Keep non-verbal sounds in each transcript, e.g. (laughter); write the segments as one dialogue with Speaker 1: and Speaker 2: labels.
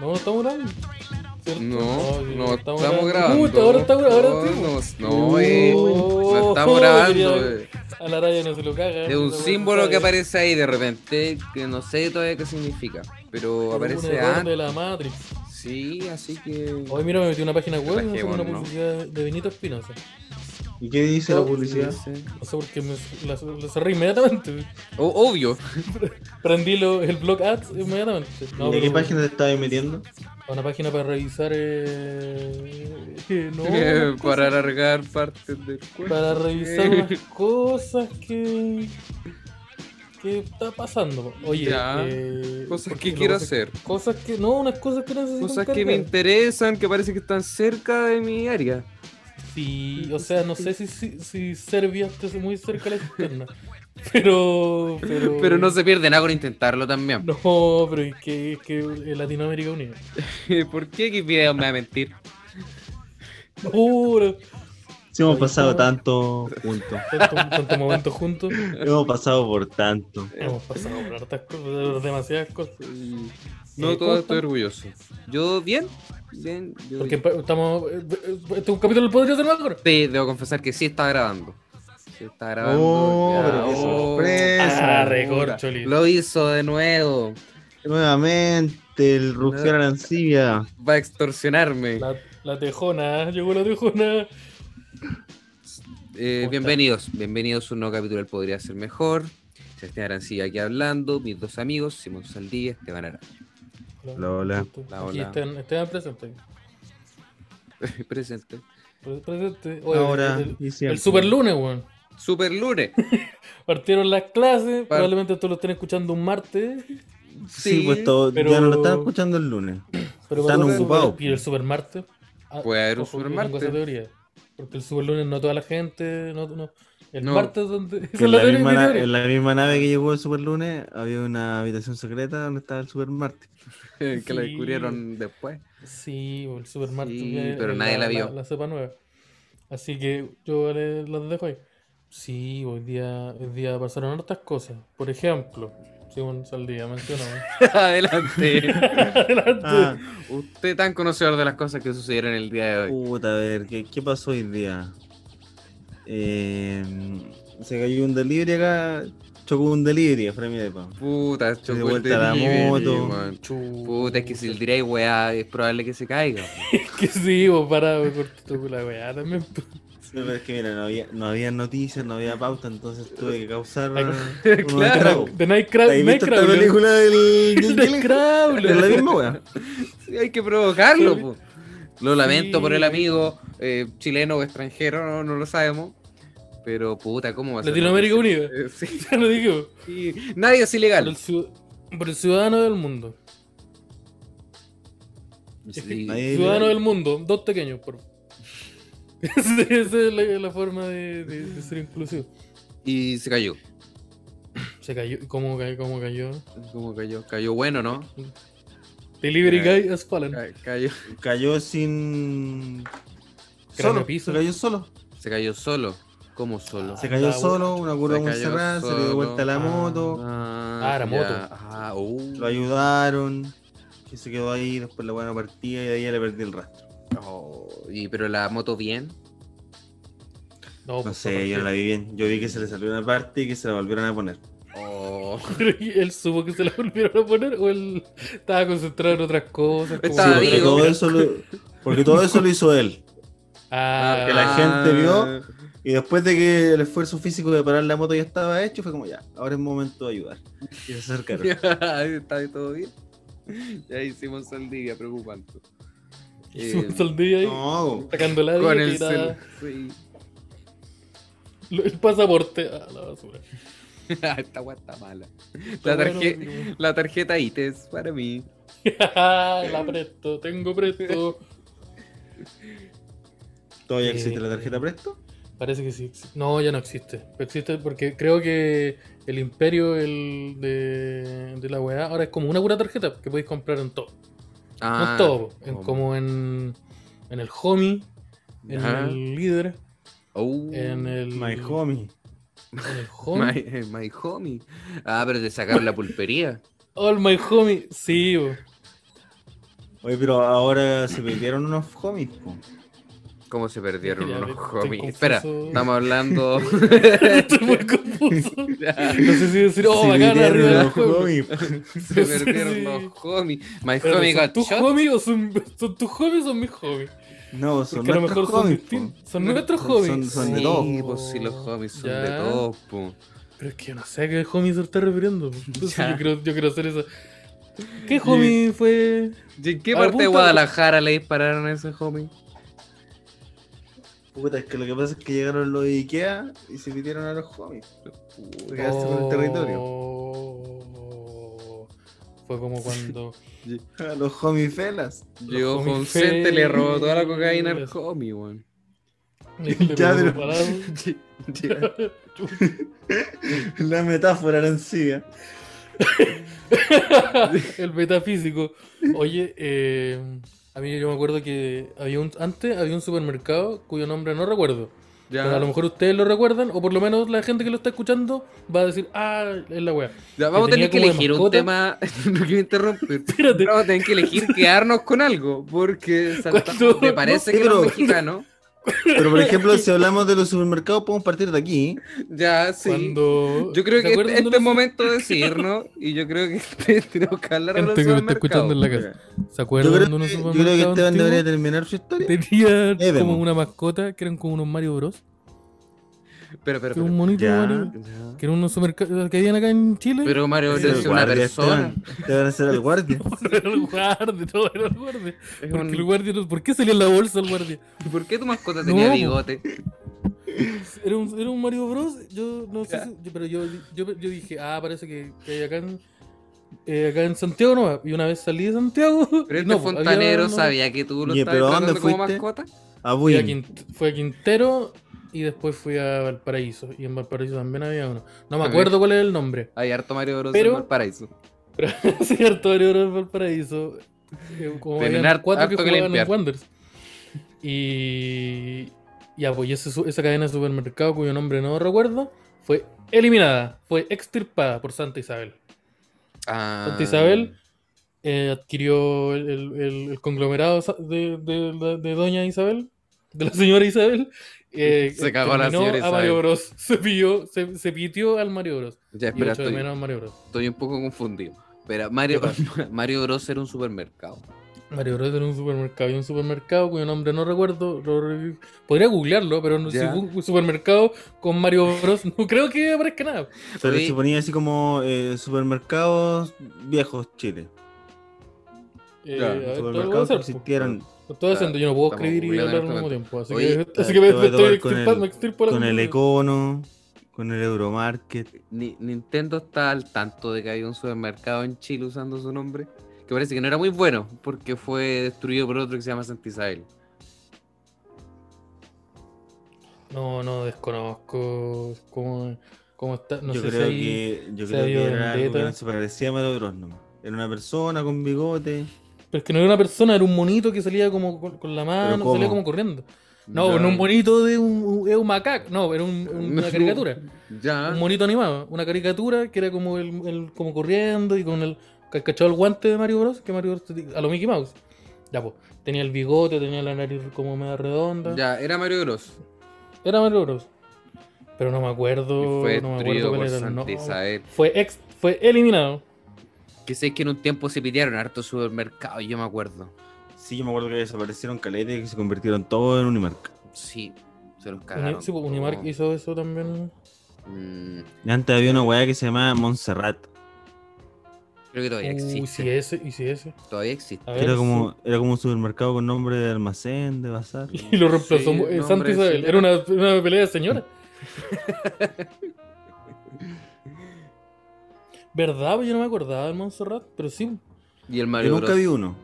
Speaker 1: No, estamos grabando. ¿cierto?
Speaker 2: No,
Speaker 1: sí,
Speaker 2: no estamos grabando.
Speaker 1: Puta, ahora estamos grabando.
Speaker 2: No,
Speaker 1: ahora sí.
Speaker 2: No, no, eh, no estamos
Speaker 1: Oh,
Speaker 2: grabando.
Speaker 1: quería-
Speaker 2: eh.
Speaker 1: A la raya no se lo caga.
Speaker 2: Es un símbolo que aparece ahí de repente, que no sé todavía qué significa, pero aparece
Speaker 1: de
Speaker 2: antes.
Speaker 1: la Matrix.
Speaker 2: Sí, así que...
Speaker 1: Hoy mira, me metí una página web y me salió una
Speaker 2: Relajémonos.
Speaker 1: publicidad de Benito Espinosa.
Speaker 3: ¿Y qué dice la
Speaker 1: pues,
Speaker 3: publicidad?
Speaker 1: No sé por qué me la, la cerré inmediatamente.
Speaker 2: O- obvio.
Speaker 1: Prendí lo- el blog ads inmediatamente. No,
Speaker 3: ¿De qué
Speaker 1: pero-
Speaker 3: página te estabas metiendo?
Speaker 1: a Una página para revisar. Eh... eh,
Speaker 2: (laughs)
Speaker 1: no,
Speaker 2: Eh,
Speaker 1: cosas-
Speaker 2: para alargar partes del cuerpo.
Speaker 1: para revisar unas cosas que. que está pasando. Oye,
Speaker 2: Ya.
Speaker 1: eh,
Speaker 2: Cosas
Speaker 1: porque
Speaker 2: que
Speaker 1: lo
Speaker 2: quiero
Speaker 1: pasa-
Speaker 2: hacer.
Speaker 1: Cosas que. No, unas cosas que necesito.
Speaker 2: Cosas que me interesan, que parece que están cerca de mi área.
Speaker 1: Sí, o sea, no sé si, si, si Serbia esté muy cerca de la cisterna. (laughs) Pero, pero.
Speaker 2: Pero no se pierde nada con intentarlo
Speaker 1: (laughs)
Speaker 2: también.
Speaker 1: No, pero es que, es que Latinoamérica Unida.
Speaker 2: (laughs) ¿Por qué que video me va a mentir?
Speaker 1: Puro.
Speaker 3: Si hemos
Speaker 1: Ay,
Speaker 3: pasado
Speaker 1: no.
Speaker 3: tanto juntos.
Speaker 1: Tanto, tanto momento juntos.
Speaker 3: Hemos pasado por tanto.
Speaker 1: Hemos pasado por hartas cosas, por demasiadas cosas.
Speaker 2: Pues, No,
Speaker 1: Eh, ¿cómo
Speaker 2: todo
Speaker 1: están?
Speaker 2: estoy orgulloso. Yo bien, bien, yo
Speaker 1: Porque
Speaker 2: bien.
Speaker 1: pa- estamos. eh, eh, Este un capítulo podría ser mejor.
Speaker 2: Sí, debo confesar que sí está grabando. Sí está grabando.
Speaker 3: Oh,
Speaker 2: ya.
Speaker 3: pero qué
Speaker 2: Oh,
Speaker 3: sorpresa.
Speaker 1: Ah, recorcho, listo.
Speaker 2: Lo hizo de nuevo.
Speaker 3: Nuevamente el Rugier Arancibia.
Speaker 2: Va a extorsionarme.
Speaker 1: La, la tejona, ¿eh? llegó la tejona.
Speaker 2: Eh,
Speaker 1: ¿Cómo
Speaker 2: bienvenidos, bienvenidos a un nuevo capítulo del Podría Ser Mejor. Sebastián Arancilla aquí hablando, mis dos amigos, Simón Saldivia, Esteban Arancilla.
Speaker 3: Hola, hola.
Speaker 2: Hola,
Speaker 1: Aquí
Speaker 2: hola.
Speaker 1: están, están presentes.
Speaker 2: (laughs) Presente.
Speaker 1: Pre- presentes. Oye,
Speaker 3: Ahora
Speaker 1: el,
Speaker 3: y
Speaker 1: el
Speaker 3: siempre.
Speaker 1: super lunes, weón.
Speaker 2: Super lunes.
Speaker 1: Partieron las clases, probablemente todos lo estén escuchando un martes.
Speaker 3: Sí, pues todo.
Speaker 1: pero-
Speaker 3: Ya no lo están escuchando el lunes.
Speaker 1: Pero
Speaker 3: Están
Speaker 1: para el super-
Speaker 3: ocupados.
Speaker 1: Y el super martes. Ah,
Speaker 2: Puede haber un
Speaker 1: ojo, yo
Speaker 2: super
Speaker 1: tengo esa
Speaker 2: martes.
Speaker 1: teoría. Porque el super lunes no toda la gente. No, no. El
Speaker 2: No.
Speaker 1: martes donde. (laughs) Esa
Speaker 3: Que
Speaker 1: es
Speaker 3: en,
Speaker 1: la
Speaker 3: la
Speaker 1: teoría,
Speaker 3: misma
Speaker 1: mi
Speaker 3: na-
Speaker 1: teoría.
Speaker 3: en la misma nave que llegó el Super Lunes había una habitación secreta donde estaba el Super Martes.
Speaker 2: (laughs) que la
Speaker 1: Sí.
Speaker 2: descubrieron después. (laughs)
Speaker 1: Sí, o el Super Mario
Speaker 2: Sí,
Speaker 1: tiene
Speaker 2: pero nadie la vio.
Speaker 1: La, cepa nueva. Así que yo le- las dejo ahí. Sí, hoy día, hoy día pasaron hartas cosas. Por ejemplo, según Saldía
Speaker 2: (laughs)
Speaker 1: mencionó. ¿eh?
Speaker 2: Adelante.
Speaker 1: Adelante.
Speaker 3: Ah,
Speaker 2: Usted tan conocedor de las cosas que sucedieron el día de hoy.
Speaker 3: puta, a ver, ¿qué, qué pasó hoy día? Eh, se cayó un delivery acá, chocó un delivery a Fremia de Pam.
Speaker 2: Puta, chocó el
Speaker 3: vuelta la
Speaker 2: delivery,
Speaker 3: moto.
Speaker 2: man.
Speaker 1: Chu-
Speaker 2: Puta, es que si el diré weá, es probable que se caiga.
Speaker 1: Es (laughs) que sí, vos pará, vos cortito con la weá también. po.
Speaker 3: Pero es que mira, no había, no había noticias, no había pauta, entonces tuve que causar.
Speaker 1: (laughs) Ay,
Speaker 3: unos
Speaker 2: (laughs) claro.
Speaker 3: estragos.
Speaker 1: De Night Cra-
Speaker 3: ¿Has
Speaker 1: Night
Speaker 3: visto esta
Speaker 1: Crawler. (laughs)
Speaker 3: película del Jim
Speaker 1: Night
Speaker 3: Gilligan?
Speaker 1: Crawler.
Speaker 3: Es la misma wea.
Speaker 2: Sí, Hay que provocarlo,
Speaker 1: Sí.
Speaker 2: po. Lo lamento por el
Speaker 1: Sí.
Speaker 2: amigo eh, chileno o extranjero, no, no lo sabemos. Pero puta, ¿cómo va a ser?
Speaker 1: Latinoamérica
Speaker 2: noticia?
Speaker 1: Unida.
Speaker 2: Eh, sí,
Speaker 1: (laughs) Ya lo dije. po.
Speaker 2: sí. Nadie es
Speaker 1: Por el,
Speaker 2: ilegal.
Speaker 1: ciu- por el ciudadano del mundo.
Speaker 2: Sí.
Speaker 3: Nadie-
Speaker 1: Ciudadano del mundo, dos pequeños, por favor. (laughs) Esa es la, la forma de, de- de ser inclusivo.
Speaker 2: Y se cayó.
Speaker 1: Se cayó, ¿cómo cayó? ¿Cómo cayó?
Speaker 2: ¿Cómo cayó? Cayó bueno, ¿no?
Speaker 1: Delivery
Speaker 2: Ay.
Speaker 1: guy has fallen.
Speaker 2: Ca- Cayó.
Speaker 3: Cayó sin.
Speaker 1: Cráneo
Speaker 3: Solo,
Speaker 1: piso.
Speaker 3: se cayó solo.
Speaker 2: Se cayó solo. ¿Cómo solo?
Speaker 3: Se cayó
Speaker 1: Andaba-
Speaker 3: solo, una cura
Speaker 2: se
Speaker 3: muy
Speaker 2: cayó
Speaker 3: cerrada, se le
Speaker 2: solo.
Speaker 3: dio vuelta la
Speaker 1: Ah.
Speaker 3: moto,
Speaker 2: Ah,
Speaker 1: Ah, era
Speaker 2: ya.
Speaker 1: moto.
Speaker 2: Ah, uh.
Speaker 3: lo ayudaron, que se quedó ahí, después la buena partida y de ahí ya le perdí el rastro.
Speaker 2: Oh, y, pero la moto bien.
Speaker 1: Oh,
Speaker 3: No
Speaker 1: pues,
Speaker 3: sé, yo no la vi bien. Yo vi que se le salió una parte y que se la volvieron a poner.
Speaker 1: (laughs)
Speaker 2: Oh.
Speaker 1: Pero, ¿y él supo que se la volvieron a poner o él estaba concentrado en otras cosas. Como-
Speaker 2: Pues Estaba
Speaker 3: Sí, porque,
Speaker 2: vivo.
Speaker 3: todo eso lo, porque todo eso lo hizo él.
Speaker 1: Ah,
Speaker 3: que la gente vio. Y después de que el esfuerzo físico de parar la moto ya estaba hecho, fue como ya, ahora es momento de ayudar. Y se acercaron.
Speaker 2: (laughs) Ahí está ahí todo bien. Ya hicimos saldivia, preocupante.
Speaker 1: y su- saldía ahí,
Speaker 3: No,
Speaker 1: sacando la
Speaker 2: Con
Speaker 1: vida
Speaker 2: el
Speaker 1: y nada.
Speaker 2: cel- sí. (laughs)
Speaker 1: Lo- el pasaporte a la basura.
Speaker 2: Esta guata está mala. La, tarje- la tarjeta ITES para mí.
Speaker 1: (laughs) la presto, tengo presto.
Speaker 3: ¿todavía
Speaker 1: Eh,
Speaker 3: existe la tarjeta presto?
Speaker 1: Parece que sí. exi- No, ya no existe. Pero Existe porque creo que el imperio el de, de la weá ahora es como una pura tarjeta que podéis comprar en todo. no
Speaker 2: Ah,
Speaker 1: en todo, en-
Speaker 2: como-
Speaker 1: como en, en el homie, en
Speaker 2: Ajá.
Speaker 1: el líder,
Speaker 2: Oh.
Speaker 1: en el,
Speaker 3: Mm, My homie.
Speaker 1: en el homie.
Speaker 2: (laughs) My, eh, my homie. Ah, pero te sacaron la pulpería. (laughs)
Speaker 1: All my homie. Sí, bo.
Speaker 3: Oye, pero ahora se perdieron unos homies, po.
Speaker 2: ¿Cómo se perdieron
Speaker 1: (laughs) Ya,
Speaker 2: unos
Speaker 1: estoy
Speaker 2: homies?
Speaker 1: confuso.
Speaker 2: Espera, estamos
Speaker 1: (laughs)
Speaker 2: hablando. (laughs)
Speaker 1: Estoy muy confuso. No sé si decir, oh,
Speaker 3: Se
Speaker 1: bacán,
Speaker 3: perdieron
Speaker 1: arriba del
Speaker 3: unos
Speaker 1: juego.
Speaker 3: homies,
Speaker 2: (laughs)
Speaker 3: po.
Speaker 2: se
Speaker 1: No sé si-
Speaker 2: perdieron los homies. My
Speaker 1: Pero,
Speaker 2: homie
Speaker 1: ¿Son
Speaker 2: got
Speaker 1: tus
Speaker 2: shot.
Speaker 1: homies o son, son tus homies o son mis homies?
Speaker 3: No, son
Speaker 1: Porque a lo mejor
Speaker 3: nuestros
Speaker 1: son
Speaker 3: homies, po.
Speaker 1: distintos. Son nuestros
Speaker 3: Son-
Speaker 1: homies.
Speaker 3: son de
Speaker 2: sí,
Speaker 3: todo.
Speaker 2: pues sí, los homies son de
Speaker 1: Ya.
Speaker 2: todo, po.
Speaker 1: Pero es que yo no sé a qué homie se está refiriendo. Entonces
Speaker 2: (laughs) Ya.
Speaker 1: yo quiero, yo quiero hacer eso. ¿Qué homie fue?
Speaker 2: ¿Y en qué
Speaker 1: A ver,
Speaker 2: parte de
Speaker 1: apúntalo.
Speaker 2: Guadalajara le dispararon a ese homie?
Speaker 3: Puta, es que lo que pasa es que llegaron los de Ikea y se metieron a los homies. Te quedaste con el
Speaker 1: Oh.
Speaker 3: territorio.
Speaker 1: territorio. Oh. Fue como cuando.
Speaker 3: (laughs) A los homies
Speaker 1: (laughs)
Speaker 3: felas.
Speaker 2: Llegó
Speaker 1: homies
Speaker 2: con Cente, le robó toda la
Speaker 1: feos.
Speaker 2: cocaína al homie, weón.
Speaker 1: le- le
Speaker 3: (laughs) Ya,
Speaker 1: pegó
Speaker 3: pero-
Speaker 1: parado.
Speaker 3: La metáfora era en sí, ¿eh?
Speaker 1: (laughs) el metafísico. Oye, eh, a mí yo me acuerdo que había un, antes había un supermercado cuyo nombre no recuerdo. Pero a lo
Speaker 2: Ya,
Speaker 1: mejor ustedes lo recuerdan, o por lo menos la gente que lo está escuchando va a decir, ah, es la wea.
Speaker 2: ya, vamos a
Speaker 1: que
Speaker 2: tener
Speaker 1: tenía
Speaker 2: que
Speaker 1: como de
Speaker 2: elegir un
Speaker 1: mascota.
Speaker 2: tema. (laughs) no quiero interrumpir.
Speaker 1: (laughs) Espérate.
Speaker 2: Vamos a tener
Speaker 1: (laughs)
Speaker 2: que elegir quedarnos con algo. Porque
Speaker 1: Cuando-
Speaker 2: saltamos, me parece
Speaker 3: no,
Speaker 2: que los
Speaker 3: pero-
Speaker 1: (laughs)
Speaker 2: mexicanos.
Speaker 3: Pero por ejemplo, si hablamos de los supermercados, podemos partir de aquí. ¿eh?
Speaker 2: Ya, sí.
Speaker 1: Cuando...
Speaker 2: Yo creo
Speaker 1: ¿se
Speaker 2: que este,
Speaker 1: acuerdan de
Speaker 2: este
Speaker 1: los-
Speaker 2: es momento
Speaker 1: (laughs)
Speaker 2: de decirnos y yo creo que (laughs) tenemos que hablar de los
Speaker 1: Gente que lo está escuchando en
Speaker 2: supermercados.
Speaker 1: la casa. ¿Se
Speaker 3: Yo
Speaker 1: acuerdan de
Speaker 3: creo
Speaker 1: unos
Speaker 3: que, yo creo que
Speaker 1: supermercados
Speaker 3: Esteban
Speaker 1: (laughs)
Speaker 3: debería
Speaker 1: antiguos?
Speaker 3: terminar su historia.
Speaker 1: Tenía
Speaker 3: Evemo.
Speaker 1: como una mascota que eran como unos Mario Bros.
Speaker 2: Pero, pero,
Speaker 1: Que era un
Speaker 2: pero.
Speaker 1: monito
Speaker 3: Ya.
Speaker 1: Mario.
Speaker 2: Ya.
Speaker 1: Que eran unos supermercados que habían acá en Chile. (laughs)
Speaker 2: Pero Mario
Speaker 3: Ese
Speaker 2: Bros es una
Speaker 3: guardia,
Speaker 2: persona.
Speaker 3: Esteban. Te van a hacer al guardia.
Speaker 1: Era el guardia, todo era el guardia.
Speaker 2: Es
Speaker 1: Porque
Speaker 2: un-
Speaker 1: el guardia no- ¿Por qué salía en la bolsa el guardia?
Speaker 2: ¿Y ¿Por qué tu mascota
Speaker 1: No,
Speaker 2: tenía
Speaker 1: po.
Speaker 2: bigote?
Speaker 1: Era un, era un Mario Bros. Yo no sé,
Speaker 2: Ya.
Speaker 1: si- yo- pero yo, yo, yo dije, ah, parece que, que hay acá en, eh, acá en Santiago no. va. Y una vez salí de Santiago.
Speaker 2: Pero
Speaker 1: y (laughs)
Speaker 2: este
Speaker 1: no, po, había-
Speaker 2: fontanero
Speaker 1: no,
Speaker 2: sabía que tú lo
Speaker 3: Oye,
Speaker 2: estabas
Speaker 3: pero ¿a dónde
Speaker 2: tratando como
Speaker 3: fuiste?
Speaker 2: mascota.
Speaker 3: A
Speaker 1: Fui a,
Speaker 3: Win.
Speaker 1: Quint- fui a Quintero y después fui a Valparaíso. Y en Valparaíso también había uno. No me
Speaker 2: A ver.
Speaker 1: acuerdo cuál es el nombre.
Speaker 2: Hay harto Mario Bros
Speaker 1: Pero-
Speaker 2: en Valparaíso.
Speaker 1: Pero (laughs) cierto, Mario Bros. Valparaíso. eh, Como
Speaker 2: Tienen
Speaker 1: habían
Speaker 2: har-
Speaker 1: cuatro que
Speaker 2: harto que
Speaker 1: jugaban
Speaker 2: limpiar.
Speaker 1: en Wanderers. Y. pues, Y apoyé ese su- esa cadena de supermercado cuyo nombre no recuerdo. Fue eliminada, fue extirpada por Santa Isabel.
Speaker 2: Ah.
Speaker 1: Santa Isabel eh, adquirió el, el- el- el conglomerado sa- de, de- de- de Doña Isabel, de la señora Isabel. eh,
Speaker 2: Se cagó la
Speaker 1: exterminó
Speaker 2: señora
Speaker 1: a Mario
Speaker 2: Isabel.
Speaker 1: Bros. (laughs) Se, pilló, se, se pitió al Mario Bros. Y
Speaker 2: Ya, espera,
Speaker 1: echó de
Speaker 2: estoy,
Speaker 1: menos al Mario Bros.
Speaker 2: estoy un poco confundido. Pero Mario,
Speaker 1: ¿Qué
Speaker 2: (laughs) Mario Bros era un supermercado.
Speaker 1: Mario Bros. era un supermercado. Y un supermercado cuyo nombre no recuerdo. lo re- Podría googlearlo, pero no, si
Speaker 2: Ya.
Speaker 1: un supermercado con Mario Bros. (laughs) No creo que aparezca nada.
Speaker 3: Pero
Speaker 2: Oye.
Speaker 3: se ponía así como eh, supermercados viejos Chile.
Speaker 1: Eh,
Speaker 2: Ya,
Speaker 1: a ver, todo lo voy a
Speaker 3: supermercados
Speaker 1: hacer,
Speaker 3: que
Speaker 1: pues, po.
Speaker 3: existieron Ah,
Speaker 1: Lo estoy haciendo, yo no puedo
Speaker 2: Estamos
Speaker 1: escribir y
Speaker 2: googleando
Speaker 1: hablar
Speaker 2: en
Speaker 1: al mismo
Speaker 2: este
Speaker 1: tiempo. Así
Speaker 2: Oye,
Speaker 1: que, así que me,
Speaker 3: te voy a
Speaker 1: me estoy
Speaker 3: tomar con el-
Speaker 1: extirpando, me extirpo la
Speaker 3: con el
Speaker 1: memoria.
Speaker 3: Econo, con el Euromarket.
Speaker 2: Ni- Nintendo está al tanto de que había un supermercado en Chile usando su nombre. Que parece que no era muy bueno porque fue destruido por otro que se llama Santa Isabel.
Speaker 1: No, no, desconozco cómo, cómo está. No
Speaker 3: yo
Speaker 1: sé
Speaker 3: creo
Speaker 1: si ahí-
Speaker 3: que, yo
Speaker 1: si
Speaker 3: creo
Speaker 1: hay
Speaker 3: que era algo que
Speaker 1: vendetta.
Speaker 3: no se parecía a Mario Bros. nomás. Era una persona con bigote.
Speaker 1: Pero es que no era una persona, era un monito que salía como con, con la mano,
Speaker 3: ¿cómo?
Speaker 1: salía como corriendo. No,
Speaker 2: Ya.
Speaker 1: no un monito de un, un- es un macaco. No, era un-
Speaker 3: (laughs)
Speaker 1: un- una caricatura.
Speaker 2: (laughs) Ya.
Speaker 1: Un monito animado. Una caricatura que era como el, el- como corriendo y con el ca- cachado el guante de Mario Bros. Que Mario Bros. te- a lo Mickey Mouse. Ya, pues. Tenía el bigote, tenía la nariz como media redonda.
Speaker 2: Ya, era Mario Bros.
Speaker 1: Era Mario Bros. Pero no me
Speaker 2: Y
Speaker 1: acuerdo.
Speaker 2: fue
Speaker 1: no me acuerdo
Speaker 2: destruido
Speaker 1: cuál
Speaker 2: por
Speaker 1: era el
Speaker 2: Santa
Speaker 1: nombre.
Speaker 2: Isabel.
Speaker 1: Fue, ex, fue eliminado.
Speaker 2: Que sé que en un tiempo se pidieron harto supermercado, yo me acuerdo.
Speaker 3: Sí, yo me acuerdo que desaparecieron caletes y que se convirtieron todos en Unimark.
Speaker 2: Sí, se los
Speaker 1: Uni-
Speaker 2: cagaron.
Speaker 1: sí, pues,
Speaker 2: todo.
Speaker 1: Unimark hizo eso también.
Speaker 2: Mm,
Speaker 3: Y Antes había una weá que se llamaba Montserrat.
Speaker 2: creo que todavía
Speaker 1: Uy,
Speaker 2: existe.
Speaker 1: Uh, si ese, y si ese.
Speaker 2: Todavía existe.
Speaker 1: A
Speaker 3: que
Speaker 1: ver,
Speaker 3: Era como, era como un supermercado con nombre de almacén, de bazar.
Speaker 1: sí. (laughs) Y lo reemplazó
Speaker 2: Sí,
Speaker 1: eh,
Speaker 2: nombre
Speaker 1: Santa
Speaker 2: de
Speaker 1: Isabel.
Speaker 2: señora.
Speaker 1: Era una, una pelea de señora. ¿Verdad? Pues Yo no me acordaba del Montserrat, pero sí.
Speaker 2: Y el
Speaker 3: Yo
Speaker 2: Mario
Speaker 3: nunca
Speaker 2: Bros.
Speaker 3: vi uno.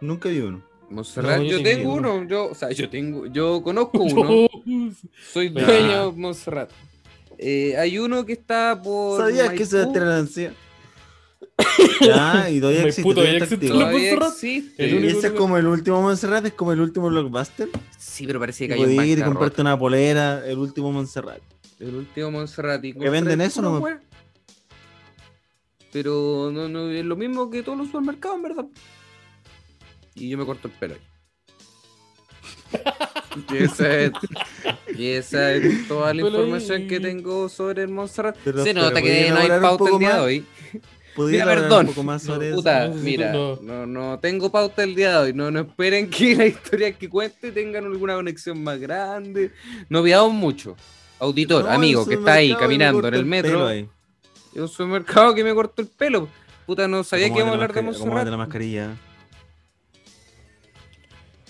Speaker 3: Nunca vi uno.
Speaker 2: Montserrat,
Speaker 1: No, yo
Speaker 2: yo,
Speaker 1: sí
Speaker 2: tengo
Speaker 1: vi uno.
Speaker 2: uno. Yo, o sea, yo tengo, yo conozco
Speaker 1: (laughs)
Speaker 2: uno.
Speaker 1: No.
Speaker 2: Soy
Speaker 1: Ya.
Speaker 2: dueño de Montserrat. Eh, hay uno que está por.
Speaker 3: ¿Sabías que se
Speaker 2: Maipú?
Speaker 1: (laughs)
Speaker 3: anciana? ya, y todavía
Speaker 1: Me
Speaker 3: existe.
Speaker 1: puto,
Speaker 3: todavía
Speaker 1: ya
Speaker 3: está
Speaker 1: existe.
Speaker 3: activo.
Speaker 1: Lo-
Speaker 2: Todavía
Speaker 1: Montserrat?
Speaker 2: existe.
Speaker 1: El
Speaker 3: Y
Speaker 1: único
Speaker 3: ese es
Speaker 1: lugar.
Speaker 3: como el último Montserrat, es como el último blockbuster.
Speaker 2: Sí, pero parece
Speaker 3: Y
Speaker 2: que hay un
Speaker 3: podías ir y
Speaker 2: bancarrota.
Speaker 3: comprarte una polera, el último Montserrat.
Speaker 2: El último Montserrat. ¿Que
Speaker 3: venden eso, no me-
Speaker 2: Pero no, no, es lo mismo que todos los supermercados, en verdad. y yo me corto el pelo ahí. Y esa es, y esa es toda la
Speaker 1: Pelo ahí.
Speaker 2: información que tengo sobre el Montserrat.
Speaker 3: Pero-
Speaker 2: Se nota
Speaker 3: pero
Speaker 2: que
Speaker 3: ¿podría
Speaker 2: no hay
Speaker 3: elaborar un
Speaker 2: pauta
Speaker 3: poco
Speaker 2: el día de
Speaker 3: más?
Speaker 2: hoy.
Speaker 3: ¿Podría
Speaker 2: Mira,
Speaker 3: hablar
Speaker 2: perdón.
Speaker 3: un poco más
Speaker 1: No,
Speaker 3: sobre eso?
Speaker 2: Puta,
Speaker 1: necesito-
Speaker 2: mira,
Speaker 1: no.
Speaker 2: no. no tengo pauta el día de hoy. No, no esperen que (laughs) las historias que cuente tengan alguna conexión más grande. No veamos mucho. Auditor,
Speaker 3: No,
Speaker 2: amigo,
Speaker 3: el
Speaker 2: que está ahí
Speaker 3: supermercado me
Speaker 2: caminando en
Speaker 3: corta
Speaker 2: el
Speaker 3: pelo
Speaker 2: metro.
Speaker 3: ahí.
Speaker 2: En un supermercado que me cortó el pelo. Puta, no sabía que íbamos a hablar de
Speaker 3: Acomódate la mascarilla, acomódate
Speaker 2: Montserrat.
Speaker 3: la mascarilla.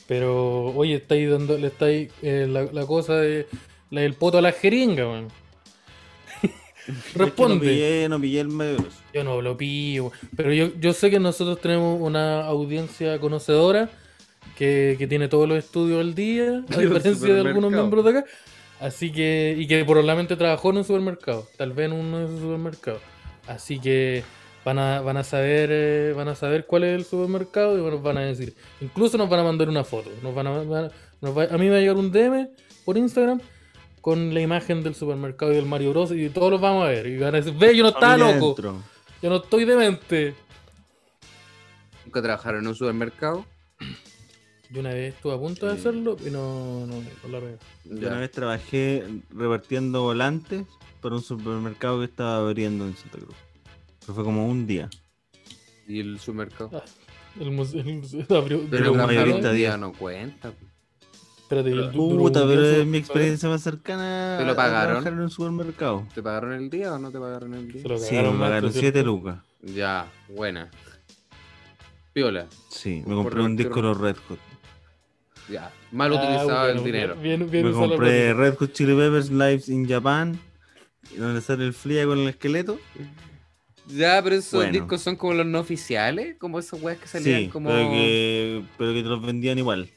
Speaker 1: Pero, oye, estáis dando, le estáis eh, la, la cosa de la del poto a la jeringa, weón.
Speaker 3: Es que no
Speaker 1: Responde.
Speaker 3: pillé, no pillé el medio.
Speaker 1: Yo no lo pillo. Pero yo, yo sé que nosotros tenemos una audiencia conocedora que, que tiene todos los estudios al día, a
Speaker 2: De los
Speaker 1: diferencia de algunos
Speaker 2: supermercados.
Speaker 1: miembros de acá. Así que, y que probablemente trabajó en un supermercado, tal vez en uno de esos supermercados. Así que van a, van a saber, eh, van a saber cuál es el supermercado y nos van a decir. Incluso nos van a mandar una foto. Nos van a, van a- nos va- a mí me va a llegar un DM por Instagram con la imagen del supermercado y del Mario Bros. y todos los vamos a ver. Y van a decir, ve, yo no estaba
Speaker 3: Mira
Speaker 1: loco.
Speaker 3: adentro.
Speaker 1: Yo no estoy demente.
Speaker 2: Nunca trabajaron en un supermercado.
Speaker 1: Yo una vez estuve a punto de
Speaker 3: Sí.
Speaker 1: hacerlo y no, no, no la pegué.
Speaker 3: Yo
Speaker 2: Ya.
Speaker 3: una vez trabajé repartiendo volantes para un supermercado que estaba abriendo en Santa Cruz. Pero fue como un día.
Speaker 2: Y el supermercado.
Speaker 1: El museo, el museo abrió. duró
Speaker 2: Pero la
Speaker 1: un día.
Speaker 3: mayorista-
Speaker 2: mayorista día
Speaker 3: día.
Speaker 2: no cuenta. po.
Speaker 1: Espérate, el du- duró
Speaker 3: Puta,
Speaker 1: un día el
Speaker 3: pero es
Speaker 1: supermercado.
Speaker 3: mi experiencia más cercana.
Speaker 2: ¿Te lo
Speaker 3: a- a
Speaker 2: pagaron?
Speaker 3: trabajar en un supermercado.
Speaker 2: ¿Te pagaron el día o no te pagaron el
Speaker 1: Se
Speaker 2: día?
Speaker 1: lo
Speaker 3: Sí, me
Speaker 1: cagaron,
Speaker 3: pagaron
Speaker 1: maestro,
Speaker 3: 7
Speaker 1: ¿cierto?
Speaker 3: lucas.
Speaker 2: Ya, buena. Piola,
Speaker 3: Sí,
Speaker 2: Por
Speaker 3: me compré un
Speaker 2: repartir-
Speaker 3: disco de los Red Hot.
Speaker 2: ya. Mal
Speaker 1: Ah,
Speaker 2: utilizado
Speaker 1: bueno,
Speaker 2: el dinero.
Speaker 1: Bien, bien
Speaker 3: Me
Speaker 1: usado el
Speaker 3: compré
Speaker 1: dinero.
Speaker 3: Red Hot Chili Peppers Lives in Japan, donde sale el flia con el esqueleto.
Speaker 2: Ya, pero esos
Speaker 3: Bueno.
Speaker 2: discos son como los no oficiales, como esos weas que salían
Speaker 3: Sí,
Speaker 2: como.
Speaker 3: pero, que, pero que te los vendían igual.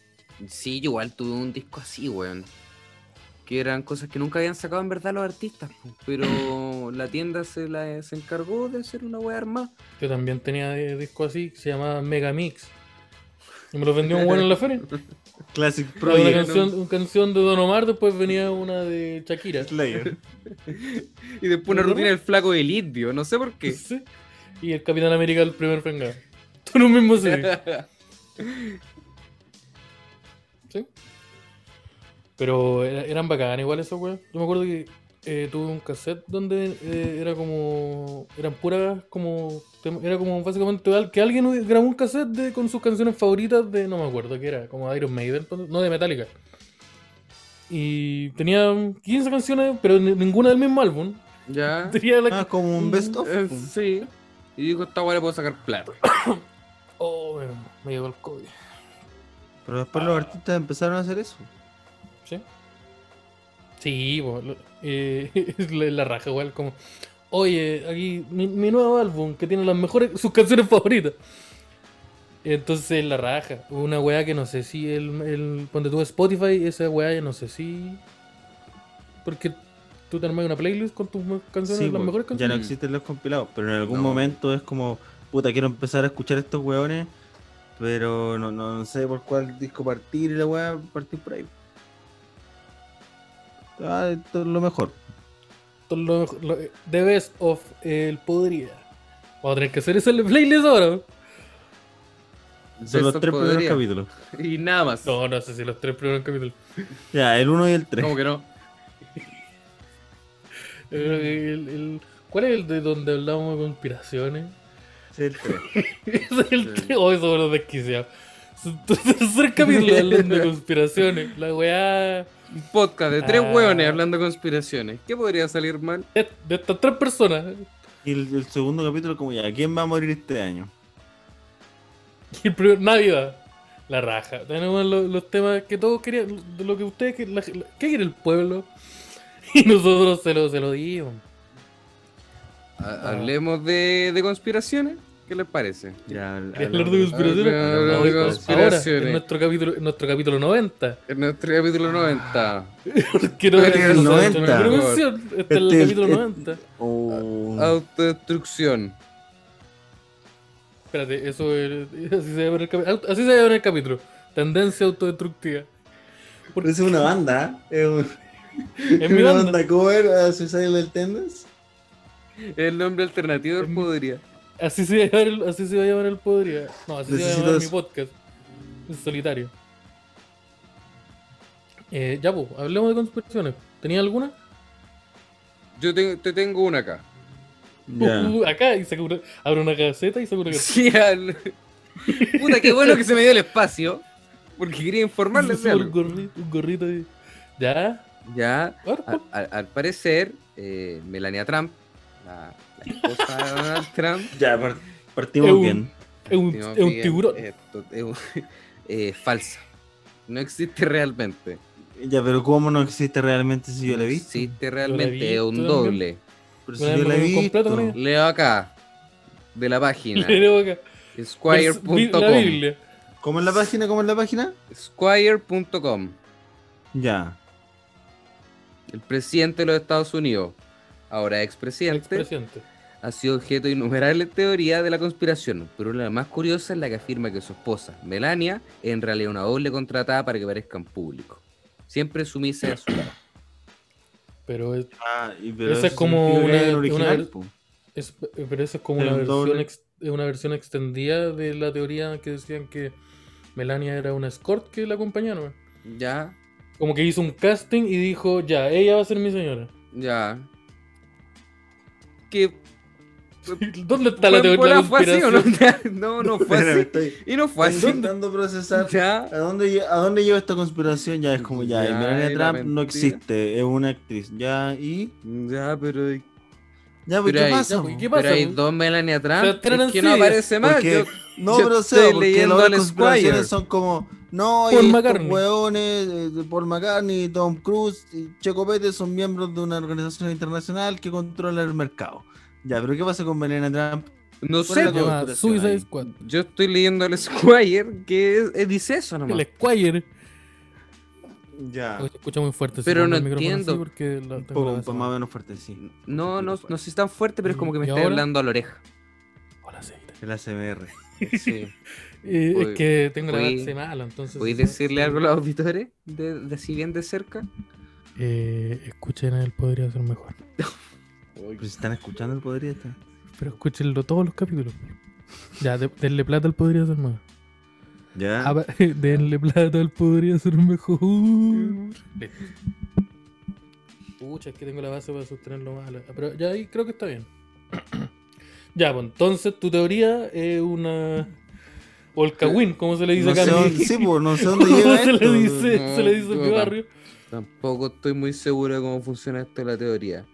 Speaker 2: Sí, yo igual tuve un disco así, weón. Que eran cosas que nunca habían sacado en verdad los artistas, po, pero
Speaker 3: (laughs)
Speaker 2: la tienda se la se encargó de hacer una wea armada.
Speaker 1: Yo también tenía eh, disco así que se llamaba Megamix. Y me lo vendió un bueno en la
Speaker 3: (laughs)
Speaker 1: feria.
Speaker 3: Classic
Speaker 1: Era una
Speaker 3: Project.
Speaker 1: canción, una canción de Don Omar, después venía una de Shakira.
Speaker 3: Slayer.
Speaker 2: Y después una
Speaker 1: ¿Pero cómo?
Speaker 2: rutina del flaco del indio, no sé por
Speaker 3: (laughs)
Speaker 1: (laughs)
Speaker 2: qué.
Speaker 1: Sí. Y el Capitán América el primer fengado. (laughs) Tú lo mismo sí. ¿Sí? Pero era- eran bacanas igual esos weón. Yo me acuerdo que eh, tuve un cassette donde eh, era como. Eran puras como. tem- Era como básicamente al- que alguien grabó un cassette de- con sus canciones favoritas de. No me acuerdo qué era, como Iron Maiden, ponte- no de Metallica. Y tenía 15 canciones, pero ni- ninguna del mismo álbum. (laughs)
Speaker 2: ya.
Speaker 1: Tenía la
Speaker 3: Ah, como un best of.
Speaker 2: Eh, sí. Y dijo, esta wea le puedo sacar
Speaker 3: (laughs)
Speaker 2: plata.
Speaker 1: Oh, weón, me llegó el COVID.
Speaker 3: Pero después los artistas empezaron a hacer eso.
Speaker 1: ¿Sí? Sí, bo, lo- eh, (laughs) es la, la raja igual como... Oye, aquí mi, mi nuevo álbum que tiene las mejores, sus canciones favoritas. Entonces la raja. Una weá que no sé si el, el ponte tú Spotify, esa weá yo no sé si. Porque tú te armas una playlist con tus me- canciones,
Speaker 3: Sí,
Speaker 1: las
Speaker 3: po,
Speaker 1: mejores
Speaker 3: ya
Speaker 1: canciones.
Speaker 3: no existen los compilados, pero en algún
Speaker 2: No.
Speaker 3: momento es como, puta, quiero empezar a escuchar estos weones, pero no, no, no sé por cuál disco partir y la weá, partir por ahí. Ah, esto es lo mejor.
Speaker 1: Esto es lo mejor- lo- the best of eh, el podría. Vamos a tener que hacer esa playlist ahora.
Speaker 3: Son los
Speaker 2: Eso
Speaker 3: tres primeros
Speaker 2: podría.
Speaker 3: capítulos.
Speaker 2: Y nada más.
Speaker 1: No, no sé si los tres primeros capítulos.
Speaker 3: Ya, el 1 y el 3.
Speaker 2: ¿Cómo que no?
Speaker 1: Yo creo que el- el- ¿Cuál es el de donde hablamos de conspiraciones? (laughs)
Speaker 3: el 3.
Speaker 1: Ese es el
Speaker 2: Sí.
Speaker 1: te- oh, eso me lo desquiciado. Su- (laughs) tu Tercer capítulo hablando de conspiraciones. La weá
Speaker 2: Un podcast de tres
Speaker 1: Ah.
Speaker 2: hueones hablando conspiraciones. ¿Qué podría salir mal?
Speaker 1: de, de estas tres personas.
Speaker 3: (laughs) Y el, el segundo capítulo, como ya, ¿quién va a morir este año?
Speaker 1: Y el primer Navidad. La raja. Tenemos lo- los, temas que todos querían. de Lo que ustedes. que- la- la- ¿Qué quiere el pueblo? (laughs) Y nosotros se lo, se lo dimos.
Speaker 2: Ha- Hablemos de, de conspiraciones. ¿Qué les parece?
Speaker 3: Ya,
Speaker 1: ¿Quería hablar de conspiraciones?
Speaker 2: Ah,
Speaker 1: Ah,
Speaker 2: hablamos
Speaker 1: No,
Speaker 2: de
Speaker 1: digo, Ahora,
Speaker 2: conspiraciones.
Speaker 1: en nuestro capítulo, en nuestro capítulo 90.
Speaker 2: En nuestro capítulo 90.
Speaker 1: Que no
Speaker 2: Capítulo
Speaker 1: no se ha hecho
Speaker 3: 90.
Speaker 1: ninguna mención. Este es el
Speaker 3: Este-
Speaker 1: capítulo
Speaker 3: este-
Speaker 1: 90.
Speaker 3: Oh.
Speaker 1: Ah.
Speaker 2: Autodestrucción.
Speaker 1: Espérate, eso es- (laughs) así se ve en el capítulo. Así se ve en el capítulo. Tendencia autodestructiva.
Speaker 3: Pero es una banda, ¿eh? Es un-
Speaker 1: (laughs) Es mi banda.
Speaker 3: cover a Suicidal Tendence.
Speaker 2: El nombre alternativo del
Speaker 1: Mm.
Speaker 2: podría.
Speaker 1: Así se va a llamar el, así se va a llamar el podría. No, así se va a llamar
Speaker 3: Necesitas-
Speaker 1: mi podcast. en solitario. Eh, ya, pues, hablemos de conspiraciones. ¿Tenía alguna?
Speaker 2: Yo te, te tengo una acá.
Speaker 3: Ya.
Speaker 1: Uh, acá, y seguro. Abre una caseta y seguro que.
Speaker 2: (laughs) Sí, al- Puta, qué bueno que se me dio el espacio. Porque quería informarles
Speaker 1: (laughs)
Speaker 2: de
Speaker 1: un,
Speaker 2: algo.
Speaker 1: gorrito, un gorrito de- Ya.
Speaker 2: Ya,
Speaker 1: ahora,
Speaker 2: a- a- al parecer, eh, Melania Trump, la, la esposa de Donald Trump,
Speaker 3: Ya, par- partimos
Speaker 1: Eu-
Speaker 3: bien.
Speaker 1: Es (laughs) un,
Speaker 2: Timothy
Speaker 1: es un
Speaker 2: es-
Speaker 1: tiburón.
Speaker 2: es to- es un- (laughs) eh, falsa. No existe realmente.
Speaker 3: Ya, pero ¿cómo no existe realmente si yo la he visto?
Speaker 2: Sí, te realmente
Speaker 1: visto
Speaker 2: es un
Speaker 1: también.
Speaker 2: doble.
Speaker 3: Pero
Speaker 1: Una
Speaker 3: si yo la
Speaker 1: vez
Speaker 3: he
Speaker 1: me vi un completo
Speaker 3: visto.
Speaker 1: con ella.
Speaker 2: Leo acá, de
Speaker 1: (laughs)
Speaker 2: la página.
Speaker 1: Leo acá. Vers- vi- La
Speaker 2: Squire.com.
Speaker 1: Biblia.
Speaker 3: ¿Cómo es la página? ¿Cómo es la página?
Speaker 2: Squire.com.
Speaker 3: Ya.
Speaker 2: El presidente de los Estados Unidos, ahora expresidente,
Speaker 1: Expresidente.
Speaker 2: ha sido objeto de innumerables teorías de la conspiración, pero la más curiosa es la que afirma que su esposa, Melania, es en realidad una doble contratada para que parezca en público. Siempre sumisa a
Speaker 1: (clears throat)
Speaker 2: su lado.
Speaker 1: Pero es,
Speaker 3: Ah, y pero
Speaker 1: Esa
Speaker 3: eso
Speaker 1: es como
Speaker 3: significa que
Speaker 1: una-
Speaker 3: es el
Speaker 1: una-
Speaker 3: original,
Speaker 1: (laughs)
Speaker 3: po.
Speaker 1: es- eh, pero eso es como
Speaker 3: Era
Speaker 1: una
Speaker 3: un
Speaker 1: versión,
Speaker 3: doble.
Speaker 1: ex- es una versión extendida de la teoría que decían que Melania era una escort que la acompañaron. weón.
Speaker 2: Ya,
Speaker 1: Como que hizo un casting y dijo, ya, ella va a ser mi señora. (laughs)
Speaker 2: ya. Que
Speaker 1: ¿Dónde está la
Speaker 2: fue en
Speaker 1: teoría de la
Speaker 2: bola, fue así o (laughs)
Speaker 1: conspiración?
Speaker 2: no? No, no fue
Speaker 3: Espérame, (laughs)
Speaker 2: así.
Speaker 3: estoy,
Speaker 2: Y no fue
Speaker 3: estoy
Speaker 1: Pues
Speaker 2: así.
Speaker 3: intentando procesar.
Speaker 2: (laughs) Ya.
Speaker 3: ¿A dónde, lle- ¿A dónde lleva esta conspiración? Ya es como ya,
Speaker 2: Ya,
Speaker 3: Melania
Speaker 2: era
Speaker 3: Trump
Speaker 2: mentira.
Speaker 3: no existe, es una actriz. Ya, y.
Speaker 2: Ya, pero.
Speaker 3: Ya,
Speaker 2: Pero
Speaker 3: pues, ¿qué
Speaker 2: ahí-
Speaker 3: pasa?
Speaker 1: Ya, pues,
Speaker 3: po?
Speaker 1: ¿qué
Speaker 2: Pero
Speaker 1: pasa?
Speaker 2: hay
Speaker 1: weón?
Speaker 2: dos Melania
Speaker 1: Se
Speaker 2: Trump.
Speaker 1: estrenan
Speaker 2: es que no
Speaker 1: series,
Speaker 2: aparece más.
Speaker 3: Porque-
Speaker 2: yo-
Speaker 3: No,
Speaker 2: yo
Speaker 3: pero
Speaker 2: estoy
Speaker 3: Seba, porque
Speaker 2: leyendo
Speaker 3: las
Speaker 2: al Squire.
Speaker 3: conspiraciones son como. No,
Speaker 1: Paul
Speaker 3: y estos
Speaker 1: McCartney.
Speaker 3: hueones, eh, Paul McCartney, Tom Cruise y Checo Pérez son miembros de una organización internacional que controla el mercado. Ya, pero ¿qué pasa con Melania Trump?
Speaker 2: No
Speaker 3: ¿Cuál es
Speaker 2: sé,
Speaker 3: la
Speaker 2: yo,
Speaker 1: Llamada
Speaker 3: conspiración
Speaker 1: Suicide
Speaker 3: ahí.
Speaker 1: Squad.
Speaker 2: yo estoy leyendo al (laughs) Squire que es- eh, dice eso nomás.
Speaker 1: El Squire.
Speaker 3: Ya.
Speaker 1: Oye, se escucha muy fuerte.
Speaker 2: Pero
Speaker 1: pongo
Speaker 2: no
Speaker 1: el micrófono
Speaker 2: entiendo.
Speaker 1: así porque la- tengo
Speaker 3: Un poco,
Speaker 1: la
Speaker 3: un
Speaker 1: cabeza
Speaker 3: poco pues, más o
Speaker 1: mal.
Speaker 3: menos fuerte, sí.
Speaker 2: No, no, no sé si tan fuerte, pero es como que me
Speaker 1: ¿Y
Speaker 2: está
Speaker 1: ahora?
Speaker 2: hablando a
Speaker 1: (laughs)
Speaker 2: la oreja.
Speaker 1: Hola, Seita.
Speaker 3: El ACMR.
Speaker 2: Sí.
Speaker 1: Eh,
Speaker 2: Voy-
Speaker 1: es que tengo la
Speaker 2: voy-
Speaker 1: cabeza mala, entonces.
Speaker 2: ¿Podéis decirle algo a los auditores? De, de así bien de cerca.
Speaker 1: Eh, escuchen a él, podría ser mejor.
Speaker 3: Pero si Pues, están escuchando el podría estar.
Speaker 1: Pero escúchenlo todos los capítulos. Ya, de- denle plata al podría ser mejor.
Speaker 3: Ya.
Speaker 1: Ah, va- (laughs) denle plata al podría ser mejor. Pucha, es que tengo la base para sostenerlo más. a la- Ah, Pero ya ahí creo que está bien. (clears throat) ya, pues entonces tu teoría es una. Olcawin, ¿cómo se le dice
Speaker 3: No
Speaker 1: acá? (laughs)
Speaker 3: sé, dónde- sí, po, no sé dónde
Speaker 1: ¿Cómo
Speaker 3: llega
Speaker 1: se
Speaker 3: esto.
Speaker 1: le dice?
Speaker 2: No,
Speaker 1: se le dice en mi
Speaker 2: no,
Speaker 1: barrio.
Speaker 2: Tampoco estoy muy seguro de cómo funciona esto de la teoría.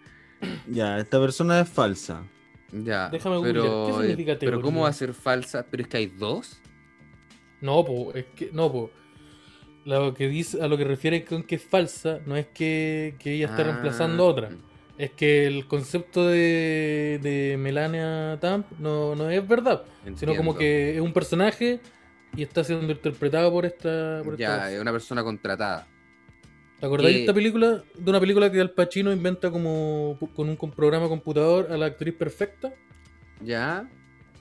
Speaker 3: Ya, esta persona es falsa.
Speaker 2: Ya.
Speaker 1: Déjame googlear.
Speaker 2: pero, eh,
Speaker 1: ¿Qué significa
Speaker 2: pero
Speaker 1: teoría?
Speaker 2: ¿cómo va a ser falsa? Pero es que hay dos.
Speaker 1: No, po, es que. No, po. Lo que dice, a lo que refiere con que es falsa, no es que, que ella está
Speaker 2: Ah.
Speaker 1: reemplazando a otra. Es que el concepto de, de Melania Trump no, no es verdad, sino
Speaker 2: Entiendo.
Speaker 1: como que es un personaje y está siendo interpretado por esta. Por esta
Speaker 2: Ya, eh, es una persona contratada.
Speaker 1: ¿Te acordás
Speaker 2: Eh,
Speaker 1: de esta película? De una película que Al Pacino inventa como pu- con un com- programa computador a la actriz perfecta.
Speaker 2: Ya.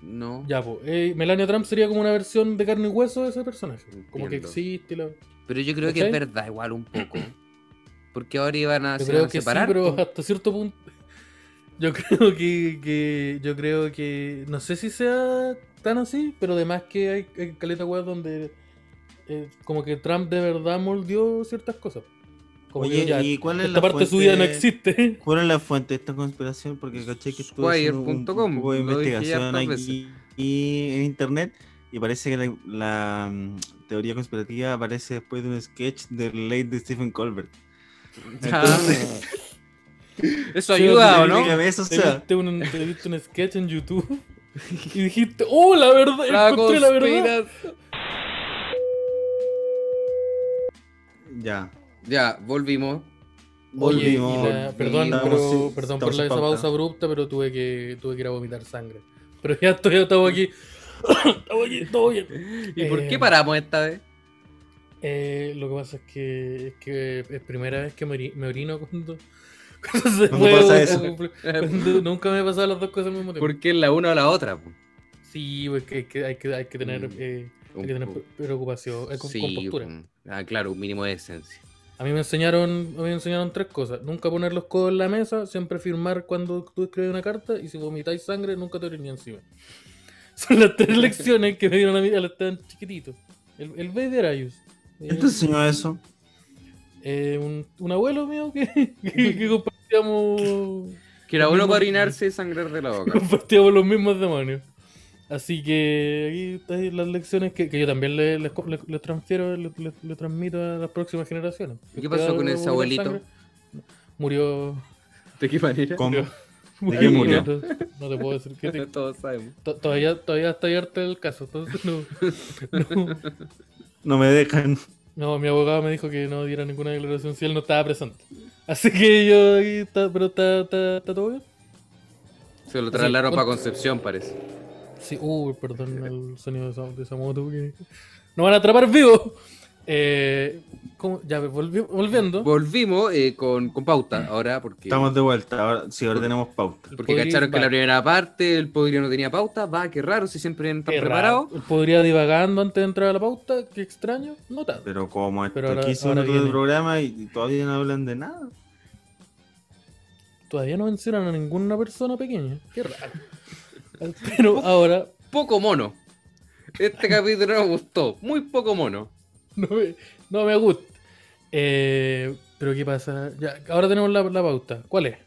Speaker 2: No.
Speaker 1: Ya, pues. Melania Trump sería como una versión de carne y hueso de ese personaje. Como que
Speaker 2: Entiendo.
Speaker 1: existe. y La...
Speaker 2: Pero yo creo que es
Speaker 1: ¿Cachai?
Speaker 2: verdad igual un poco. Porque ahora iban a,
Speaker 1: Yo
Speaker 2: se van
Speaker 1: creo
Speaker 2: a
Speaker 1: que sí,
Speaker 2: separar.
Speaker 1: pero
Speaker 2: po.
Speaker 1: hasta cierto punto. (laughs) Yo creo que, que- Yo creo que. No sé si sea tan así, pero además que hay, hay caleta weas donde. eh, como que Trump de verdad moldeó ciertas cosas. Como
Speaker 3: Oye,
Speaker 1: que ya,
Speaker 3: ¿y cuál es
Speaker 1: esta
Speaker 3: la
Speaker 1: parte
Speaker 3: fuente-
Speaker 1: de su vida no existe.
Speaker 3: ¿Cuál es la fuente de esta conspiración? Porque caché que estuve haciendo un, un
Speaker 2: Squire.com,
Speaker 3: poco de
Speaker 2: lo dije ya
Speaker 3: investigación
Speaker 2: hartas
Speaker 3: aquí y en internet y parece que la, la, mm, teoría conspirativa aparece después de un sketch del late de Stephen Colbert.
Speaker 2: Ya.
Speaker 3: Entonces,
Speaker 1: (laughs)
Speaker 2: Eso
Speaker 1: Sí,
Speaker 2: ayuda,
Speaker 1: Ah, no
Speaker 2: ¿o no?
Speaker 1: tiene
Speaker 3: dígame eso, o
Speaker 1: (laughs) Te
Speaker 3: sea,
Speaker 1: viste, un, te viste un sketch en YouTube (laughs) y dijiste, ¡Oh, la verdad!
Speaker 2: La
Speaker 1: encontré la verdad!
Speaker 2: conspira-
Speaker 3: ya.
Speaker 2: Ya, volvimos.
Speaker 1: Oye, y la-
Speaker 3: Volvimos.
Speaker 1: perdón,
Speaker 2: Estamos
Speaker 1: pero-
Speaker 3: sin-
Speaker 1: perdón
Speaker 3: estamos
Speaker 1: por la,
Speaker 3: sin
Speaker 1: esa
Speaker 3: pauta.
Speaker 1: pausa abrupta, pero tuve que, tuve que ir a vomitar sangre. (laughs) Pero ya estoy, ya estamos aquí. (coughs) estamos aquí, todo bien.
Speaker 2: ¿Y por
Speaker 1: Eh,
Speaker 2: qué paramos esta vez?
Speaker 1: Eh, lo que pasa es que, es que es primera vez que me, ori- me orino cuando, (laughs) cuando se
Speaker 3: Nunca
Speaker 1: mueve,
Speaker 3: pasa
Speaker 1: cuando-
Speaker 2: (laughs)
Speaker 1: cuando- nunca me ha pasado las dos cosas al mismo tiempo.
Speaker 2: Porque es la una o la otra. po.
Speaker 1: Sí, pues que, que hay que hay que tener,
Speaker 2: Mm.
Speaker 1: eh, hay
Speaker 2: Un
Speaker 1: que tener
Speaker 2: po-
Speaker 1: pre- preocupación, eh, con,
Speaker 2: sí,
Speaker 1: compostura.
Speaker 2: po. Ah, claro, un mínimo de esencia.
Speaker 1: A mí me enseñaron, a mí me enseñaron tres cosas. Nunca poner los codos en la mesa, siempre firmar cuando tú escribes una carta y si vomitáis (laughs) sangre nunca te oriné encima. Son las tres lecciones que me dieron a mí al estar chiquitito. El, el Vader Ayus. Eh,
Speaker 3: ¿Quién te enseñó eso?
Speaker 1: eh, un, un abuelo mío que, (laughs) que- que compartíamos,
Speaker 2: Que era bueno para orinarse y sangrar de la boca. (laughs)
Speaker 1: compartíamos los mismos demonios. Así que ahí están las lecciones que, que yo también le- les, co- les- les transfiero, les, les- les transmito a las próximas generaciones.
Speaker 2: ¿Y qué pasó con
Speaker 1: Cada
Speaker 2: ese
Speaker 1: uno
Speaker 2: abuelito?
Speaker 1: sangre. Murió.
Speaker 2: ¿De qué manera?
Speaker 3: ¿Cómo?
Speaker 1: murió,
Speaker 3: qué murió?
Speaker 1: No, te- no te puedo decir que te-
Speaker 2: (laughs) Todos sabemos.
Speaker 1: to- todavía, todavía está abierto el caso, entonces no.
Speaker 3: No me dejan.
Speaker 1: No, mi abogado me dijo que no diera ninguna declaración si él no estaba presente. Así que yo ahí está, pero está, está, está todo bien.
Speaker 2: Se lo
Speaker 1: Así,
Speaker 2: trasladaron
Speaker 1: ¿cuánto-
Speaker 2: para Concepción, parece.
Speaker 1: Sí, uy, perdón el sonido de esa, de esa moto. Que... ¡Nos van a atrapar vivo! Eh, ¿cómo? Ya, volvi- volviendo.
Speaker 2: Volvimos eh, con, con pauta ahora porque,
Speaker 3: Estamos de vuelta. Ahora, sí, ahora tenemos pauta.
Speaker 2: porque
Speaker 1: Podría-
Speaker 2: cacharon que
Speaker 1: va.
Speaker 2: la primera parte el podrido no tenía pauta. Va, qué raro, si siempre están
Speaker 1: Qué
Speaker 2: preparados.
Speaker 1: raro. Podría divagando antes de entrar a la pauta, qué extraño. No tanto.
Speaker 3: Pero como hasta
Speaker 1: Pero ahora-
Speaker 3: aquí son
Speaker 1: ahora
Speaker 3: todo
Speaker 1: viene.
Speaker 3: el programa y, y todavía no hablan de nada.
Speaker 1: Todavía no mencionan a ninguna persona pequeña. Qué raro. (laughs) Pero ahora
Speaker 2: Poco mono. Este
Speaker 1: (laughs)
Speaker 2: capítulo nos gustó. Muy poco mono.
Speaker 1: No me, no me gusta. Eh, pero ¿qué pasa? Ya, ahora tenemos la, la pauta. ¿Cuál es?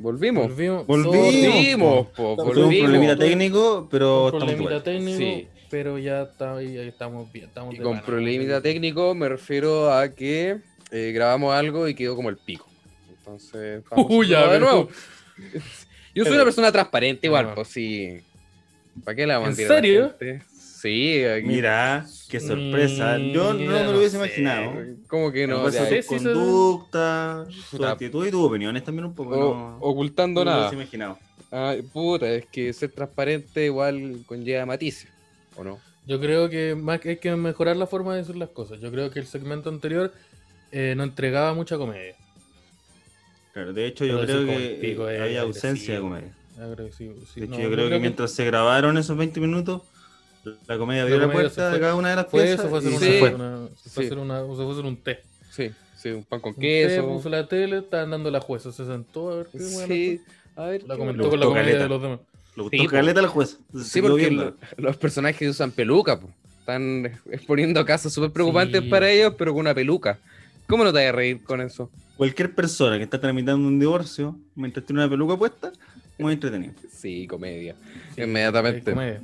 Speaker 2: Volvimos.
Speaker 1: Volvimos.
Speaker 3: Volvimos.
Speaker 2: Volvimos,
Speaker 1: Tuvimos
Speaker 2: po,
Speaker 3: Tuvimos un problemita
Speaker 2: volvimos.
Speaker 3: técnico, pero
Speaker 1: Con
Speaker 3: estamos de
Speaker 1: problemita
Speaker 3: vuelta.
Speaker 1: técnico,
Speaker 2: Sí.
Speaker 1: pero ya, está- ahí- ahí estamos bien. Estamos
Speaker 2: Y
Speaker 1: de
Speaker 2: con
Speaker 1: pana.
Speaker 2: problemita técnico me refiero a que eh, grabamos algo y quedó como el pico. Entonces,
Speaker 1: (laughs)
Speaker 2: vamos
Speaker 1: Uy, ya,
Speaker 2: a de
Speaker 1: pero-
Speaker 2: nuevo. (laughs) Yo soy una persona transparente igual,
Speaker 1: Ajá.
Speaker 2: pues sí. ¿Para qué la van a
Speaker 1: ¿En
Speaker 2: tirar a la
Speaker 1: serio?
Speaker 2: gente? Sí, aquí-
Speaker 3: Mira, qué sorpresa. Mm, Yo no
Speaker 1: Mira,
Speaker 3: me lo hubiese
Speaker 1: no sé,
Speaker 3: imaginado.
Speaker 2: como que no,
Speaker 3: No,
Speaker 2: ya,
Speaker 1: sé.
Speaker 3: su
Speaker 1: Sí, sí, sí.
Speaker 3: conducta, su
Speaker 2: Puta.
Speaker 3: actitud y tus opiniones también un poco.
Speaker 2: o-
Speaker 3: No,
Speaker 2: ocultando
Speaker 3: no me lo
Speaker 2: nada.
Speaker 3: hubiese imaginado.
Speaker 2: Ay, Ah, puta, es que ser transparente igual conlleva matices, ¿o no?
Speaker 1: Yo creo que más que hay que mejorar la forma de decir las cosas. Yo creo que el segmento anterior eh, no entregaba mucha comedia.
Speaker 3: Claro, de hecho, yo
Speaker 1: Pero
Speaker 3: creo
Speaker 1: sí, como
Speaker 3: que
Speaker 1: el pico
Speaker 3: eh,
Speaker 1: es
Speaker 3: había ausencia de
Speaker 1: agresivo.
Speaker 3: comedia.
Speaker 1: Agresivo, sí.
Speaker 3: De hecho,
Speaker 1: No,
Speaker 3: yo creo que mientras se grabaron esos 20 minutos, la comedia abrió la,
Speaker 1: comedia se
Speaker 3: puerta de
Speaker 1: fue.
Speaker 3: cada una de las
Speaker 1: fue
Speaker 3: piezas
Speaker 1: eso, fue hacer
Speaker 3: y
Speaker 1: una,
Speaker 3: se fue.
Speaker 1: una- se fue
Speaker 2: Sí.
Speaker 1: hacer una- se fue hacer un té.
Speaker 2: Sí, sí, un pan con
Speaker 1: Un té,
Speaker 2: queso.
Speaker 1: puso la tele, estaban dando la jueza, se sentó a ver qué weá la-
Speaker 2: Sí, a ver.
Speaker 1: La
Speaker 2: qué
Speaker 1: comentó
Speaker 3: Le
Speaker 1: con la
Speaker 3: gustó
Speaker 1: comedia
Speaker 3: caleta.
Speaker 1: de los demás.
Speaker 3: Le gustó
Speaker 2: Sí, po.
Speaker 3: caleta al juez. Se
Speaker 2: Sí,
Speaker 3: quedó
Speaker 2: porque
Speaker 3: viendo.
Speaker 2: lo- los personajes usan peluca, po. están exponiendo casos súper preocupantes
Speaker 1: Sí.
Speaker 2: para ellos, pero con una peluca. ¿Cómo no te vas a reír con eso?
Speaker 3: Cualquier persona que está tramitando un divorcio mientras tiene una peluca puesta, muy entretenido.
Speaker 2: Sí, comedia.
Speaker 1: Sí,
Speaker 2: Inmediatamente.
Speaker 1: es comedia.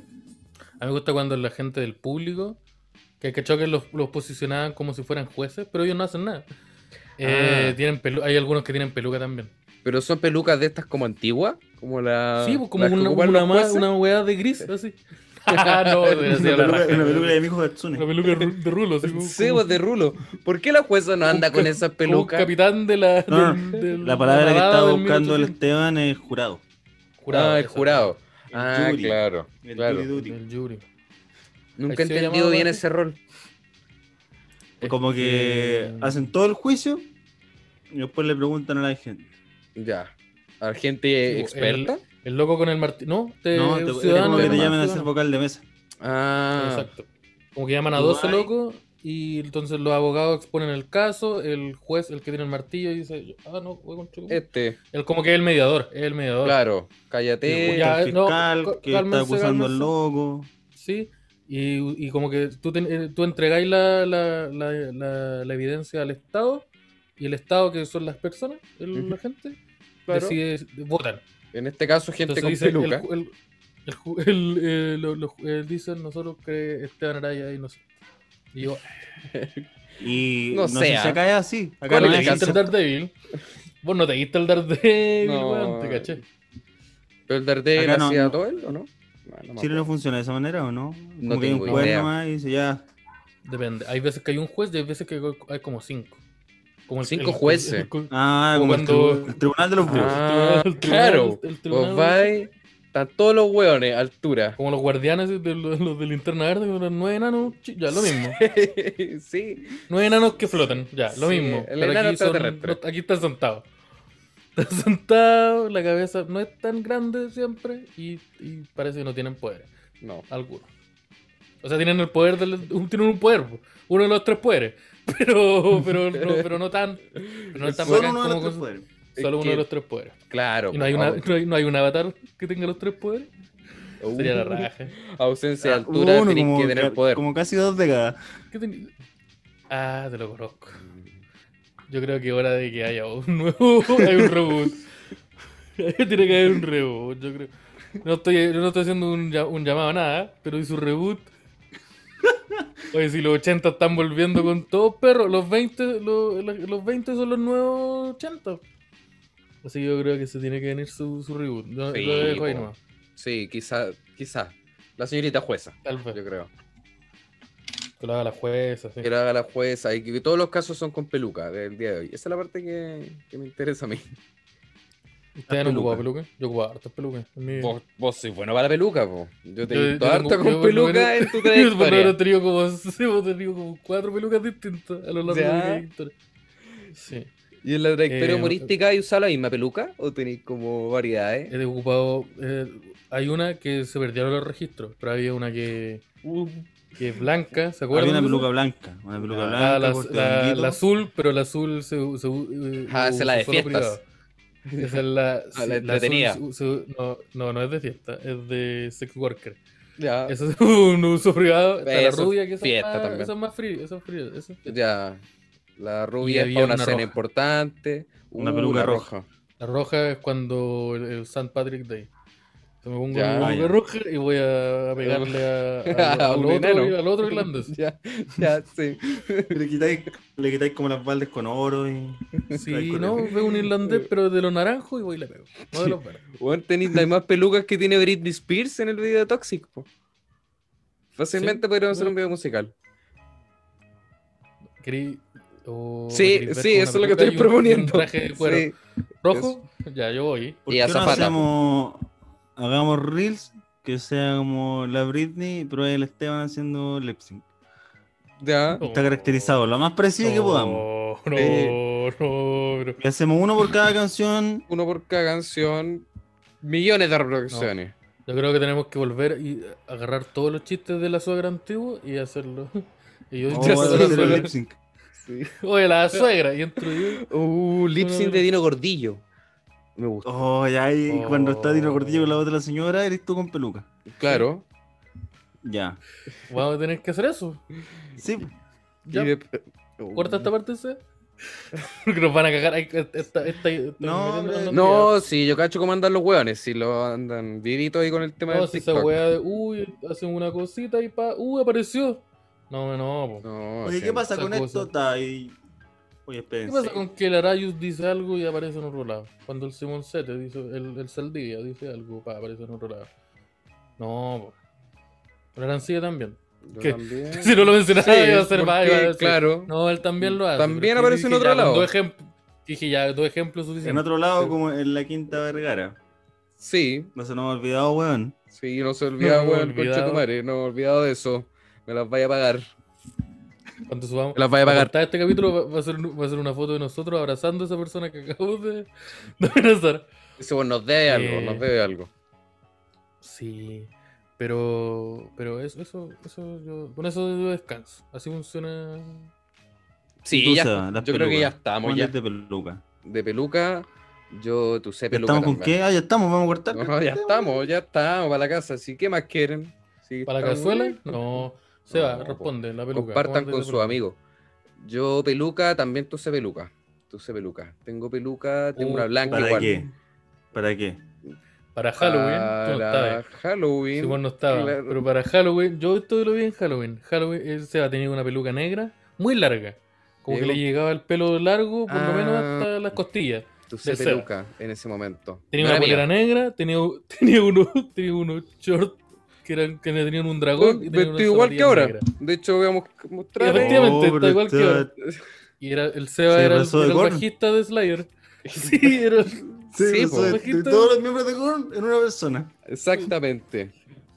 Speaker 1: A mí me gusta cuando la gente del público, que hay cachado que los, los posicionaban como si fueran jueces, pero ellos no hacen nada. Eh,
Speaker 2: Ah.
Speaker 1: tienen pelu- hay algunos que tienen peluca también.
Speaker 2: Pero son pelucas de estas como antiguas, como la.
Speaker 1: sí, pues como
Speaker 2: Ah, las que
Speaker 1: una,
Speaker 2: ocupan
Speaker 1: una,
Speaker 2: los
Speaker 1: ma-
Speaker 2: jueces.
Speaker 1: una weá de gris,
Speaker 2: (laughs)
Speaker 1: así. Ah, no,
Speaker 3: Una (laughs)
Speaker 1: debe ser la
Speaker 3: peluca,
Speaker 1: raja.
Speaker 3: una peluca de mi hijo Hatsune.
Speaker 1: Una peluca ru- de rulo, así como-
Speaker 2: Sí,
Speaker 1: como-
Speaker 2: pues, de rulo. ¿Por qué la jueza no anda
Speaker 1: un
Speaker 2: con
Speaker 1: ca-
Speaker 2: esas
Speaker 1: como un
Speaker 2: pelucas?
Speaker 1: capitán de la.
Speaker 3: No,
Speaker 1: del-
Speaker 3: no,
Speaker 1: del-
Speaker 3: Ah, La palabra que
Speaker 1: nadada
Speaker 3: estaba
Speaker 1: del
Speaker 3: buscando el
Speaker 1: 1800.
Speaker 3: Esteban es jurado.
Speaker 2: Ah, el
Speaker 1: eso,
Speaker 2: jurado.
Speaker 3: El
Speaker 2: Ah,
Speaker 3: jury.
Speaker 2: claro.
Speaker 3: El
Speaker 2: claro.
Speaker 3: jury duty.
Speaker 1: Del jury.
Speaker 2: Nunca he
Speaker 1: Ahí se
Speaker 2: entendido
Speaker 1: llamaba,
Speaker 2: bien
Speaker 1: ¿no?
Speaker 2: ese rol.
Speaker 3: Como que
Speaker 1: Este-
Speaker 3: hacen todo el juicio y después le preguntan a la gente.
Speaker 2: Ya. ¿A la gente
Speaker 1: Sí, pues, el-
Speaker 2: experta?
Speaker 1: El loco con el martillo. No, te,
Speaker 3: No, te,
Speaker 1: un
Speaker 3: es
Speaker 1: Eh, ciudadano
Speaker 3: como que te
Speaker 1: nomás,
Speaker 3: llaman a
Speaker 1: ciudadano.
Speaker 3: ser vocal de mesa.
Speaker 2: Ah,
Speaker 1: Exacto. Como que llaman a 12
Speaker 3: Dubái.
Speaker 1: locos y entonces los abogados exponen el caso, el juez, el que tiene el martillo, dice, ah, no, voy con tu-".
Speaker 2: este.
Speaker 1: Él como que es el mediador, es el mediador.
Speaker 2: Claro, cállate.
Speaker 1: Ya,
Speaker 3: el
Speaker 1: no,
Speaker 3: fiscal
Speaker 1: cá-
Speaker 3: que está
Speaker 1: cálmense,
Speaker 3: acusando
Speaker 1: cálmense.
Speaker 3: al loco.
Speaker 1: Sí. Y, y como que tú, ten- eh, tú entregáis la, la- la- la- la evidencia al Estado y el Estado, que son las personas, el- la gente,
Speaker 2: Claro.
Speaker 1: decide, votan.
Speaker 2: En este caso, gente
Speaker 1: Entonces
Speaker 2: con
Speaker 1: dice, el,
Speaker 2: peluca.
Speaker 1: ju- el- el ju- (laughs) el, eh, lo- lo- eh, dicen nosotros que Esteban Araya es inocente. Y yo,
Speaker 3: Y
Speaker 2: No
Speaker 3: no, sé
Speaker 2: sea.
Speaker 3: si acá es así. Acá
Speaker 1: ¿Cuál
Speaker 3: no
Speaker 1: le
Speaker 3: es
Speaker 1: dijiste
Speaker 3: así.
Speaker 1: el Daredevil? Vos no te diste el Daredevil,
Speaker 2: No.
Speaker 1: weón, te caché.
Speaker 2: Pero el Daredevil
Speaker 3: Acá no,
Speaker 2: hacía
Speaker 3: no.
Speaker 2: todo él, ¿o no? Ah, no me
Speaker 3: Chile no
Speaker 2: acuerdo.
Speaker 3: funciona de esa manera o no? Como que hay un
Speaker 2: tengo
Speaker 3: juez
Speaker 2: idea.
Speaker 3: nomás y dice ya.
Speaker 1: Depende. Hay veces que hay un juez y hay veces que hay como cinco. Como
Speaker 2: Cinco jueces.
Speaker 1: cu-
Speaker 3: Ah,
Speaker 1: Como
Speaker 3: como el, tribu-
Speaker 1: cuando-
Speaker 3: el tribunal de los búhos.
Speaker 2: Ah,
Speaker 1: el tribunal-
Speaker 2: claro.
Speaker 1: el tribunal-
Speaker 2: Vos vais, están todos los hueones, altura.
Speaker 1: como los guardianes de los, los de linterna verde, con los nueve enanos, chi- ya lo mismo.
Speaker 2: (laughs) sí,
Speaker 1: Nueve enanos que flotan, ya, lo
Speaker 2: Sí,
Speaker 1: mismo.
Speaker 2: el
Speaker 1: Pero
Speaker 2: enano
Speaker 1: aquí, son-
Speaker 2: extraterrestre.
Speaker 1: no- aquí están (laughs) sentados. Están sentados, la cabeza no es tan grande siempre y, y parece que no tienen poderes.
Speaker 2: no.
Speaker 1: Algunos. O sea, tienen el poder del, un- tienen un poder, po. (laughs) uno de los tres poderes. Pero, pero, no, pero no tan. Pero no es tan
Speaker 3: Solo
Speaker 1: bacán
Speaker 3: uno de
Speaker 1: como
Speaker 3: los tres
Speaker 1: con-
Speaker 3: poderes.
Speaker 2: Es
Speaker 1: Solo uno
Speaker 2: que-
Speaker 1: de los tres poderes.
Speaker 2: Claro.
Speaker 1: Y no hay,
Speaker 2: pues,
Speaker 1: una, (laughs)
Speaker 2: au-
Speaker 1: no, hay, no hay un avatar que tenga los tres poderes. (laughs)
Speaker 2: au-
Speaker 1: Sería
Speaker 3: Uh.
Speaker 1: la raja.
Speaker 2: Uh, Ausencia de
Speaker 3: Ah,
Speaker 2: altura,
Speaker 3: uno
Speaker 2: tenés
Speaker 3: como
Speaker 2: que tener
Speaker 3: ca-
Speaker 2: poder.
Speaker 3: Como casi dos décadas.
Speaker 1: ¿Qué ten- Ah, te lo conozco.
Speaker 2: Mm,
Speaker 1: Yo creo que es hora de que haya un (laughs) nuevo. hay un reboot. (laughs) Tiene que haber un reboot, yo creo. No estoy, yo no estoy haciendo un, lla- un llamado a nada, pero hizo un reboot. Oye, si los 80 están volviendo con todos perros, los 20, los, los 20 son los nuevos 80. Así que yo creo que se tiene que venir su, su reboot. Yo,
Speaker 2: Sí,
Speaker 1: lo dejo ahí
Speaker 2: po.
Speaker 1: nomás,
Speaker 2: Sí, quizás. Quizá. La señorita jueza,
Speaker 1: tal vez.
Speaker 2: yo creo.
Speaker 1: Que lo haga la jueza, sí.
Speaker 2: Que lo haga la jueza. Y que todos los casos son con peluca del día de hoy. Esa es la parte que, que me interesa a mí.
Speaker 1: ¿Ustedes no ocupaban peluca? Yo ocupaba hartas pelucas. en mi vida.
Speaker 2: Vos, vos sois bueno para la peluca, po. Yo te
Speaker 1: Yo-
Speaker 2: he
Speaker 1: yo
Speaker 2: visto harta
Speaker 1: tengo- yo por
Speaker 2: con
Speaker 1: lo
Speaker 2: peluca
Speaker 1: menos-
Speaker 2: en
Speaker 1: (laughs)
Speaker 2: tu
Speaker 1: Yo por lo
Speaker 2: trayectoria.
Speaker 1: menos he tenido como, (laughs) hemos tenido como cuatro pelucas distintas a lo largo de
Speaker 2: Ya.
Speaker 1: mi trayectoria. Sí.
Speaker 2: ¿Y en la trayectoria
Speaker 1: Eh,
Speaker 2: humorística hay usado la misma peluca? ¿O tenéis como variedades?
Speaker 1: He ocupado. eh, hay una que se perdieron los registros, pero había una que,
Speaker 2: Uh.
Speaker 1: que es blanca, ¿se acuerdan?
Speaker 3: Había una
Speaker 1: de
Speaker 3: peluca
Speaker 1: esa?
Speaker 3: blanca. Una peluca
Speaker 2: Ah,
Speaker 1: Ah,
Speaker 3: blanca.
Speaker 1: la,
Speaker 3: corte
Speaker 1: la-
Speaker 3: honguito.
Speaker 1: la (laughs) azul, pero la azul se, u- se u- eh,
Speaker 2: Ah, esa es la de
Speaker 1: usa solo
Speaker 2: fiestas. Ah,
Speaker 1: privado. Esa es
Speaker 2: (laughs)
Speaker 1: la, sí,
Speaker 2: la
Speaker 1: azul
Speaker 2: entretenida.
Speaker 1: se- se- no, no, no es de fiesta, es de sex worker.
Speaker 2: Ya,
Speaker 1: Eso es (laughs) un uso privado. Está la
Speaker 2: Ah. Eso es
Speaker 1: rubia, que esa es
Speaker 2: fiesta
Speaker 1: más,
Speaker 2: también.
Speaker 1: esa es más fría. Esa es fría, esa es fiesta.
Speaker 2: ya. La
Speaker 1: Y
Speaker 2: rubia es
Speaker 1: había
Speaker 2: para una,
Speaker 1: una
Speaker 2: cena
Speaker 1: roja.
Speaker 2: importante.
Speaker 3: Una
Speaker 2: Uh,
Speaker 3: peluca
Speaker 2: la
Speaker 3: roja.
Speaker 1: La roja es cuando el, el St. Patrick Day. Se me pongo
Speaker 2: Ya.
Speaker 1: una
Speaker 3: Ah, ya.
Speaker 1: peluca roja y voy a pegarle a,
Speaker 2: (laughs)
Speaker 1: a-
Speaker 2: A
Speaker 1: al, otro,
Speaker 2: un enano.
Speaker 1: al otro
Speaker 2: (laughs)
Speaker 1: irlandés.
Speaker 2: (laughs) Ya, ya, sí.
Speaker 3: Le quitáis, le quitáis como las baldes con oro y.
Speaker 1: Si no, veo un
Speaker 2: (laughs)
Speaker 1: irlandés, pero de los naranjos y voy y le pego. No de los verdes.
Speaker 2: Bueno,
Speaker 1: (laughs)
Speaker 2: tenéis las más pelucas que tiene Britney Spears en el video de Toxic, po. Fácilmente podríamos hacer un video musical.
Speaker 1: Querí- o
Speaker 2: Sí,
Speaker 1: querí ver
Speaker 2: sí,
Speaker 1: con
Speaker 2: eso es lo que
Speaker 1: una peluca
Speaker 2: estoy
Speaker 1: y un-
Speaker 2: proponiendo.
Speaker 1: y Un traje de cuero
Speaker 2: Sí.
Speaker 1: rojo, ya yo voy.
Speaker 3: ¿Por
Speaker 2: Y
Speaker 3: qué no
Speaker 2: azafata.
Speaker 3: hacemos, hagamos reels que sea como la Britney, pero el Esteban haciendo lip sync?
Speaker 2: Ya.
Speaker 3: Está caracterizado, lo más parecido
Speaker 1: Oh.
Speaker 3: que podamos.
Speaker 1: No, no, no, bro.
Speaker 3: Y hacemos uno por
Speaker 2: (laughs)
Speaker 3: cada canción.
Speaker 2: Uno por cada canción. Millones de reproducciones.
Speaker 1: Yo creo que tenemos que volver y agarrar todos los chistes de la suegra antigua y hacerlo. (laughs) Y yo,
Speaker 3: Vamos
Speaker 2: Oh, ya
Speaker 3: a
Speaker 2: se
Speaker 3: Oh, hacer
Speaker 2: lo-
Speaker 3: el lip sync.
Speaker 2: Sí.
Speaker 1: oye, la suegra, y entro yo.
Speaker 2: (laughs) Uh, lip
Speaker 1: Una
Speaker 2: sync de
Speaker 1: peluca.
Speaker 2: Dino Gordillo. Me gusta.
Speaker 3: Oh, ya, y
Speaker 1: Oh.
Speaker 3: cuando está Tiro Gordillo con la otra señora, eres tú con peluca.
Speaker 2: Claro.
Speaker 3: Ya.
Speaker 1: Vamos a tener que hacer eso.
Speaker 3: Sí,
Speaker 1: Ya.
Speaker 2: Y de- Uh.
Speaker 1: Corta esta parte, ¿sí? (laughs) Porque nos van a cagar. Ay, Esta, esta, esta- esta-
Speaker 3: No,
Speaker 1: metiendo
Speaker 3: hombre.
Speaker 1: tanto
Speaker 2: No, sí, yo cacho cómo andan los hueones, si lo andan vivitos ahí con el tema
Speaker 1: cuidado. No,
Speaker 2: del
Speaker 1: si esa
Speaker 2: TikTok.
Speaker 1: weá de. Uy, hacen una cosita y pa. Uy, apareció. No, no, po.
Speaker 2: No,
Speaker 3: oye,
Speaker 2: sí,
Speaker 3: ¿qué pasa
Speaker 1: esa
Speaker 3: con
Speaker 1: cosa.
Speaker 3: esto? Está ahí. Oye,
Speaker 1: ¿Qué
Speaker 3: espérense.
Speaker 1: pasa con que el Arayus dice algo y aparece en otro lado? Cuando el Simon Sete dice. El, el Saldivia dice algo, pa, aparece en otro lado. No, po. La Arancilla también.
Speaker 2: yo
Speaker 1: ¿Qué? (laughs)
Speaker 2: también.
Speaker 1: Si no lo mencionaba,
Speaker 2: Eh, Sí,
Speaker 1: iba a ser
Speaker 2: porque,
Speaker 1: más. iba a decir,
Speaker 2: Claro.
Speaker 1: No, él también lo hace.
Speaker 2: También
Speaker 1: pero es que
Speaker 2: aparece en
Speaker 1: dije,
Speaker 2: otro
Speaker 1: ya, con
Speaker 2: lado.
Speaker 1: dos ejem- Dije ya, dos ejemplos
Speaker 3: En
Speaker 1: suficientes.
Speaker 3: otro lado, como en la quinta vergara.
Speaker 2: Sí,
Speaker 3: No se nos ha olvidado, weón.
Speaker 2: sí, no se olvida,
Speaker 1: No,
Speaker 2: weón,
Speaker 1: olvidado.
Speaker 2: concha tu madre, no he olvidado de eso. Me las vaya a pagar. Me
Speaker 1: Cuando subamos.
Speaker 2: las vaya a
Speaker 1: Para
Speaker 2: pagar.
Speaker 1: cortar este capítulo va- va a, ser, va a ser una foto de nosotros abrazando a esa persona que acabamos de, de abrazar.
Speaker 2: Ese weón nos debe algo,
Speaker 1: Eh.
Speaker 2: nos debe algo.
Speaker 1: Sí, pero pero eso, eso, eso yo, con eso yo descanso. Así funciona.
Speaker 2: Sí,
Speaker 3: Tusa,
Speaker 2: ya, yo
Speaker 3: las
Speaker 2: creo que ya
Speaker 3: pelucas.
Speaker 2: estamos.
Speaker 3: Juan
Speaker 2: Ya.
Speaker 3: es de peluca.
Speaker 2: De peluca, yo tu sé
Speaker 3: ¿Ya
Speaker 2: peluca.
Speaker 3: estamos con
Speaker 2: también.
Speaker 3: qué? Ah, ya estamos, vamos a cortar.
Speaker 2: No, ya estamos, ya estamos, para la casa. Sí, ¿qué más quieren? Sí,
Speaker 1: ¿Para la
Speaker 2: estamos-
Speaker 1: cazuela? No. Seba,
Speaker 2: No,
Speaker 1: responde, la peluca.
Speaker 2: Compartan
Speaker 1: ¿cómo
Speaker 2: con
Speaker 1: andas de
Speaker 2: sus
Speaker 1: peluca?
Speaker 2: amigos. Yo peluca, también tú sé peluca. Tú sé peluca. Tengo peluca, tengo
Speaker 1: Uh,
Speaker 2: una blanca
Speaker 3: ¿Para
Speaker 2: igual.
Speaker 3: qué? ¿Para qué?
Speaker 1: Para Halloween, tú no
Speaker 2: Para
Speaker 1: estabas.
Speaker 2: Halloween.
Speaker 1: Simón no estaba.
Speaker 2: claro.
Speaker 1: Pero para Halloween, yo esto lo vi en Halloween. Halloween, eh, Seba tenía una peluca negra muy larga. Como que
Speaker 2: Negro.
Speaker 1: le llegaba el pelo largo, por lo menos
Speaker 2: Ah.
Speaker 1: hasta las costillas.
Speaker 2: Tú sé
Speaker 1: de seda.
Speaker 2: peluca en ese momento.
Speaker 1: Tenía
Speaker 2: No
Speaker 1: una
Speaker 2: era mía.
Speaker 1: polera negra, tenía, (laughs) tenía unos tenía unos shorts que, eran, que tenían un dragón. y tenía unas
Speaker 2: Vestido igual que
Speaker 1: zapatillas
Speaker 2: ahora.
Speaker 1: negras.
Speaker 2: De hecho, voy a mos-
Speaker 1: Y
Speaker 2: mostrar. ahí.
Speaker 1: efectivamente,
Speaker 3: Oh,
Speaker 1: está
Speaker 3: pero
Speaker 1: igual que
Speaker 3: está-
Speaker 1: ahora. Y era, el Seba
Speaker 3: Se
Speaker 1: era el,
Speaker 3: pasó de
Speaker 1: era el
Speaker 3: gordo.
Speaker 1: bajista de Slayer. (laughs) Sí, era el-
Speaker 2: Sí,
Speaker 3: Sí,
Speaker 2: po.
Speaker 3: soy-
Speaker 1: Bajito.
Speaker 3: de todos los miembros de Korn en una persona.
Speaker 2: Exactamente.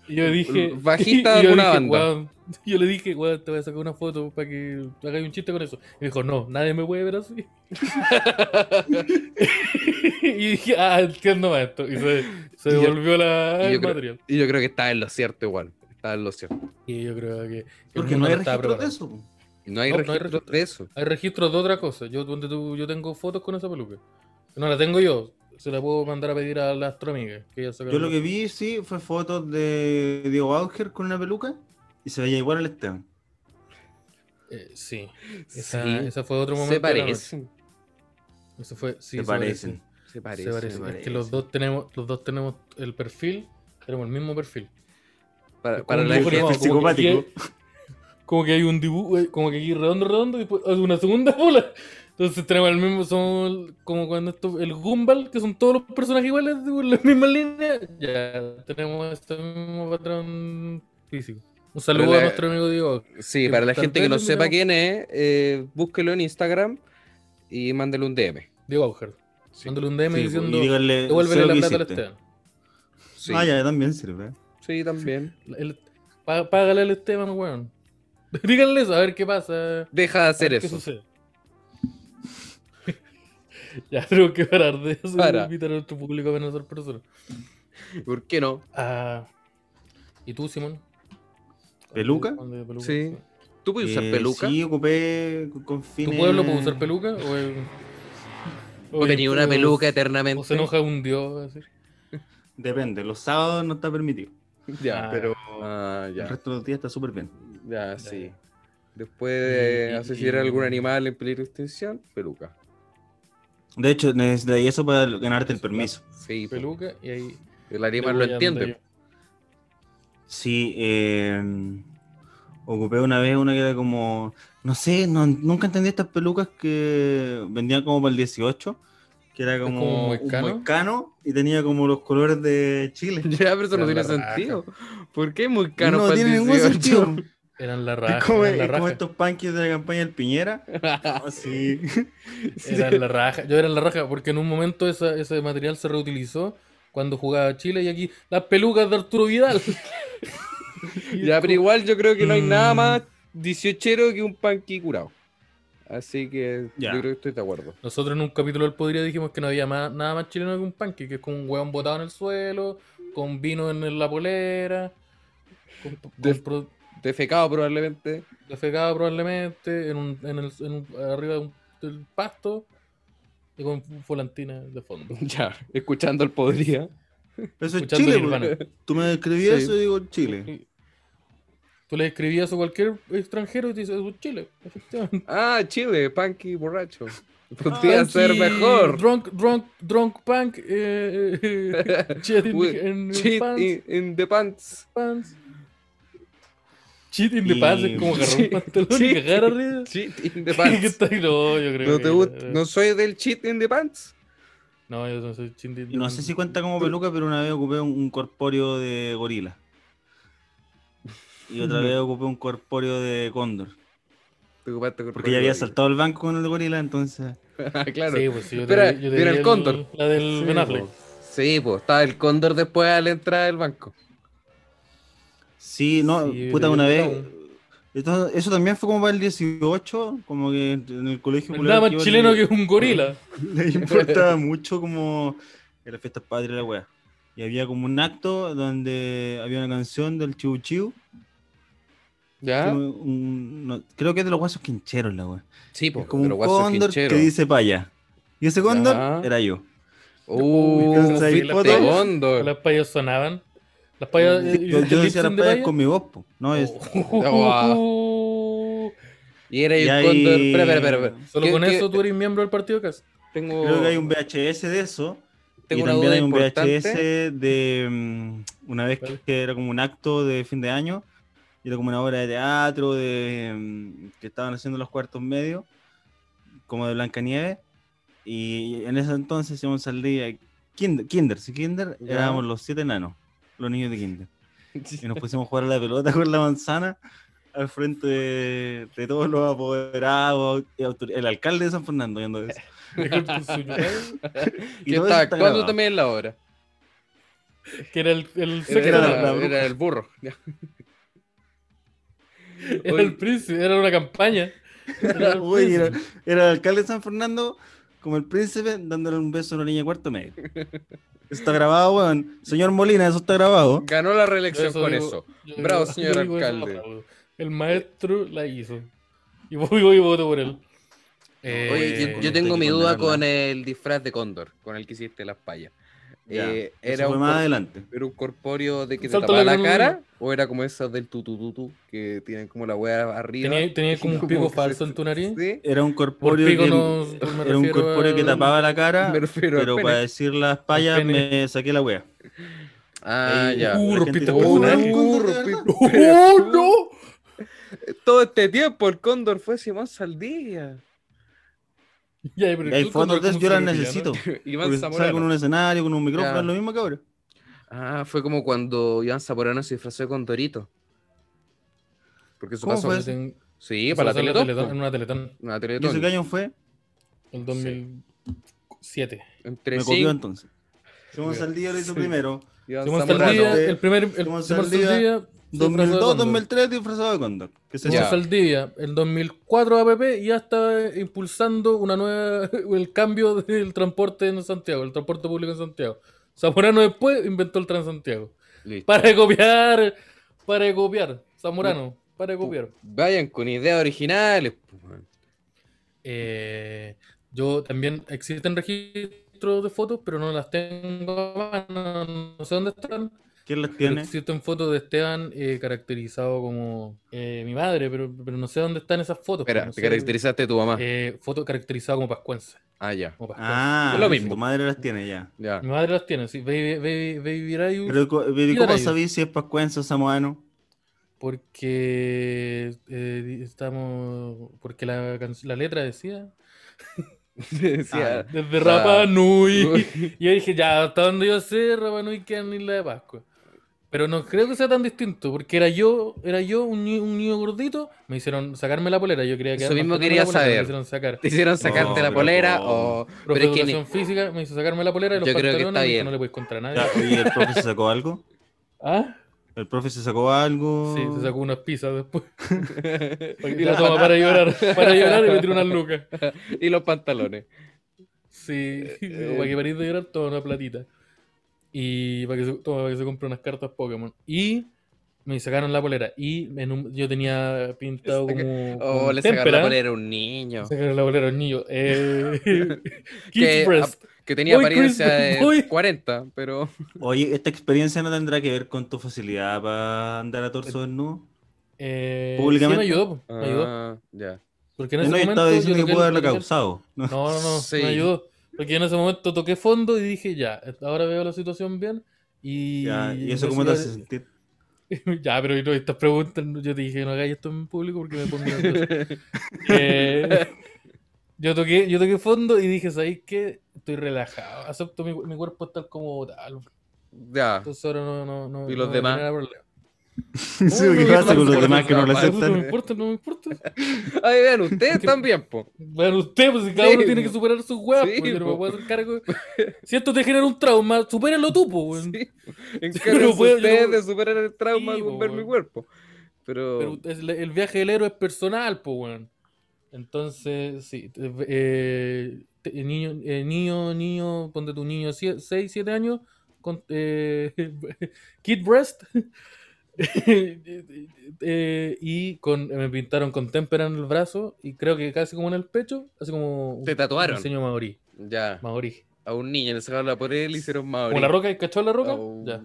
Speaker 1: y Yo dije.
Speaker 2: Bajista
Speaker 1: (laughs) y
Speaker 2: de
Speaker 1: yo
Speaker 2: alguna
Speaker 1: dije,
Speaker 2: banda.
Speaker 1: "Guau", yo le dije, "Guau, te voy a sacar una foto para que hagas un chiste con eso. Y me dijo, no, nadie me puede ver así. (laughs) y dije, ah, entiendo más esto. Y se, se
Speaker 2: Y yo-
Speaker 1: devolvió la,
Speaker 2: y yo
Speaker 1: el
Speaker 2: creo-
Speaker 1: material.
Speaker 2: Y yo creo que está en lo cierto igual. Está en lo cierto.
Speaker 1: Y yo creo que. que
Speaker 3: Porque
Speaker 1: el
Speaker 3: no
Speaker 1: mundo
Speaker 3: hay
Speaker 1: estaba
Speaker 3: registro de
Speaker 1: preparado.
Speaker 3: eso. po.
Speaker 2: No hay
Speaker 1: No, no hay
Speaker 2: registros
Speaker 1: registro.
Speaker 2: de eso.
Speaker 1: Hay registros de otra cosa. Yo, ponte tú, yo tengo fotos con esa peluca. No la tengo yo. Se la puedo mandar a pedir a la astroamiga. Que ella saca
Speaker 3: Yo
Speaker 1: la-
Speaker 3: lo que vi, sí, fue fotos de Diego Auger con una peluca y se veía igual al Esteban.
Speaker 1: Eh, sí. Esa,
Speaker 2: Sí,
Speaker 1: esa fue otro momento.
Speaker 2: se
Speaker 1: de la
Speaker 2: parecen.
Speaker 1: noche. Eso fue, sí,
Speaker 3: se parecen.
Speaker 2: Se
Speaker 1: Se
Speaker 2: parecen.
Speaker 1: parecen. Es que
Speaker 3: parecen.
Speaker 1: los dos tenemos, los dos tenemos el perfil, tenemos el mismo perfil. Es
Speaker 2: Para,
Speaker 1: como
Speaker 2: para
Speaker 1: un
Speaker 2: la
Speaker 1: dibujo
Speaker 2: gente.
Speaker 1: animado,
Speaker 3: gente
Speaker 1: como que
Speaker 3: psicopático.
Speaker 1: aquí hay- Como que hay un dibujo, eh, como que aquí redondo, redondo, y después hace una segunda (laughs) bola. Entonces tenemos el mismo, son como cuando esto, el Gumball, que son todos los personajes iguales, con las mismas líneas. Ya tenemos este mismo patrón físico. Un saludo
Speaker 2: Pero la-
Speaker 1: a nuestro amigo Diego.
Speaker 2: Sí, para la
Speaker 1: Tal
Speaker 2: gente que no
Speaker 1: vez
Speaker 2: sepa
Speaker 1: tendríamos-
Speaker 2: quién es, eh, búsquelo en Instagram y mándele un DM.
Speaker 1: Diego Auger.
Speaker 2: Sí,
Speaker 1: Mándale un DM
Speaker 3: Sí,
Speaker 1: diciendo,
Speaker 3: y díganle, sé
Speaker 1: devuélvele
Speaker 3: lo
Speaker 1: la
Speaker 3: que
Speaker 1: plata al
Speaker 3: hiciste".
Speaker 1: Esteban.
Speaker 2: sí,
Speaker 3: Ah, ya, también sirve.
Speaker 2: sí, también.
Speaker 1: El- pá- págale al Esteban, weón. (laughs) Díganle eso, a ver qué pasa.
Speaker 2: Deja de hacer
Speaker 1: A ver qué
Speaker 2: eso.
Speaker 1: sucede. (laughs) ya tengo que parar de eso
Speaker 2: Para.
Speaker 1: y invitar a nuestro público a conocer personas.
Speaker 2: ¿Por qué no?
Speaker 1: Ah, ¿Y tú, Simón?
Speaker 3: ¿Peluca?
Speaker 1: ¿Cuándo de peluca?
Speaker 2: Sí. ¿Tú puedes usar
Speaker 3: Eh,
Speaker 2: peluca?
Speaker 3: Sí, ocupé con- con
Speaker 1: ¿Tu
Speaker 3: fines...
Speaker 1: pueblo puede usar peluca? ¿O, es-
Speaker 2: ¿O tenía una
Speaker 1: pues, o-
Speaker 2: peluca
Speaker 1: ¿O
Speaker 2: eternamente?
Speaker 1: se enoja un dios? Así?
Speaker 3: Depende, los sábados no está permitido.
Speaker 2: (laughs) Ya,
Speaker 1: Ah.
Speaker 2: pero. Ah,
Speaker 3: El
Speaker 2: ya.
Speaker 3: resto de los días está súper bien.
Speaker 2: Ya, sí. Después de
Speaker 1: Y- y-
Speaker 2: asesinar a algún animal en peligro de extinción, peluca.
Speaker 3: De hecho, necesitaría eso para ganarte el permiso.
Speaker 2: Sí, peluca.
Speaker 1: Peluca y ahí...
Speaker 2: El animal lo
Speaker 1: ya ando
Speaker 2: entiende.
Speaker 3: Sí, eh, ocupé una vez una que era como, no sé, no- nunca entendí estas pelucas que vendían como para el 18, que era como,
Speaker 1: como
Speaker 3: un
Speaker 1: moicano.
Speaker 3: moicano y tenía como los colores de Chile.
Speaker 1: (laughs)
Speaker 2: (laughs) Ya, pero eso no
Speaker 1: Ya,
Speaker 2: tiene
Speaker 1: la raja.
Speaker 2: sentido. ¿Por qué muy caro
Speaker 3: no
Speaker 2: para el
Speaker 3: tiene ningún
Speaker 2: 18?
Speaker 3: sentido.
Speaker 1: (laughs) Eran la
Speaker 3: Es (laughs)
Speaker 1: raja.
Speaker 3: como,
Speaker 1: eran la
Speaker 3: es como
Speaker 1: raja.
Speaker 3: estos punkies de la campaña del
Speaker 1: (laughs)
Speaker 3: Piñera. (laughs) Ah, Así.
Speaker 1: Era en la raja, yo era en la raja, porque en un momento esa- ese material se reutilizó cuando jugaba Chile y aquí las pelucas de Arturo Vidal. Y
Speaker 2: (laughs) (laughs) Ya,
Speaker 1: es
Speaker 2: pero igual yo creo que no hay nada
Speaker 1: Mm.
Speaker 2: más 18 que un panqui curado. Así que
Speaker 3: Ya.
Speaker 2: yo creo que estoy de acuerdo.
Speaker 1: como- Nosotros en un capítulo del Podría dijimos que no había más- nada más chileno que un panque, que es como un hueón botado en el suelo, con vino en la polera, con, con
Speaker 2: De-
Speaker 1: pro-
Speaker 2: Defecado probablemente. (laughs)
Speaker 1: defecado probablemente, en un, en el, en un- arriba de un- del pasto y con volantina de fondo.
Speaker 2: Ya, escuchando el podría.
Speaker 3: Eso es
Speaker 1: Escuchando
Speaker 3: Chile,
Speaker 1: Nirvana.
Speaker 3: porque Tú me describías
Speaker 2: Sí.
Speaker 3: eso y digo Chile.
Speaker 1: Sí. Tú le escribías a cualquier extranjero y te dice, "Uh, Chile, efectivamente.
Speaker 2: Ah, Chile,
Speaker 1: (laughs)
Speaker 2: punky borracho. Podría
Speaker 1: Punky,
Speaker 2: ser mejor.
Speaker 1: Drunk, drunk, drunk punk. eh, eh, (laughs) cheat in,
Speaker 2: We-
Speaker 1: the- in the
Speaker 2: Cheat
Speaker 1: pants,
Speaker 2: in, in the pants.
Speaker 1: pants. Cheat in the pants es como
Speaker 3: Y-
Speaker 1: agarrar un pantalón y
Speaker 2: Cheat-
Speaker 1: cagar
Speaker 2: (laughs)
Speaker 1: arriba.
Speaker 2: Cheat in the
Speaker 3: (laughs)
Speaker 1: Que (laughs)
Speaker 2: pants.
Speaker 1: está ahí, no, yo creo
Speaker 2: No,
Speaker 1: que
Speaker 2: te
Speaker 1: no,
Speaker 2: gust-
Speaker 3: Eh,
Speaker 2: no soy del cheat in the pants.
Speaker 1: No, yo no soy cheat in
Speaker 3: Y no sé si cuenta como peluca, pero una vez ocupé un, un corpóreo de gorila. Y
Speaker 1: (laughs)
Speaker 3: otra vez ocupé un corpóreo de cóndor.
Speaker 2: Te ocupaste con
Speaker 3: Porque ya había
Speaker 2: Rodrigo.
Speaker 3: saltado el banco con el gorila, entonces.
Speaker 2: (laughs) Ah, claro.
Speaker 1: Sí, pues sí, yo te-
Speaker 2: Espera,
Speaker 1: yo te
Speaker 2: mira
Speaker 1: diría
Speaker 2: el cóndor.
Speaker 1: La del Ben Affleck.
Speaker 2: pues. Sí, pues estaba el cóndor después a la entrada del banco.
Speaker 3: Sí, no,
Speaker 1: Sí,
Speaker 3: puta,
Speaker 1: yo
Speaker 3: una
Speaker 1: creo
Speaker 3: vez.
Speaker 1: que
Speaker 3: Esto- eso también fue como para el 18, como que en el colegio.
Speaker 1: Nada más chileno que
Speaker 3: le,
Speaker 1: un gorila.
Speaker 3: le importaba mucho como en las fiestas patrias la wea. Y había como un acto donde había una canción del Chiu Chiu.
Speaker 1: ¿Ah?
Speaker 2: ¿Ya?
Speaker 3: que un- no, creo que es de los huesos quincheros la wea.
Speaker 2: Sí,
Speaker 3: Es
Speaker 2: pues,
Speaker 3: como
Speaker 2: pero
Speaker 3: un
Speaker 2: guaso
Speaker 3: cóndor
Speaker 2: quinchero.
Speaker 3: que dice paya. Y ese cóndor
Speaker 2: Ya.
Speaker 3: era yo.
Speaker 2: Uh,
Speaker 3: Entonces, ahí
Speaker 2: viste
Speaker 3: foto.
Speaker 2: cóndor.
Speaker 1: Las payas sonaban. Las payas. eh,
Speaker 3: Yo, yo decía las payas con mi voz, po. No, es,
Speaker 1: Oh.
Speaker 2: Y era
Speaker 3: Y
Speaker 2: el
Speaker 3: hay-
Speaker 2: cóndor. Espera, espera, espera, espera.
Speaker 1: Solo
Speaker 2: ¿Qué-
Speaker 1: con
Speaker 2: qué-
Speaker 1: eso tú eres miembro del partido CAS.
Speaker 2: Tengo,
Speaker 3: Creo que hay un VHS de eso.
Speaker 2: tengo
Speaker 3: y
Speaker 2: una
Speaker 3: también
Speaker 2: duda
Speaker 3: hay un
Speaker 2: importante.
Speaker 3: VHS de mm, una vez
Speaker 1: ¿Cuál?
Speaker 3: que era como un acto de fin de año. y Era como una obra de teatro de, mm, que estaban haciendo los cuartos medios, como de Blancanieves. Y en ese entonces íbamos saldría Kinder, Kinder, sí, Kinder,
Speaker 2: Ya.
Speaker 3: éramos los siete enanos, los niños
Speaker 2: (laughs)
Speaker 3: de Kinder. Y nos pusimos a jugar a la pelota con la manzana al frente de, de todos los apoderados, y autor- el alcalde de San Fernando viendo
Speaker 2: (laughs)
Speaker 3: eso. Y
Speaker 2: Que
Speaker 3: todo eso
Speaker 2: estaba
Speaker 3: está
Speaker 2: actuando
Speaker 3: grabado.
Speaker 2: también en la obra.
Speaker 1: (laughs) que era el, el
Speaker 2: Era,
Speaker 1: sexo, era,
Speaker 3: la- la-
Speaker 2: era el burro. ya.
Speaker 1: el príncipe, era una campaña. Era el
Speaker 3: Uy, era,
Speaker 1: príncipe.
Speaker 3: era el alcalde de San Fernando como el príncipe dándole un beso a una niña de cuarto medio. Eso está grabado, weón. Señor Molina, eso está grabado.
Speaker 2: Ganó la
Speaker 1: Yo
Speaker 2: reelección
Speaker 1: eso
Speaker 2: con
Speaker 1: digo-
Speaker 2: eso.
Speaker 1: yo digo-
Speaker 2: Bravo,
Speaker 1: yo
Speaker 2: señor
Speaker 1: digo eso,
Speaker 2: alcalde.
Speaker 1: bravo. El maestro la hizo. Y voy, voy, voto por él. Eh,
Speaker 2: Oye, yo, yo
Speaker 3: esto
Speaker 2: tengo
Speaker 3: hay que
Speaker 2: mi duda
Speaker 3: condenarla.
Speaker 2: con el disfraz de cóndor, con el que hiciste las payas.
Speaker 3: Ya,
Speaker 2: Eh,
Speaker 3: eso
Speaker 2: era,
Speaker 3: fue
Speaker 2: un
Speaker 3: más
Speaker 2: cor-
Speaker 3: adelante.
Speaker 2: era un corpóreo de que te
Speaker 1: Salta
Speaker 2: tapaba
Speaker 1: la
Speaker 2: la
Speaker 1: gran-
Speaker 2: cara, o era como esas del tutututú que tienen como la hueá arriba.
Speaker 1: Tenía, tenía como un
Speaker 2: (laughs) Como
Speaker 1: pico
Speaker 2: que
Speaker 1: falso
Speaker 2: se-
Speaker 1: en tu nariz.
Speaker 2: Sí,
Speaker 3: Era un
Speaker 1: Por
Speaker 3: corpóreo
Speaker 1: pico
Speaker 3: que,
Speaker 1: no me
Speaker 3: era un
Speaker 1: refiero
Speaker 3: corpóreo que
Speaker 1: al-
Speaker 3: tapaba la cara,
Speaker 2: me
Speaker 3: pero,
Speaker 2: refiero al pene.
Speaker 3: para decir las payas
Speaker 1: pene.
Speaker 3: me saqué la wea.
Speaker 2: Ah,
Speaker 3: Eh,
Speaker 2: ya.
Speaker 3: la
Speaker 1: Uh,
Speaker 3: gente
Speaker 1: repito,
Speaker 3: dice,
Speaker 2: Oh,
Speaker 1: ¿cómo
Speaker 3: "Weón,
Speaker 1: no?
Speaker 3: el
Speaker 2: (laughs)
Speaker 3: cóndor de verdad".
Speaker 2: Repito.
Speaker 1: (laughs) ¡Oh, no! (laughs)
Speaker 2: Todo este tiempo el cóndor fue Simón Saldivia.
Speaker 1: Ya, pero
Speaker 3: Hay
Speaker 1: tú,
Speaker 3: fotos de
Speaker 1: ¿cómo
Speaker 3: eso, yo las
Speaker 1: se lo (laughs)
Speaker 3: necesito.
Speaker 2: Iván
Speaker 3: Porque
Speaker 2: Zamorano.
Speaker 3: salgo en un escenario, con un micrófono,
Speaker 2: Ya.
Speaker 3: es lo mismo que ahora.
Speaker 2: Ah, fue como cuando Iván Zamorano se disfrazó de condorito. Porque eso
Speaker 3: ¿Cómo
Speaker 2: pasó.
Speaker 3: fue?
Speaker 1: pillaron? En-
Speaker 2: Sí,
Speaker 1: eso
Speaker 2: para la
Speaker 1: pasó en
Speaker 2: Teletón. po.
Speaker 3: pues.
Speaker 1: En una Teletón,
Speaker 2: Una
Speaker 3: ¿Y
Speaker 2: Teletón.
Speaker 3: ese qué año fue?
Speaker 1: el 2007.
Speaker 2: Entre
Speaker 3: Me
Speaker 2: cinco-
Speaker 3: copió entonces. Simón Saldía lo hizo
Speaker 2: Sí.
Speaker 3: primero.
Speaker 2: Iván
Speaker 1: Simón
Speaker 2: Zamorano.
Speaker 1: Saldivia,
Speaker 3: Zamorano.
Speaker 1: el primer. El, Simón
Speaker 3: Simón Saldivia,
Speaker 1: Saldivia, se disfrazó
Speaker 3: 2002,
Speaker 1: de cóndor.
Speaker 3: 2003 disfrazado de cóndor. Que se
Speaker 1: Simón
Speaker 2: Ya.
Speaker 1: Saldivia, el 2004 APP ya está impulsando una nueva (laughs) el cambio del transporte en Santiago, el transporte público en Santiago. Zamorano después inventó el Transantiago.
Speaker 2: Listo.
Speaker 1: Para de copiar, para de copiar, Zamorano, para de copiar.
Speaker 2: Vayan con ideas originales. po, man.
Speaker 1: Eh, yo también existen registros de fotos, pero no las tengo a mano, no sé dónde están.
Speaker 3: ¿Quién las
Speaker 1: pero
Speaker 3: tiene?
Speaker 1: Existen fotos de Esteban eh, caracterizado como eh, mi madre, pero, pero no sé dónde están esas fotos.
Speaker 2: Espera,
Speaker 1: no
Speaker 2: te
Speaker 1: sé.
Speaker 2: caracterizaste tu mamá.
Speaker 1: Eh, foto caracterizada como pascuense.
Speaker 2: Ah, ya.
Speaker 1: como pascuense.
Speaker 3: Ah,
Speaker 2: Es lo
Speaker 3: si
Speaker 2: mismo.
Speaker 3: tu madre las tiene ya.
Speaker 1: (laughs)
Speaker 2: Ya.
Speaker 1: Mi madre las tiene, sí. Baby, baby, baby Rayu,
Speaker 3: Pero, co- pero
Speaker 1: ¿Y
Speaker 3: ¿cómo
Speaker 1: Arayus?
Speaker 3: sabís si es pascuense o samoano?
Speaker 1: porque eh, estamos. Porque la, can- la letra decía.
Speaker 2: Decía,
Speaker 1: Desde
Speaker 2: o sea,
Speaker 1: Rapa Nui.
Speaker 2: uy,
Speaker 1: Y yo dije, ya, hasta donde yo sé, Rapa Nui queda en Isla de Pascua. Pero no creo que sea tan distinto, porque era yo, era yo, un, ni- un niño gordito, me hicieron sacarme la polera, yo quería que
Speaker 2: Eso mismo quería
Speaker 1: Me
Speaker 2: saber.
Speaker 1: hicieron sacar.
Speaker 2: (laughs) te hicieron sacarte la
Speaker 3: pero
Speaker 2: polera
Speaker 3: ¿cómo?
Speaker 2: o.
Speaker 1: Profe
Speaker 2: Pero
Speaker 1: de
Speaker 2: es que.
Speaker 1: educación física me hizo sacarme la polera y los
Speaker 2: Yo creo que
Speaker 1: pantalones,
Speaker 2: está
Speaker 1: me dijo,
Speaker 2: bien.
Speaker 1: no le puedes contar a nadie.
Speaker 3: Ya, oye, ¿el profe se sacó algo?
Speaker 1: ¿Ah?
Speaker 3: ¿El profe se sacó algo?
Speaker 1: Sí, se sacó unas pizzas después.
Speaker 2: ni- (laughs)
Speaker 1: Y la toma para llorar, para llorar y me tiró unas lucas.
Speaker 2: y los pantalones.
Speaker 1: Sí,
Speaker 2: Eh,
Speaker 1: (laughs) digo, para que parís de llorar, toma una platita. Y para que se, toma, para que se compre unas cartas Pokémon. Y me sacaron la polera. Y en un- yo tenía pintado
Speaker 2: Saca-
Speaker 1: como.
Speaker 2: O
Speaker 1: como
Speaker 2: le sacaron la
Speaker 1: témpera.
Speaker 2: polera a un niño.
Speaker 1: Sacaron la polera a un niño.
Speaker 2: (laughs)
Speaker 1: Eh,
Speaker 2: Que, ah,
Speaker 1: Kids Breast.
Speaker 2: Que tenía
Speaker 1: Voy,
Speaker 2: apariencia
Speaker 1: Cristo, voy.
Speaker 2: de 40, pero.
Speaker 3: Oye, ¿esta experiencia no tendrá que ver con tu facilidad para andar a torso desnudo?
Speaker 1: Eh,
Speaker 3: públicamente.
Speaker 1: Sí, me ayudó. po, Me ayudó.
Speaker 2: Ah, (laughs) ya.
Speaker 1: Porque en
Speaker 3: Yo
Speaker 1: ese
Speaker 3: no
Speaker 1: momento.
Speaker 3: estaba diciendo
Speaker 1: yo
Speaker 3: que
Speaker 1: toqué
Speaker 3: pudo
Speaker 1: el-
Speaker 3: haberla
Speaker 1: toqué el-
Speaker 3: causado. No.
Speaker 1: No, no, no,
Speaker 2: Sí.
Speaker 1: me ayudó. Porque en ese momento toqué fondo y dije, ya, ahora veo la situación bien. Y,
Speaker 3: Ya, ¿Y eso
Speaker 1: me
Speaker 3: cómo te
Speaker 1: salió-
Speaker 3: hace sentir?
Speaker 1: (laughs) Ya, pero no, estas preguntas, no, yo te dije que no hagáis esto en público porque me
Speaker 3: (laughs)
Speaker 1: pongo nervioso. Eh, yo, toqué, yo toqué fondo y dije, ¿sabéis qué? Estoy relajado, acepto mi, mi cuerpo tal como tal.
Speaker 2: Ya.
Speaker 1: Entonces ahora no, no, no,
Speaker 2: ¿Y
Speaker 1: no voy
Speaker 2: los
Speaker 1: a
Speaker 2: demás?
Speaker 1: tener problema.
Speaker 3: (laughs) Sí,
Speaker 1: No,
Speaker 3: ¿Qué
Speaker 1: no,
Speaker 3: pasa
Speaker 1: no,
Speaker 3: con los
Speaker 1: no,
Speaker 3: demás
Speaker 1: no,
Speaker 3: que no lo
Speaker 1: no, No me
Speaker 3: aceptan?
Speaker 1: importa, no me importa.
Speaker 2: Ay, vean, ustedes también, po.
Speaker 1: Bueno, usted, pues si cada uno
Speaker 2: Sí,
Speaker 1: tiene que
Speaker 2: po.
Speaker 1: superar sus huevas,
Speaker 2: Sí,
Speaker 1: pues, yo no me
Speaker 2: po.
Speaker 1: puedo hacer cargo. Si esto te genera un trauma, supéralo tú, pues,
Speaker 2: (laughs)
Speaker 1: weón.
Speaker 2: Sí.
Speaker 1: Yo
Speaker 2: Encárguense
Speaker 1: no puedo, yo
Speaker 2: ustedes
Speaker 1: no-
Speaker 2: de superar el trauma
Speaker 1: Sí,
Speaker 2: con
Speaker 1: po,
Speaker 2: ver mi
Speaker 1: weón.
Speaker 2: cuerpo. Pero.
Speaker 1: Pero es- el viaje del héroe es personal, pues, weón. Entonces, sí. te- eh, te- niño, eh, niño, niño, ponte tu niño 6, 7 años, con, eh, (laughs) Kid Breast. (laughs) Eh, y con, me pintaron con témpera en el brazo y creo que casi como en el pecho, así como
Speaker 2: Te tatuaron.
Speaker 1: un diseño maorí.
Speaker 2: Ya.
Speaker 1: maorí.
Speaker 2: A un niño le sacaron la polera y le hicieron Maori.
Speaker 1: Como la roca, ¿cachó la roca?
Speaker 2: Oh.
Speaker 1: Ya.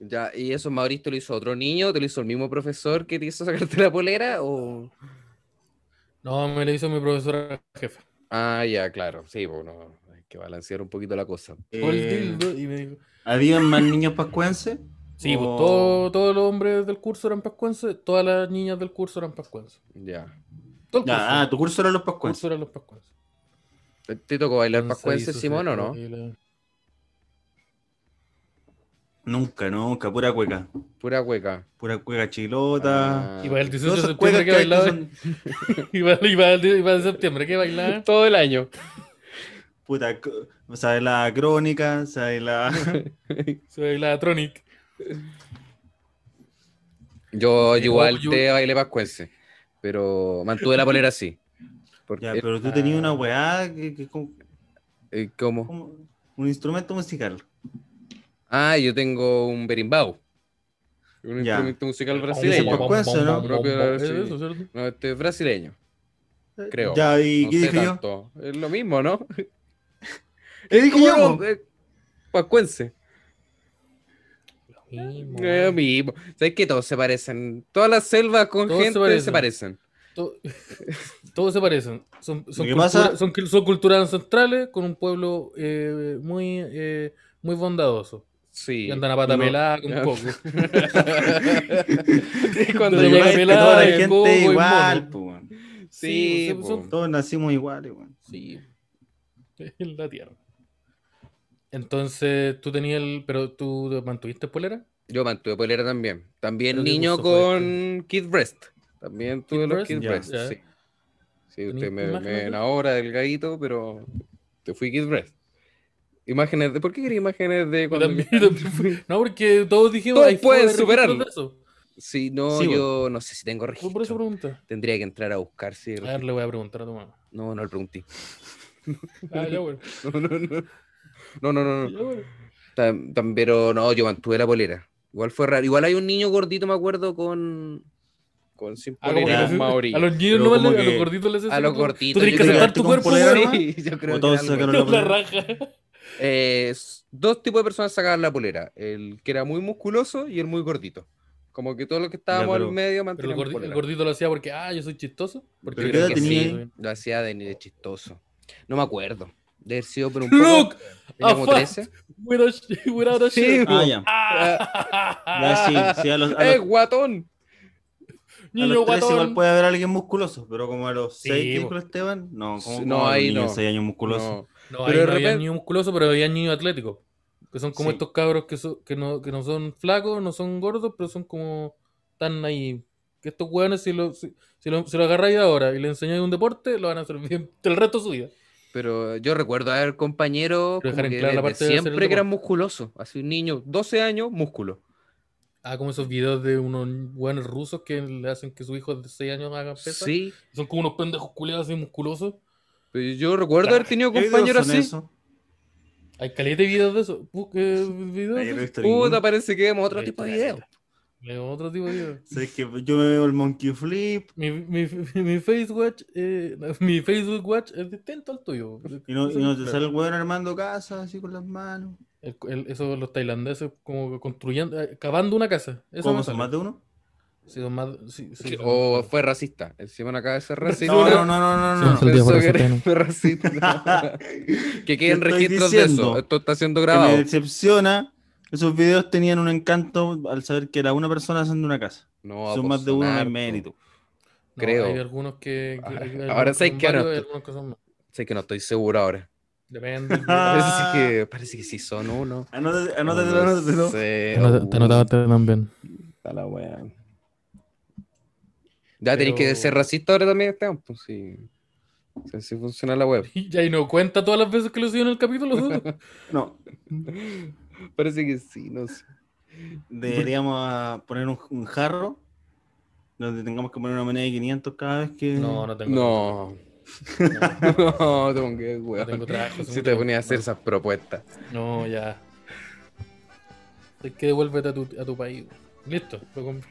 Speaker 2: Ya, ¿y eso Mauricio te lo hizo otro niño? ¿Te lo hizo el mismo profesor que te hizo sacarte la polera? O...
Speaker 1: No, me lo hizo mi profesora jefa.
Speaker 2: Ah, ya, claro, sí, bueno, hay que balancear un poquito la cosa.
Speaker 1: Fue el
Speaker 3: Eh,
Speaker 1: dildo y me dijo,
Speaker 3: ¿Habían más niños pascuenses?
Speaker 1: Sí, pues
Speaker 3: Oh.
Speaker 1: todo- todos los hombres del curso eran pascuenses, todas las niñas del curso eran pascuenses.
Speaker 2: Ya.
Speaker 1: Todo el curso,
Speaker 3: Ya, ah, tu curso era los
Speaker 1: el curso
Speaker 3: pascuenses.
Speaker 1: eran los pascuenses.
Speaker 2: ¿Te- Eh, ¿Te tocó bailar
Speaker 1: Entonces,
Speaker 2: pascuense,
Speaker 1: hizo
Speaker 2: Simón, o
Speaker 1: ese-
Speaker 2: no?
Speaker 1: el-
Speaker 3: Nunca, nunca, pura cueca.
Speaker 2: Pura hueca.
Speaker 3: Pura cueca chilota.
Speaker 2: Ah,
Speaker 1: Y para el
Speaker 3: Todas
Speaker 1: 18 de
Speaker 3: esas
Speaker 1: septiembre
Speaker 3: cuecas
Speaker 1: que
Speaker 3: que hay que
Speaker 1: bailaba,
Speaker 3: son-
Speaker 1: (laughs) y para, y para el, y para el septiembre que bailaba.
Speaker 2: Todo el año.
Speaker 3: Puta, co- sabe la crónica,
Speaker 2: (laughs)
Speaker 3: sabe la.
Speaker 1: Se bailaba Tronic.
Speaker 2: Yo
Speaker 1: Eh,
Speaker 2: igual
Speaker 1: oh, yo-
Speaker 2: te bailé pascuense, pero mantuve la polera así. Porque
Speaker 3: Ya, pero tú tenías una weá que, que como,
Speaker 2: era- eh, ¿Cómo?
Speaker 3: como un instrumento musical.
Speaker 2: Ah, yo tengo un berimbau. Un
Speaker 3: Ya.
Speaker 2: instrumento musical
Speaker 3: ese
Speaker 2: brasileño.
Speaker 3: pascuense, ¿no?
Speaker 2: Propio de la
Speaker 1: Es
Speaker 2: brasileña.
Speaker 1: eso, ¿cierto?
Speaker 2: No, este es brasileño. creo.
Speaker 3: Eh, Ya, ¿y
Speaker 2: No
Speaker 3: qué
Speaker 2: sé
Speaker 3: dije yo?
Speaker 2: tanto. Es lo mismo, ¿no?
Speaker 3: ¿Qué dije
Speaker 2: ¿Cómo
Speaker 3: yo?
Speaker 2: no? Eh, Pascuense.
Speaker 1: Lo mismo,
Speaker 2: Es lo
Speaker 1: weón.
Speaker 2: mismo. ¿Sabes que todos se parecen? Todas las selvas con
Speaker 1: Todos se
Speaker 2: gente se
Speaker 1: parecen.
Speaker 2: parecen.
Speaker 1: To- (laughs) Todos se parecen. Son, son,
Speaker 3: Lo que
Speaker 1: cultura-
Speaker 3: pasa-
Speaker 1: son, cul- son culturas ancestrales con un pueblo eh, muy, eh, muy bondadoso.
Speaker 2: Sí.
Speaker 1: Y andan a pata
Speaker 3: No.
Speaker 1: pelada (laughs) con
Speaker 2: Ya.
Speaker 1: coco. (laughs)
Speaker 2: Y cuando
Speaker 1: Pero
Speaker 3: Lo que
Speaker 1: llega
Speaker 2: llega-
Speaker 3: pasa es que
Speaker 1: pelada,
Speaker 3: toda la
Speaker 1: el
Speaker 3: gente
Speaker 1: bobo, el
Speaker 3: igual,
Speaker 1: mono.
Speaker 3: po, weón.
Speaker 2: Sí,
Speaker 1: pues, son-
Speaker 2: po.
Speaker 3: Todos nacimos iguales,
Speaker 2: (laughs)
Speaker 3: weón.
Speaker 1: Sí, (laughs) en la tierra. Entonces, tú tenías el. Pero tú te mantuviste polera.
Speaker 2: Yo mantuve polera también. También
Speaker 1: Pero qué
Speaker 2: niño
Speaker 1: gusto fue
Speaker 2: con Kid Breast. También tuve
Speaker 1: Kid
Speaker 2: los
Speaker 1: Breast,
Speaker 2: Kid
Speaker 3: ya.
Speaker 2: Breast,
Speaker 1: Ya.
Speaker 2: sí. Sí,
Speaker 1: ¿Tenís
Speaker 2: usted me, me
Speaker 1: imágenes de
Speaker 2: ven
Speaker 1: eso?
Speaker 2: ahora delgadito, pero te fui Kid Breast. Imágenes de. ¿Por qué quería imágenes de cuando
Speaker 1: también-
Speaker 2: yo-
Speaker 1: también fue- No, porque todos dijimos.
Speaker 2: Todos
Speaker 1: "Hay fotos de
Speaker 2: pueden
Speaker 1: registro
Speaker 2: superarlo".
Speaker 1: de eso".
Speaker 2: Sí, no,
Speaker 3: Sí, bueno.
Speaker 2: yo no sé si tengo
Speaker 1: Fue por eso
Speaker 2: registro.
Speaker 1: pregunta.
Speaker 2: Tendría que entrar a buscar si.
Speaker 1: A ver, le voy a preguntar a tu mamá.
Speaker 2: No, no le pregunté.
Speaker 1: Ah, ya, (laughs) bueno.
Speaker 2: No, no, no. No, no, no, no.
Speaker 1: Ya, bueno.
Speaker 2: Tam- tam- pero no, yo mantuve la polera. Igual fue raro. Igual hay un niño gordito, me acuerdo, con. Con sin
Speaker 1: Ah, como que
Speaker 2: polera
Speaker 1: les-
Speaker 2: maorí.
Speaker 1: A los niños
Speaker 3: Pero
Speaker 1: nomás,
Speaker 3: como
Speaker 1: le- a los
Speaker 3: que-
Speaker 1: gorditos les
Speaker 2: A
Speaker 1: hacen-
Speaker 2: los
Speaker 1: tú-
Speaker 2: gorditos.
Speaker 1: Tú tienes que
Speaker 2: yo creo.
Speaker 1: aceptar tu
Speaker 3: Con
Speaker 1: cuerpo,
Speaker 3: polera,
Speaker 1: weón.
Speaker 2: Sí, yo creo
Speaker 3: O
Speaker 2: que
Speaker 3: todos
Speaker 2: era algo
Speaker 3: sacaron
Speaker 2: así.
Speaker 1: No (laughs) la
Speaker 3: polera.
Speaker 1: raja.
Speaker 2: Eh, s- dos tipos de personas sacaban la polera. El que era muy musculoso y el muy gordito. Como que todos los que estábamos
Speaker 3: pero-
Speaker 2: al medio
Speaker 1: Pero el,
Speaker 2: manteníamos
Speaker 1: gordi- el
Speaker 2: polera.
Speaker 1: gordito lo hacía porque, ah, yo soy chistoso. Porque
Speaker 3: ¿Pero
Speaker 2: qué edad
Speaker 1: que
Speaker 2: tenía
Speaker 1: sí,
Speaker 3: ahí?
Speaker 1: weón.
Speaker 2: Lo hacía de, de chistoso. No me acuerdo. De haber sido por un poco.
Speaker 1: Look,
Speaker 2: tenía como
Speaker 1: afá. (laughs)
Speaker 2: 13.
Speaker 1: without, sh- without a (laughs)
Speaker 2: Sí,
Speaker 1: shirt.
Speaker 2: weón.
Speaker 3: Ah, ya.
Speaker 1: Ah,
Speaker 3: Ya, sí, sí, a los, a
Speaker 2: ¡Eh,
Speaker 3: los-
Speaker 2: guatón!
Speaker 3: a
Speaker 1: niño
Speaker 3: los tres
Speaker 1: guatón.
Speaker 3: igual puede haber alguien musculoso, pero como a los
Speaker 1: Sí,
Speaker 3: 6 que
Speaker 1: po.
Speaker 3: dijo el Esteban, no, como
Speaker 2: Sí, no, ahí no.
Speaker 3: 6 años musculoso.
Speaker 2: No.
Speaker 1: No,
Speaker 2: Pero
Speaker 1: ahí
Speaker 2: de
Speaker 1: no había
Speaker 2: repente-
Speaker 1: niño musculoso, pero había niño atlético. Que son como
Speaker 2: Sí.
Speaker 1: estos cabros que, so- que, no, que no son flacos, no son gordos, pero son como tan ahí. Que estos hueones, si lo, si, si lo, si lo agarráis ahora y le enseñáis un deporte, lo van a hacer bien (laughs) el resto de su vida.
Speaker 2: Pero yo recuerdo haber compañeros
Speaker 1: Pero
Speaker 2: como
Speaker 1: dejar en
Speaker 2: que
Speaker 1: claro la
Speaker 2: desde
Speaker 1: parte de hacer el
Speaker 2: siempre que eran musculosos. Así un niño, 12 años, músculo.
Speaker 1: Ah, como esos videos de unos hueones rusos que le hacen que sus hijos de 6 años hagan pesas.
Speaker 2: Sí.
Speaker 1: Son como unos pendejos culiados así musculosos.
Speaker 2: Pero yo recuerdo haber tenido
Speaker 3: ¿Qué videos
Speaker 2: compañeros
Speaker 3: son
Speaker 2: así.
Speaker 3: esos?
Speaker 1: Hay caleta de videos de eso.
Speaker 2: (laughs)
Speaker 1: Busque videos.
Speaker 3: Ay, yo no he
Speaker 1: de eso.
Speaker 3: visto ninguno.
Speaker 2: Puta, parece que vemos otro
Speaker 1: Ahí
Speaker 2: tipo de
Speaker 1: está,
Speaker 2: video.
Speaker 1: Veo otro tipo de videos.
Speaker 3: ¿Sabes que yo me veo el Monkey Flip
Speaker 1: Mi, mi, (laughs) mi Face Watch, eh, (laughs) no, mi Facebook Watch es distinto al tuyo.
Speaker 3: y no, y
Speaker 1: Eso,
Speaker 3: no te
Speaker 1: claro.
Speaker 3: sale el weón armando casas así con las manos.
Speaker 1: El- el- eso los tailandeses como que construyendo, eh, cavando una casa. Eso
Speaker 3: ¿Cómo
Speaker 1: me
Speaker 3: son
Speaker 1: sale.
Speaker 3: más de uno?
Speaker 1: Sí, son más- sí, sí,
Speaker 2: Sí,
Speaker 1: son-
Speaker 2: O fue racista. Encima una cabeza racista.
Speaker 3: No, no, no, no, no. no.
Speaker 1: Sí, El día
Speaker 2: (laughs) Pensó
Speaker 1: por
Speaker 2: que
Speaker 1: eso,
Speaker 2: era-
Speaker 1: Teno.
Speaker 2: fue
Speaker 3: (laughs)
Speaker 2: racista. que queden
Speaker 3: Te estoy
Speaker 2: registros de
Speaker 3: diciendo
Speaker 2: eso. Esto está siendo
Speaker 3: Que me
Speaker 2: grabado.
Speaker 3: decepciona. Esos videos tenían un encanto al saber que era una persona haciendo una casa.
Speaker 1: Oh,
Speaker 2: No,
Speaker 3: son
Speaker 2: pues,
Speaker 3: más de uno
Speaker 2: harto.
Speaker 3: de mérito.
Speaker 1: no,
Speaker 2: creo. Ah,
Speaker 1: Hay algunos que. que- hay
Speaker 2: Ahora
Speaker 1: algunos
Speaker 2: sabes
Speaker 1: son
Speaker 2: que ahora
Speaker 1: varios, hay
Speaker 2: estoy-
Speaker 1: algunos que son más.
Speaker 2: Sé que no estoy seguro ahora.
Speaker 3: (laughs)
Speaker 1: Depende. del video.
Speaker 3: Ah.
Speaker 2: Parece que, parece que sí son uno.
Speaker 3: Anótate- Anótatelo,
Speaker 2: No
Speaker 3: anótatelo.
Speaker 2: sé.
Speaker 1: Te
Speaker 2: Uh,
Speaker 1: notaba también.
Speaker 2: está la wea. Ya tenéis que
Speaker 1: Pero-
Speaker 2: ser racista ahora también, Esteban. Pues sí. O sea, Así funciona la web.
Speaker 1: (laughs) Y ahí no cuenta todas las veces que lo subieron en el
Speaker 3: (laughs)
Speaker 1: capítulo. ¿no?
Speaker 3: No,
Speaker 2: Parece que sí, no sé.
Speaker 3: Deberíamos ah, poner un, un jarro donde tengamos que poner una moneda de 500 cada vez que.
Speaker 1: No, no tengo.
Speaker 2: No. (laughs) No, te pongo weón.
Speaker 1: tengo trabajo,
Speaker 2: (laughs) Si
Speaker 1: seguro.
Speaker 2: te ponías a hacer
Speaker 1: No.
Speaker 2: esas propuestas.
Speaker 1: No, ya. Es que devuélvete a tu, a tu país. güey. Listo. lo compro.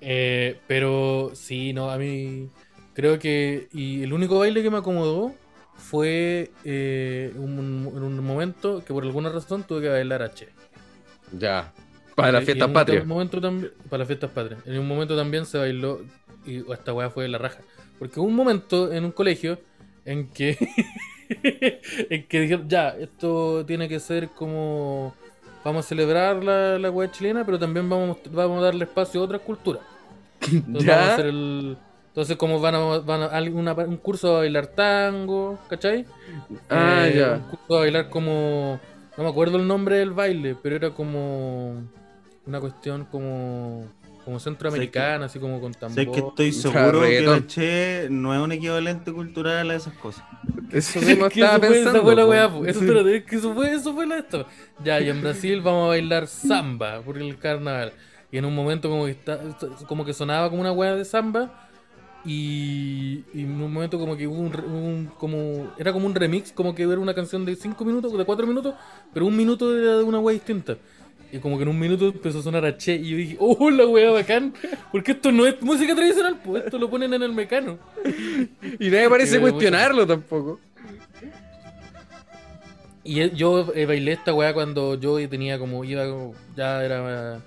Speaker 1: Eh, pero sí, no, a mí creo que... Y el único baile que me acomodó fue eh, un- en un momento que por alguna razón tuve que bailar H.
Speaker 2: Ya. Para las
Speaker 1: Y
Speaker 2: fiestas
Speaker 1: en un
Speaker 2: patrias.
Speaker 1: tam- momento también, para las fiestas patrias. En un momento también se bailó y oh, esta weá fue la raja. Porque hubo un momento en un colegio en que (laughs) en que dijeron, ya, esto tiene que ser como vamos a celebrar la, la weá chilena, pero también vamos, vamos a darle espacio a otras culturas. Entonces vamos a hacer
Speaker 2: Ya.
Speaker 1: el- entonces como van a, van a al- una- un curso a bailar tango, ¿cachai?
Speaker 2: Ah,
Speaker 1: Eh,
Speaker 2: ya.
Speaker 1: Un curso a bailar como. No me acuerdo el nombre del baile, pero era como. Una cuestión como. Como centroamericana, así como con
Speaker 3: Sé que
Speaker 1: tambor. (laughs)
Speaker 3: estoy
Speaker 2: Ya,
Speaker 3: seguro que
Speaker 2: reggaetón.
Speaker 3: la Che no es un equivalente cultural a esas cosas.
Speaker 2: Eso
Speaker 1: Es (laughs)
Speaker 2: mismo
Speaker 1: que
Speaker 2: estaba
Speaker 1: eso fue-
Speaker 2: pensando.
Speaker 1: esa fue la
Speaker 2: po.
Speaker 1: weá, po. Eso, espérate, es que eso fue, eso fue la esto. Ya, y en Brasil vamos a bailar samba por el carnaval. Y en un momento como que, está, como que sonaba como una weá de samba. Y, y en un momento como que hubo un, re- un- como era como un remix, como que era una canción de 5 minutos, de 4 minutos, pero un minuto era de una weá distinta. Y como que en un minuto empezó a sonar a Che y yo dije, ¡oh, la weá bacán! Porque esto no es música tradicional, pues esto lo ponen en el mecano.
Speaker 2: (laughs) Y nadie parece
Speaker 1: Sí, mucho.
Speaker 2: cuestionarlo tampoco.
Speaker 1: Y eh, yo eh, bailé esta weá cuando yo tenía como, iba como- ya era eh,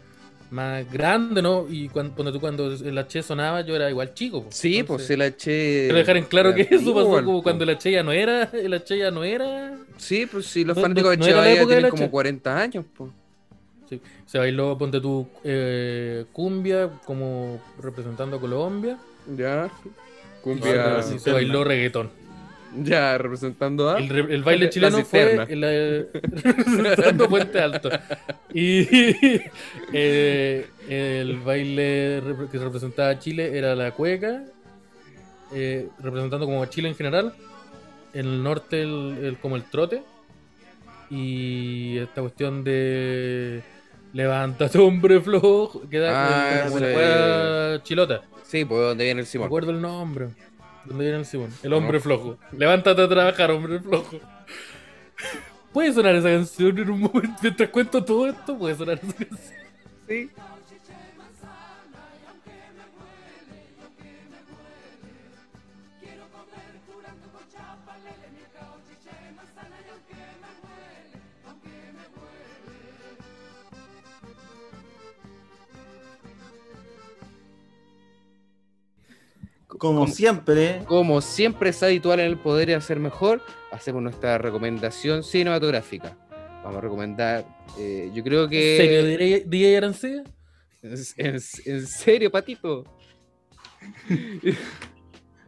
Speaker 1: más grande, ¿no? Y cuando, cuando tú cuando la Che sonaba yo era igual chico. po.
Speaker 2: Sí,
Speaker 1: Entonces,
Speaker 2: pues el H.
Speaker 1: Quiero dejar en claro que eso
Speaker 2: antiguo,
Speaker 1: pasó
Speaker 2: igual,
Speaker 1: como
Speaker 2: po.
Speaker 1: cuando la Che ya no era, la Che ya no era.
Speaker 2: Sí, pues sí, los
Speaker 1: No-
Speaker 2: fanáticos de
Speaker 1: no- no era la
Speaker 2: Chevalier
Speaker 1: época de
Speaker 2: tienen
Speaker 1: la
Speaker 2: como
Speaker 1: Che.
Speaker 2: 40 años, pues.
Speaker 1: Sí. Se bailó, ponte tú, eh, cumbia como representando a Colombia.
Speaker 2: Ya.
Speaker 3: Ahora
Speaker 2: Cumbia.
Speaker 3: sí.
Speaker 1: Y se bailó reggaetón.
Speaker 2: Ya, representando a.
Speaker 1: El, re- el baile
Speaker 2: La
Speaker 1: chileno
Speaker 2: cisterna.
Speaker 1: fue el, eh, (laughs) representando Puente Alto. Y (laughs) eh, el baile rep- que representaba a Chile era la cueca, eh, representando como a Chile en general. En el norte, el- el- como el trote. Y esta cuestión de. Levántate, hombre flojo. Que da
Speaker 2: Ah,
Speaker 1: como la
Speaker 2: sí.
Speaker 1: cueca chilota.
Speaker 2: Sí, pues donde viene el
Speaker 1: Me
Speaker 2: Simón.
Speaker 1: acuerdo el nombre. ¿Dónde viene el Simón? El hombre flojo. Levántate a trabajar, hombre flojo. ¿Puede sonar esa canción en un momento? Mientras cuento todo esto, puede sonar esa canción.
Speaker 2: Sí.
Speaker 3: Como siempre,
Speaker 2: Como siempre es habitual en el poder y hacer mejor, hacemos nuestra recomendación cinematográfica. Vamos a recomendar, eh, yo creo
Speaker 1: ¿En serio diría-
Speaker 2: que...
Speaker 1: DJ Arancía?
Speaker 2: ¿En en- (laughs) en serio, Patito?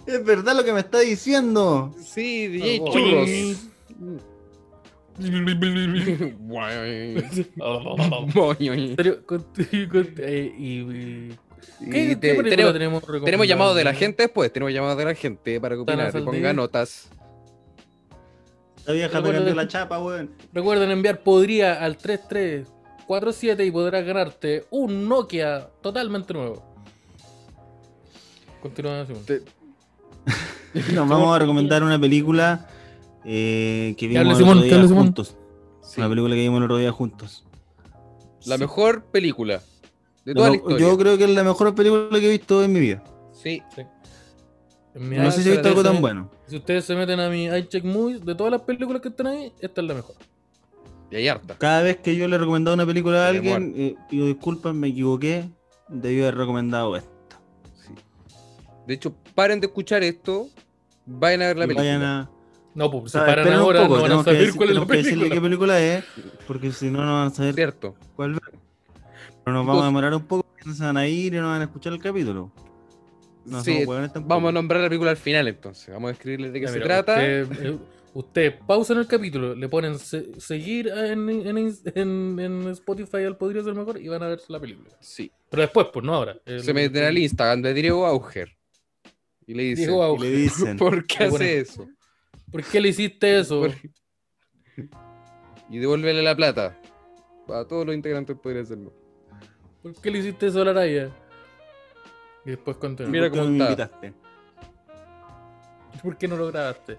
Speaker 3: es verdad lo que me está diciendo.
Speaker 2: Sí, DJ
Speaker 3: Oh,
Speaker 1: (laughs)
Speaker 2: Churros.
Speaker 1: ¿En
Speaker 2: Guay. (laughs)
Speaker 1: serio? Con- con- eh, y, y-
Speaker 2: Y
Speaker 1: ¿Qué,
Speaker 2: te-
Speaker 1: qué película tenemos
Speaker 2: tenemos, tenemos
Speaker 1: recomendada?
Speaker 2: llamados de la gente después, tenemos llamados de la gente para que
Speaker 1: Thanos
Speaker 2: opinar y
Speaker 1: al
Speaker 2: ponga
Speaker 1: día.
Speaker 2: notas.
Speaker 3: La vieja
Speaker 1: Recuerda-
Speaker 3: pegando la chapa, (laughs) weón.
Speaker 1: Recuerden enviar podría al 3347 y podrás ganarte un Nokia totalmente nuevo. Continúa, Simón.
Speaker 2: Te-
Speaker 3: Nos vamos a recomendar una película eh, que
Speaker 1: hable
Speaker 3: vimos el
Speaker 1: Simón,
Speaker 3: otro
Speaker 1: que
Speaker 3: día
Speaker 1: hable Simón.
Speaker 3: juntos.
Speaker 2: sí,
Speaker 3: Una película que vimos el otro día juntos.
Speaker 2: La
Speaker 3: Sí.
Speaker 2: mejor película de
Speaker 3: La
Speaker 2: toda la
Speaker 3: me-
Speaker 2: historia.
Speaker 3: Yo creo que es la mejor película que he visto en mi vida.
Speaker 2: Sí,
Speaker 1: En mi
Speaker 2: Ya,
Speaker 3: no sé si he
Speaker 1: iPhone,
Speaker 3: visto algo tan
Speaker 1: si-
Speaker 3: bueno.
Speaker 1: Si ustedes se meten a mi iCheck Movies, de todas las películas que están ahí, esta es la mejor.
Speaker 2: y hay harta.
Speaker 3: Cada vez que yo le he recomendado una película a
Speaker 2: Sí, de
Speaker 3: alguien, eh, digo, disculpen, me equivoqué, debí haber recomendado esto.
Speaker 2: Sí. De hecho, paren de escuchar esto, vayan a ver la
Speaker 3: Y
Speaker 2: película.
Speaker 3: vayan a...
Speaker 1: No, pues
Speaker 3: o
Speaker 1: se
Speaker 3: sea,
Speaker 1: paran
Speaker 3: esperen Ah, un
Speaker 1: ahora, no
Speaker 3: poco,
Speaker 1: van a
Speaker 3: tenemos que
Speaker 1: saber
Speaker 3: decir-
Speaker 1: cuál es la
Speaker 3: tenemos que decirle
Speaker 1: película.
Speaker 3: qué película es, porque si no, no van a saber
Speaker 2: Cierto.
Speaker 3: cuál ver. Pero nos
Speaker 2: Chicos.
Speaker 3: vamos a demorar un poco, porque no se van a ir y no van a escuchar el capítulo. No
Speaker 2: Sí,
Speaker 3: somos hueones tampoco.
Speaker 2: Vamos a nombrar la película al final entonces. Vamos a escribirles de qué
Speaker 1: Ya,
Speaker 2: se
Speaker 1: mira,
Speaker 2: trata.
Speaker 1: Ustedes, eh, ustedes pausan el capítulo, le ponen se- seguir en, en, en- en Spotify al Podría Ser Mejor y van a ver la película.
Speaker 2: Sí.
Speaker 1: Pero después, pues no ahora. El-
Speaker 2: Se meten al Instagram de Diego Auger. Y le dicen,
Speaker 1: Diego
Speaker 3: Y le
Speaker 1: Auge,
Speaker 2: (laughs)
Speaker 3: dicen,
Speaker 2: ¿por qué
Speaker 1: Le
Speaker 2: hace
Speaker 1: ponen-
Speaker 2: eso?
Speaker 1: ¿Por qué le hiciste eso?
Speaker 2: Por- Y devuélvele la plata. A todos los integrantes podría hacerlo.
Speaker 1: ¿Por qué le hiciste eso a la raya? Y después continúa.
Speaker 2: Mira
Speaker 3: "¿Por qué
Speaker 2: cómo
Speaker 3: no me
Speaker 2: está".
Speaker 3: invitaste?
Speaker 1: ¿Por qué no lo grabaste?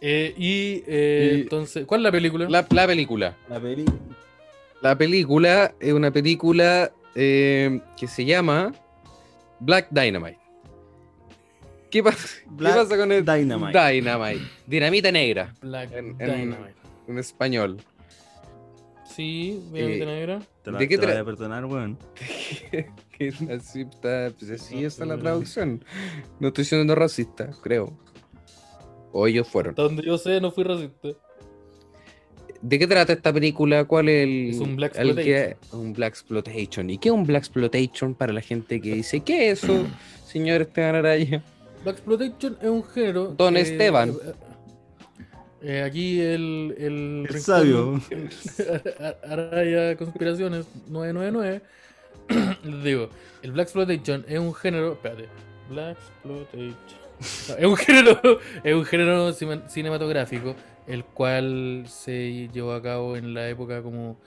Speaker 1: Eh, y, eh,
Speaker 2: Y-
Speaker 1: entonces, ¿cuál es la película?
Speaker 2: La, la película.
Speaker 3: La película.
Speaker 2: La película es una película eh, que se llama Black Dynamite. ¿Qué pasa,
Speaker 3: Black
Speaker 2: ¿Qué pasa con el
Speaker 3: Dynamite.
Speaker 2: Dynamite? Dinamita negra,
Speaker 1: Black
Speaker 2: en- en-
Speaker 1: Dynamite.
Speaker 2: en español. (laughs)
Speaker 1: Sí, Dinamita
Speaker 2: Eh,
Speaker 1: Negra.
Speaker 3: Te la,
Speaker 2: ¿De qué
Speaker 3: te la
Speaker 2: tra-
Speaker 3: voy a perdonar, weón.
Speaker 2: Que así está, pues así está la traducción. No estoy siendo racista, creo. O ellos fueron.
Speaker 1: Hasta donde yo sé, no fui racista.
Speaker 2: ¿De qué trata esta película? ¿Cuál es el.
Speaker 1: Es un black
Speaker 2: el que- un Black Exploitation. ¿Y qué es un Black Exploitation para la gente que dice, ¿qué es
Speaker 3: (clears throat)
Speaker 2: eso, señor Esteban Araya?
Speaker 1: Black Exploitation es un género.
Speaker 2: Don Esteban.
Speaker 1: eh, eh, aquí el. El,
Speaker 3: El sabio.
Speaker 1: (laughs) Araya Conspiraciones 999. Les (clears throat) digo, el Black Exploitation es un género. Espérate. Black Exploitation. No, es un género, (laughs) es un género cima- cinematográfico, el cual se llevó a cabo en la época como,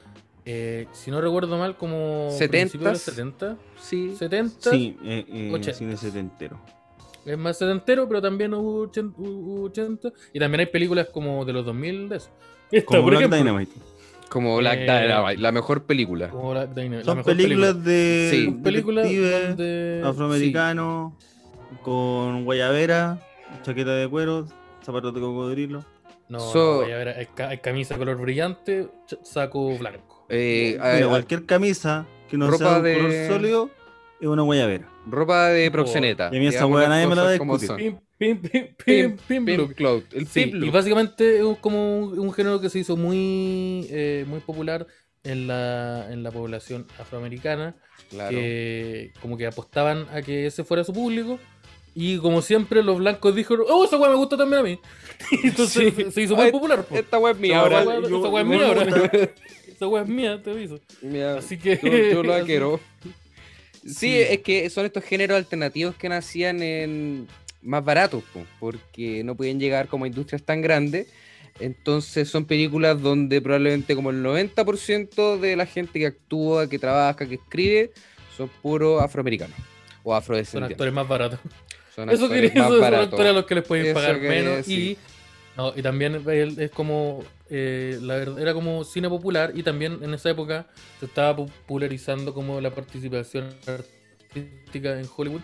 Speaker 1: eh, si no recuerdo mal, como principios de los
Speaker 2: 70s.
Speaker 1: 70,
Speaker 2: Sí.
Speaker 1: 70,
Speaker 3: Sí, eh, eh,
Speaker 1: Ochenta.
Speaker 3: cine setentero.
Speaker 1: es más setentero, pero también hubo 80, hubo 80, y también hay películas como de los 2000 de eso. Esta,
Speaker 3: Como
Speaker 1: por
Speaker 3: Black
Speaker 1: ejemplo,
Speaker 3: Dynamite.
Speaker 2: Como Black
Speaker 1: Eh,
Speaker 2: Dynamite, la mejor película.
Speaker 3: oh.
Speaker 1: Como la, de- la
Speaker 3: Son
Speaker 1: mejor
Speaker 3: películas de
Speaker 2: Sí.
Speaker 1: película. Son películas
Speaker 3: detectives
Speaker 1: donde-
Speaker 3: afroamericano con guayabera, chaqueta de cuero, zapatos de cocodrilo.
Speaker 1: No,
Speaker 2: So-
Speaker 1: no, voy a ver, hay ca- hay camisa color brillante, ch- saco blanco.
Speaker 2: Eh, a-
Speaker 3: Mira,
Speaker 2: a-
Speaker 3: cualquier camisa que no
Speaker 2: ropa
Speaker 3: sea de un
Speaker 2: de-
Speaker 3: color sólido es una guayabera.
Speaker 2: ropa de proxeneta.
Speaker 3: Oh. Y a mí esa
Speaker 2: digamos
Speaker 3: weá
Speaker 2: las
Speaker 3: nadie me la va a
Speaker 2: cosas como
Speaker 3: discutir.
Speaker 2: son.
Speaker 1: Pim, pim, pim, pim,
Speaker 2: Pimp,
Speaker 1: pim,
Speaker 2: pimp
Speaker 1: look.
Speaker 2: clout, El
Speaker 1: Sí,
Speaker 2: pimp
Speaker 1: y
Speaker 2: look.
Speaker 1: básicamente es un- como un, un género que se hizo muy, eh, muy popular en la, en la población afroamericana,
Speaker 2: Claro.
Speaker 1: que como que apostaban a que ese fuera su público. Y como siempre, los blancos dijeron, oh, esa weá me gusta también a mí. (laughs) Y entonces
Speaker 2: Sí.
Speaker 1: se hizo muy
Speaker 2: Ay,
Speaker 1: popular. po.
Speaker 2: Esta web es mía
Speaker 1: Esta
Speaker 2: ahora.
Speaker 1: weá-
Speaker 3: yo-
Speaker 1: esta weá es
Speaker 3: yo-
Speaker 1: mía ahora. (laughs) Esa weá es mía, te aviso.
Speaker 2: Mira,
Speaker 1: Así que.
Speaker 2: Yo,
Speaker 1: (laughs)
Speaker 2: yo la quiero. Sí,
Speaker 1: Sí.
Speaker 2: es que son estos géneros alternativos que nacían en más baratos, po, porque no pueden llegar como a industrias tan grandes. Entonces son películas donde probablemente como el 90% de la gente que actúa, que trabaja, que escribe, son puros afroamericanos o
Speaker 1: Son
Speaker 2: afrodescendientes.
Speaker 1: actores más baratos.
Speaker 2: Son
Speaker 1: Eso
Speaker 2: actores
Speaker 1: quiere decir,
Speaker 2: más
Speaker 1: son
Speaker 2: baratos.
Speaker 1: actores a los que les pueden
Speaker 2: Eso
Speaker 1: pagar
Speaker 2: quería
Speaker 1: menos.
Speaker 2: decir.
Speaker 1: Y, no, y también el- es como. eh, la verdad, era como cine popular y también en esa época se estaba popularizando como la participación artística en Hollywood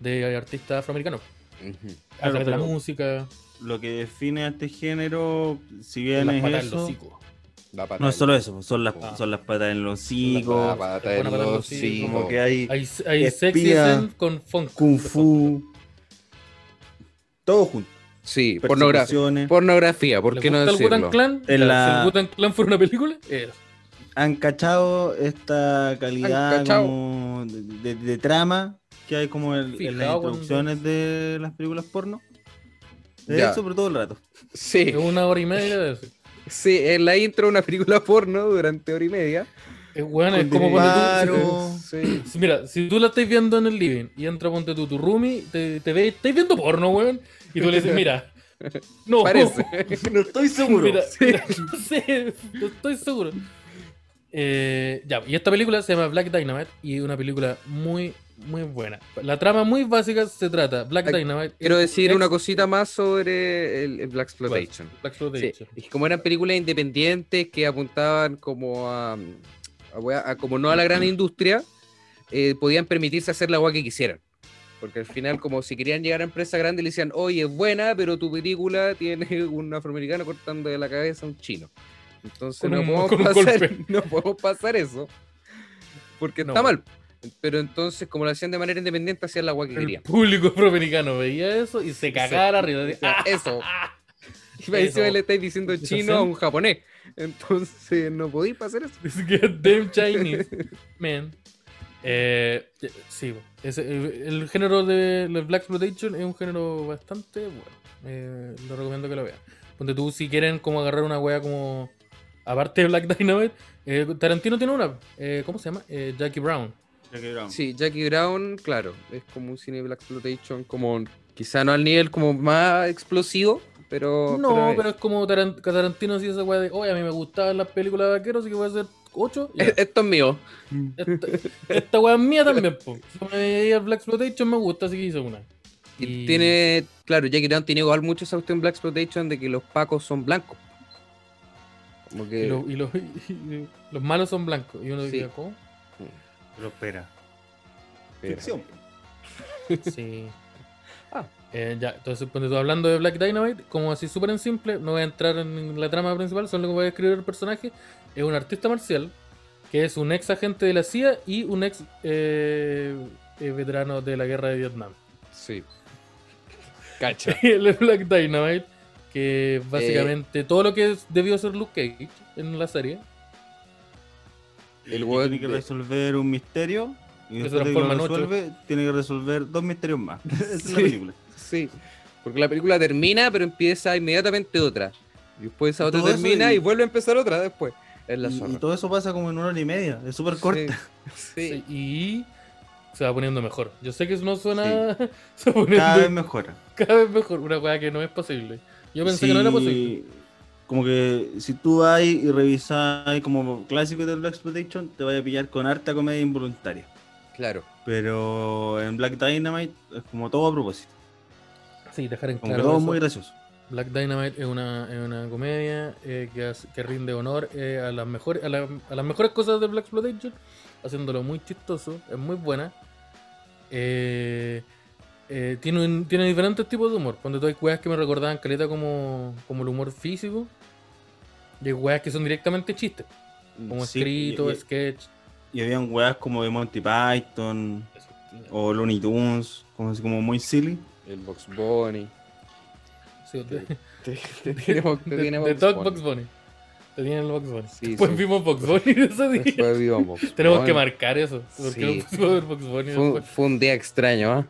Speaker 1: de artistas afroamericanos.
Speaker 2: Ujú.
Speaker 1: A través de la
Speaker 3: Ah, pero-
Speaker 1: música,
Speaker 3: Lo que define a este género, si bien
Speaker 1: las
Speaker 3: es
Speaker 1: patas en los
Speaker 3: eso,
Speaker 1: hocicos.
Speaker 2: La patada
Speaker 3: no es
Speaker 2: del-
Speaker 3: solo eso, pues, son las,
Speaker 1: Ah.
Speaker 3: son las patas en los
Speaker 2: La
Speaker 3: hocicos,
Speaker 2: patada
Speaker 1: Te ponen
Speaker 2: del
Speaker 1: patada en los
Speaker 2: hocico.
Speaker 1: hocicos.
Speaker 3: como que hay
Speaker 1: Hay, hay sexy
Speaker 3: Espía,
Speaker 1: scene con funk.
Speaker 3: kung fu, todo junto,
Speaker 2: Sí, pornografía.
Speaker 3: persecuciones,
Speaker 2: Pornografía, ¿por
Speaker 1: ¿Les
Speaker 2: qué no
Speaker 1: gusta el Wu-Tang
Speaker 2: decirlo?
Speaker 1: Clan?
Speaker 3: En
Speaker 1: Ya,
Speaker 3: la-
Speaker 1: Si el Wu-Tang Clan fuera una película, eh,
Speaker 3: han cachado esta
Speaker 2: Han
Speaker 3: calidad
Speaker 2: cachado.
Speaker 3: como de, de- de trama que hay como en, en las
Speaker 1: Fijao cuando-
Speaker 3: introducciones de las películas porno. De
Speaker 2: Ya.
Speaker 3: eso, pero todo el rato.
Speaker 2: Sí.
Speaker 1: es una hora y media de eso.
Speaker 2: Sí, en la intro una película porno durante hora y media.
Speaker 1: Es bueno,
Speaker 3: Con
Speaker 1: es como cuando tú,
Speaker 3: disparo.
Speaker 2: Sí.
Speaker 1: Si- Mira, si tú la estás viendo en el living y entra ponte tú tu roomie, te, te ve, estáis viendo porno, weón. Y tú le dices, mira, (laughs) no,
Speaker 2: Parece. (laughs)
Speaker 3: No estoy seguro.
Speaker 1: mira, mira, (laughs) no sé, no estoy seguro. Eh, ya, y esta película se llama Black Dynamite y es una película muy, muy buena. La trama muy básica se trata. Black
Speaker 2: Ay,
Speaker 1: Dynamite.
Speaker 2: Quiero
Speaker 1: es
Speaker 2: decir
Speaker 1: ex-
Speaker 2: una cosita más sobre el, el Black Exploitation.
Speaker 1: Black Exploitation.
Speaker 2: Sí, y como eran películas independientes que apuntaban como a, a wea- a como no a la gran industria, eh, podían permitirse hacer la agua que quisieran. Porque al final, como si querían llegar a empresas grandes, le decían, oye, es buena, pero tu película (laughs) tiene un afroamericano cortando de la cabeza a un chino. Entonces
Speaker 1: Con
Speaker 2: no,
Speaker 1: un- con un
Speaker 2: podemos pasar,
Speaker 1: golpe.
Speaker 2: (laughs) no podemos pasar eso. Porque
Speaker 1: No.
Speaker 2: está mal. Pero entonces, como lo hacían de manera independiente, hacían la agua que
Speaker 1: El
Speaker 2: querían.
Speaker 1: público afroamericano veía eso y se cagara arriba.
Speaker 2: O
Speaker 1: decía, (laughs)
Speaker 2: sea,
Speaker 1: "Ah,
Speaker 2: eso. (laughs)
Speaker 1: ah".
Speaker 2: Y me encima
Speaker 1: Eso.
Speaker 2: le estáis diciendo
Speaker 1: Eso
Speaker 2: chino
Speaker 1: sí.
Speaker 2: a un japonés. Entonces no podéis pasar eso.
Speaker 1: This goddamn (laughs) Chinese man. Eh, sí, ese- el, el género de del Black Exploitation es un género bastante bueno. Eh, lo recomiendo que lo vean. Ponte tú, si quieren como agarrar una wea como. Aparte de Black Dynamite, eh, Tarantino tiene una. eh, ¿Cómo se llama? Eh, Jackie Brown.
Speaker 2: Sí, Jackie Brown, claro, es como un cine Black Exploitation, como quizá no al nivel como más explosivo, pero.
Speaker 1: No,
Speaker 2: es.
Speaker 1: Oh, pero es como Taran- que Tarantino sí esa wea de. Oye, a mí me gustaban las películas de vaqueros, así que voy a hacer 8. (laughs)
Speaker 2: E- Esto es mío.
Speaker 1: Esta, esta wea es mía también, po. Si me veía Black Exploitation me gusta, así que hice una.
Speaker 2: Y
Speaker 1: Y-
Speaker 2: tiene. Claro, Jackie Brown tiene igual mucho esa cuestión Black Exploitation de que los pacos son blancos. Como que.
Speaker 1: Y, los, y los- (laughs) y los malos son blancos. Y uno
Speaker 2: Eh, Sí.
Speaker 1: diría, ¿cómo?
Speaker 3: Pero espera.
Speaker 2: Pero-
Speaker 3: Ficción.
Speaker 1: Sí.
Speaker 2: Ah.
Speaker 1: Eh, ya, entonces, cuando tú hablando de Black Dynamite, como así súper en simple, no voy a entrar en la trama principal, solo voy a describir el personaje. Es un artista marcial, que es un ex agente de la CIA y un ex eh, eh, veterano de la guerra de Vietnam. (laughs)
Speaker 2: Sí. Cacha.
Speaker 1: el Black Dynamite, que básicamente todo lo que debió ser Luke Cage en la serie,
Speaker 2: El
Speaker 3: El
Speaker 2: weón
Speaker 3: tiene que
Speaker 2: de-
Speaker 3: resolver un misterio y
Speaker 1: Que se
Speaker 3: después de que lo
Speaker 1: transforma en ocho.
Speaker 3: resuelve, tiene que resolver dos misterios más.
Speaker 2: (laughs)
Speaker 3: Esa es la
Speaker 2: Sí.
Speaker 3: película.
Speaker 2: Sí. Porque la película termina, pero empieza inmediatamente otra. Y después esa otra
Speaker 3: Todo eso
Speaker 2: termina
Speaker 3: y-
Speaker 2: y... vuelve a empezar otra después. Es la
Speaker 3: Y-
Speaker 2: zorra.
Speaker 3: Y, todo eso pasa como en una hora y media. Es súper corta.
Speaker 1: (laughs)
Speaker 2: Sí, sí.
Speaker 1: y se va poniendo mejor. Yo sé que eso no suena. (laughs) se va
Speaker 3: Cada
Speaker 1: poniendo
Speaker 3: vez mejora.
Speaker 1: cada vez mejor. Una weá que no es posible. Yo pensé que no era
Speaker 3: Si-
Speaker 1: posible.
Speaker 3: Como que si tú vas y revisas como clásicos de Black Exploitation, te vas a pillar con harta comedia involuntaria.
Speaker 2: Claro.
Speaker 3: Pero en Black Dynamite es como todo a propósito.
Speaker 1: Sí, dejar en
Speaker 3: Como que
Speaker 1: claro.
Speaker 3: todo
Speaker 1: eso.
Speaker 3: muy gracioso.
Speaker 1: Black Dynamite es una, es una comedia eh, que, hace- que rinde honor eh, a, las mejores, a, la- a las mejores cosas de Black Exploitation, haciéndolo muy chistoso, es muy buena. Eh, eh, tiene, un- tiene diferentes tipos de humor. Cuando tú hay weas que me recordaban caleta como, como el humor físico, y hay weas que son directamente chistes, como
Speaker 3: Sí,
Speaker 1: escrito,
Speaker 3: y- y-
Speaker 1: sketch.
Speaker 3: Y habían weas como de Monty Python o Looney Tunes, como, así como muy silly.
Speaker 2: El Box Bunny.
Speaker 1: Sí, de-
Speaker 2: Te, te (laughs) tiene Box- te
Speaker 1: de-
Speaker 2: tiene
Speaker 1: de
Speaker 2: Box
Speaker 1: Dog
Speaker 2: Bunny.
Speaker 1: Box Bunny. Te tiene el Box Bunny.
Speaker 2: Sí,
Speaker 1: Después
Speaker 2: sí.
Speaker 1: vimos Box Bunny (laughs) ese día.
Speaker 2: Después vio Box
Speaker 1: (laughs) Tenemos que
Speaker 2: Bunny.
Speaker 1: marcar eso. Porque
Speaker 2: Sí.
Speaker 1: no pusimos a ver Box Bunny
Speaker 2: Fue, un-
Speaker 1: después.
Speaker 2: fue un día extraño, ¿ah?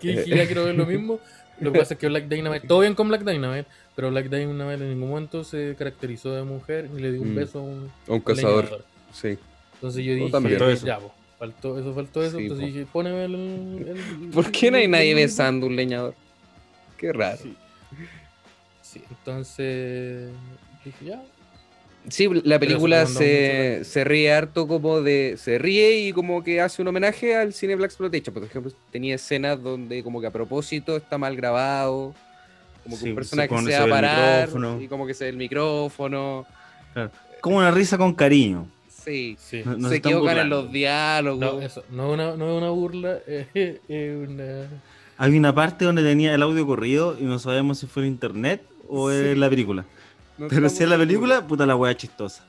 Speaker 1: Que
Speaker 2: (laughs)
Speaker 1: dije, ya quiero ver lo mismo. Lo que pasa es que Black Dynamite, todo bien con Black Dynamite, pero Black Dynamite en ningún momento se caracterizó de mujer ni le dio un
Speaker 2: Mm.
Speaker 1: beso a un
Speaker 2: Un
Speaker 1: leñador.
Speaker 2: cazador. Sí.
Speaker 1: Entonces yo
Speaker 2: No,
Speaker 1: dije,
Speaker 2: también.
Speaker 3: Faltó eso.
Speaker 1: ya, po, faltó eso, faltó eso.
Speaker 2: Sí,
Speaker 1: Entonces
Speaker 2: po.
Speaker 1: dije, poneme el, el-
Speaker 2: (laughs) ¿Por qué no hay
Speaker 1: el-
Speaker 2: nadie
Speaker 1: el-
Speaker 2: besando un leñador? Qué raro.
Speaker 1: Sí. Sí, entonces dije, ya.
Speaker 2: Sí, la película
Speaker 1: supongo que no
Speaker 2: se, se ríe harto como de... Se ríe y como que hace un homenaje al cine Black Exploitation. Por ejemplo, tenía escenas donde como que a propósito está mal grabado. Como que
Speaker 3: Sí,
Speaker 2: un personaje
Speaker 3: se pone-
Speaker 2: se
Speaker 3: se
Speaker 2: va a
Speaker 3: ve el
Speaker 2: parar
Speaker 3: micrófono.
Speaker 2: y como que se ve el micrófono.
Speaker 3: Como una risa con cariño.
Speaker 2: Sí.
Speaker 1: Sí.
Speaker 3: No- nos
Speaker 2: se
Speaker 3: están
Speaker 2: equivocan en
Speaker 3: burlando.
Speaker 2: los diálogos.
Speaker 1: No, eso, no es una, no es una burla, (laughs) es una.
Speaker 3: Hay una parte donde tenía el audio corrido y no sabemos si fue el internet o
Speaker 2: Sí.
Speaker 3: es la película.
Speaker 2: No
Speaker 3: Pero
Speaker 2: estamos
Speaker 3: si es la
Speaker 2: seguros.
Speaker 3: película, puta la wea chistosa.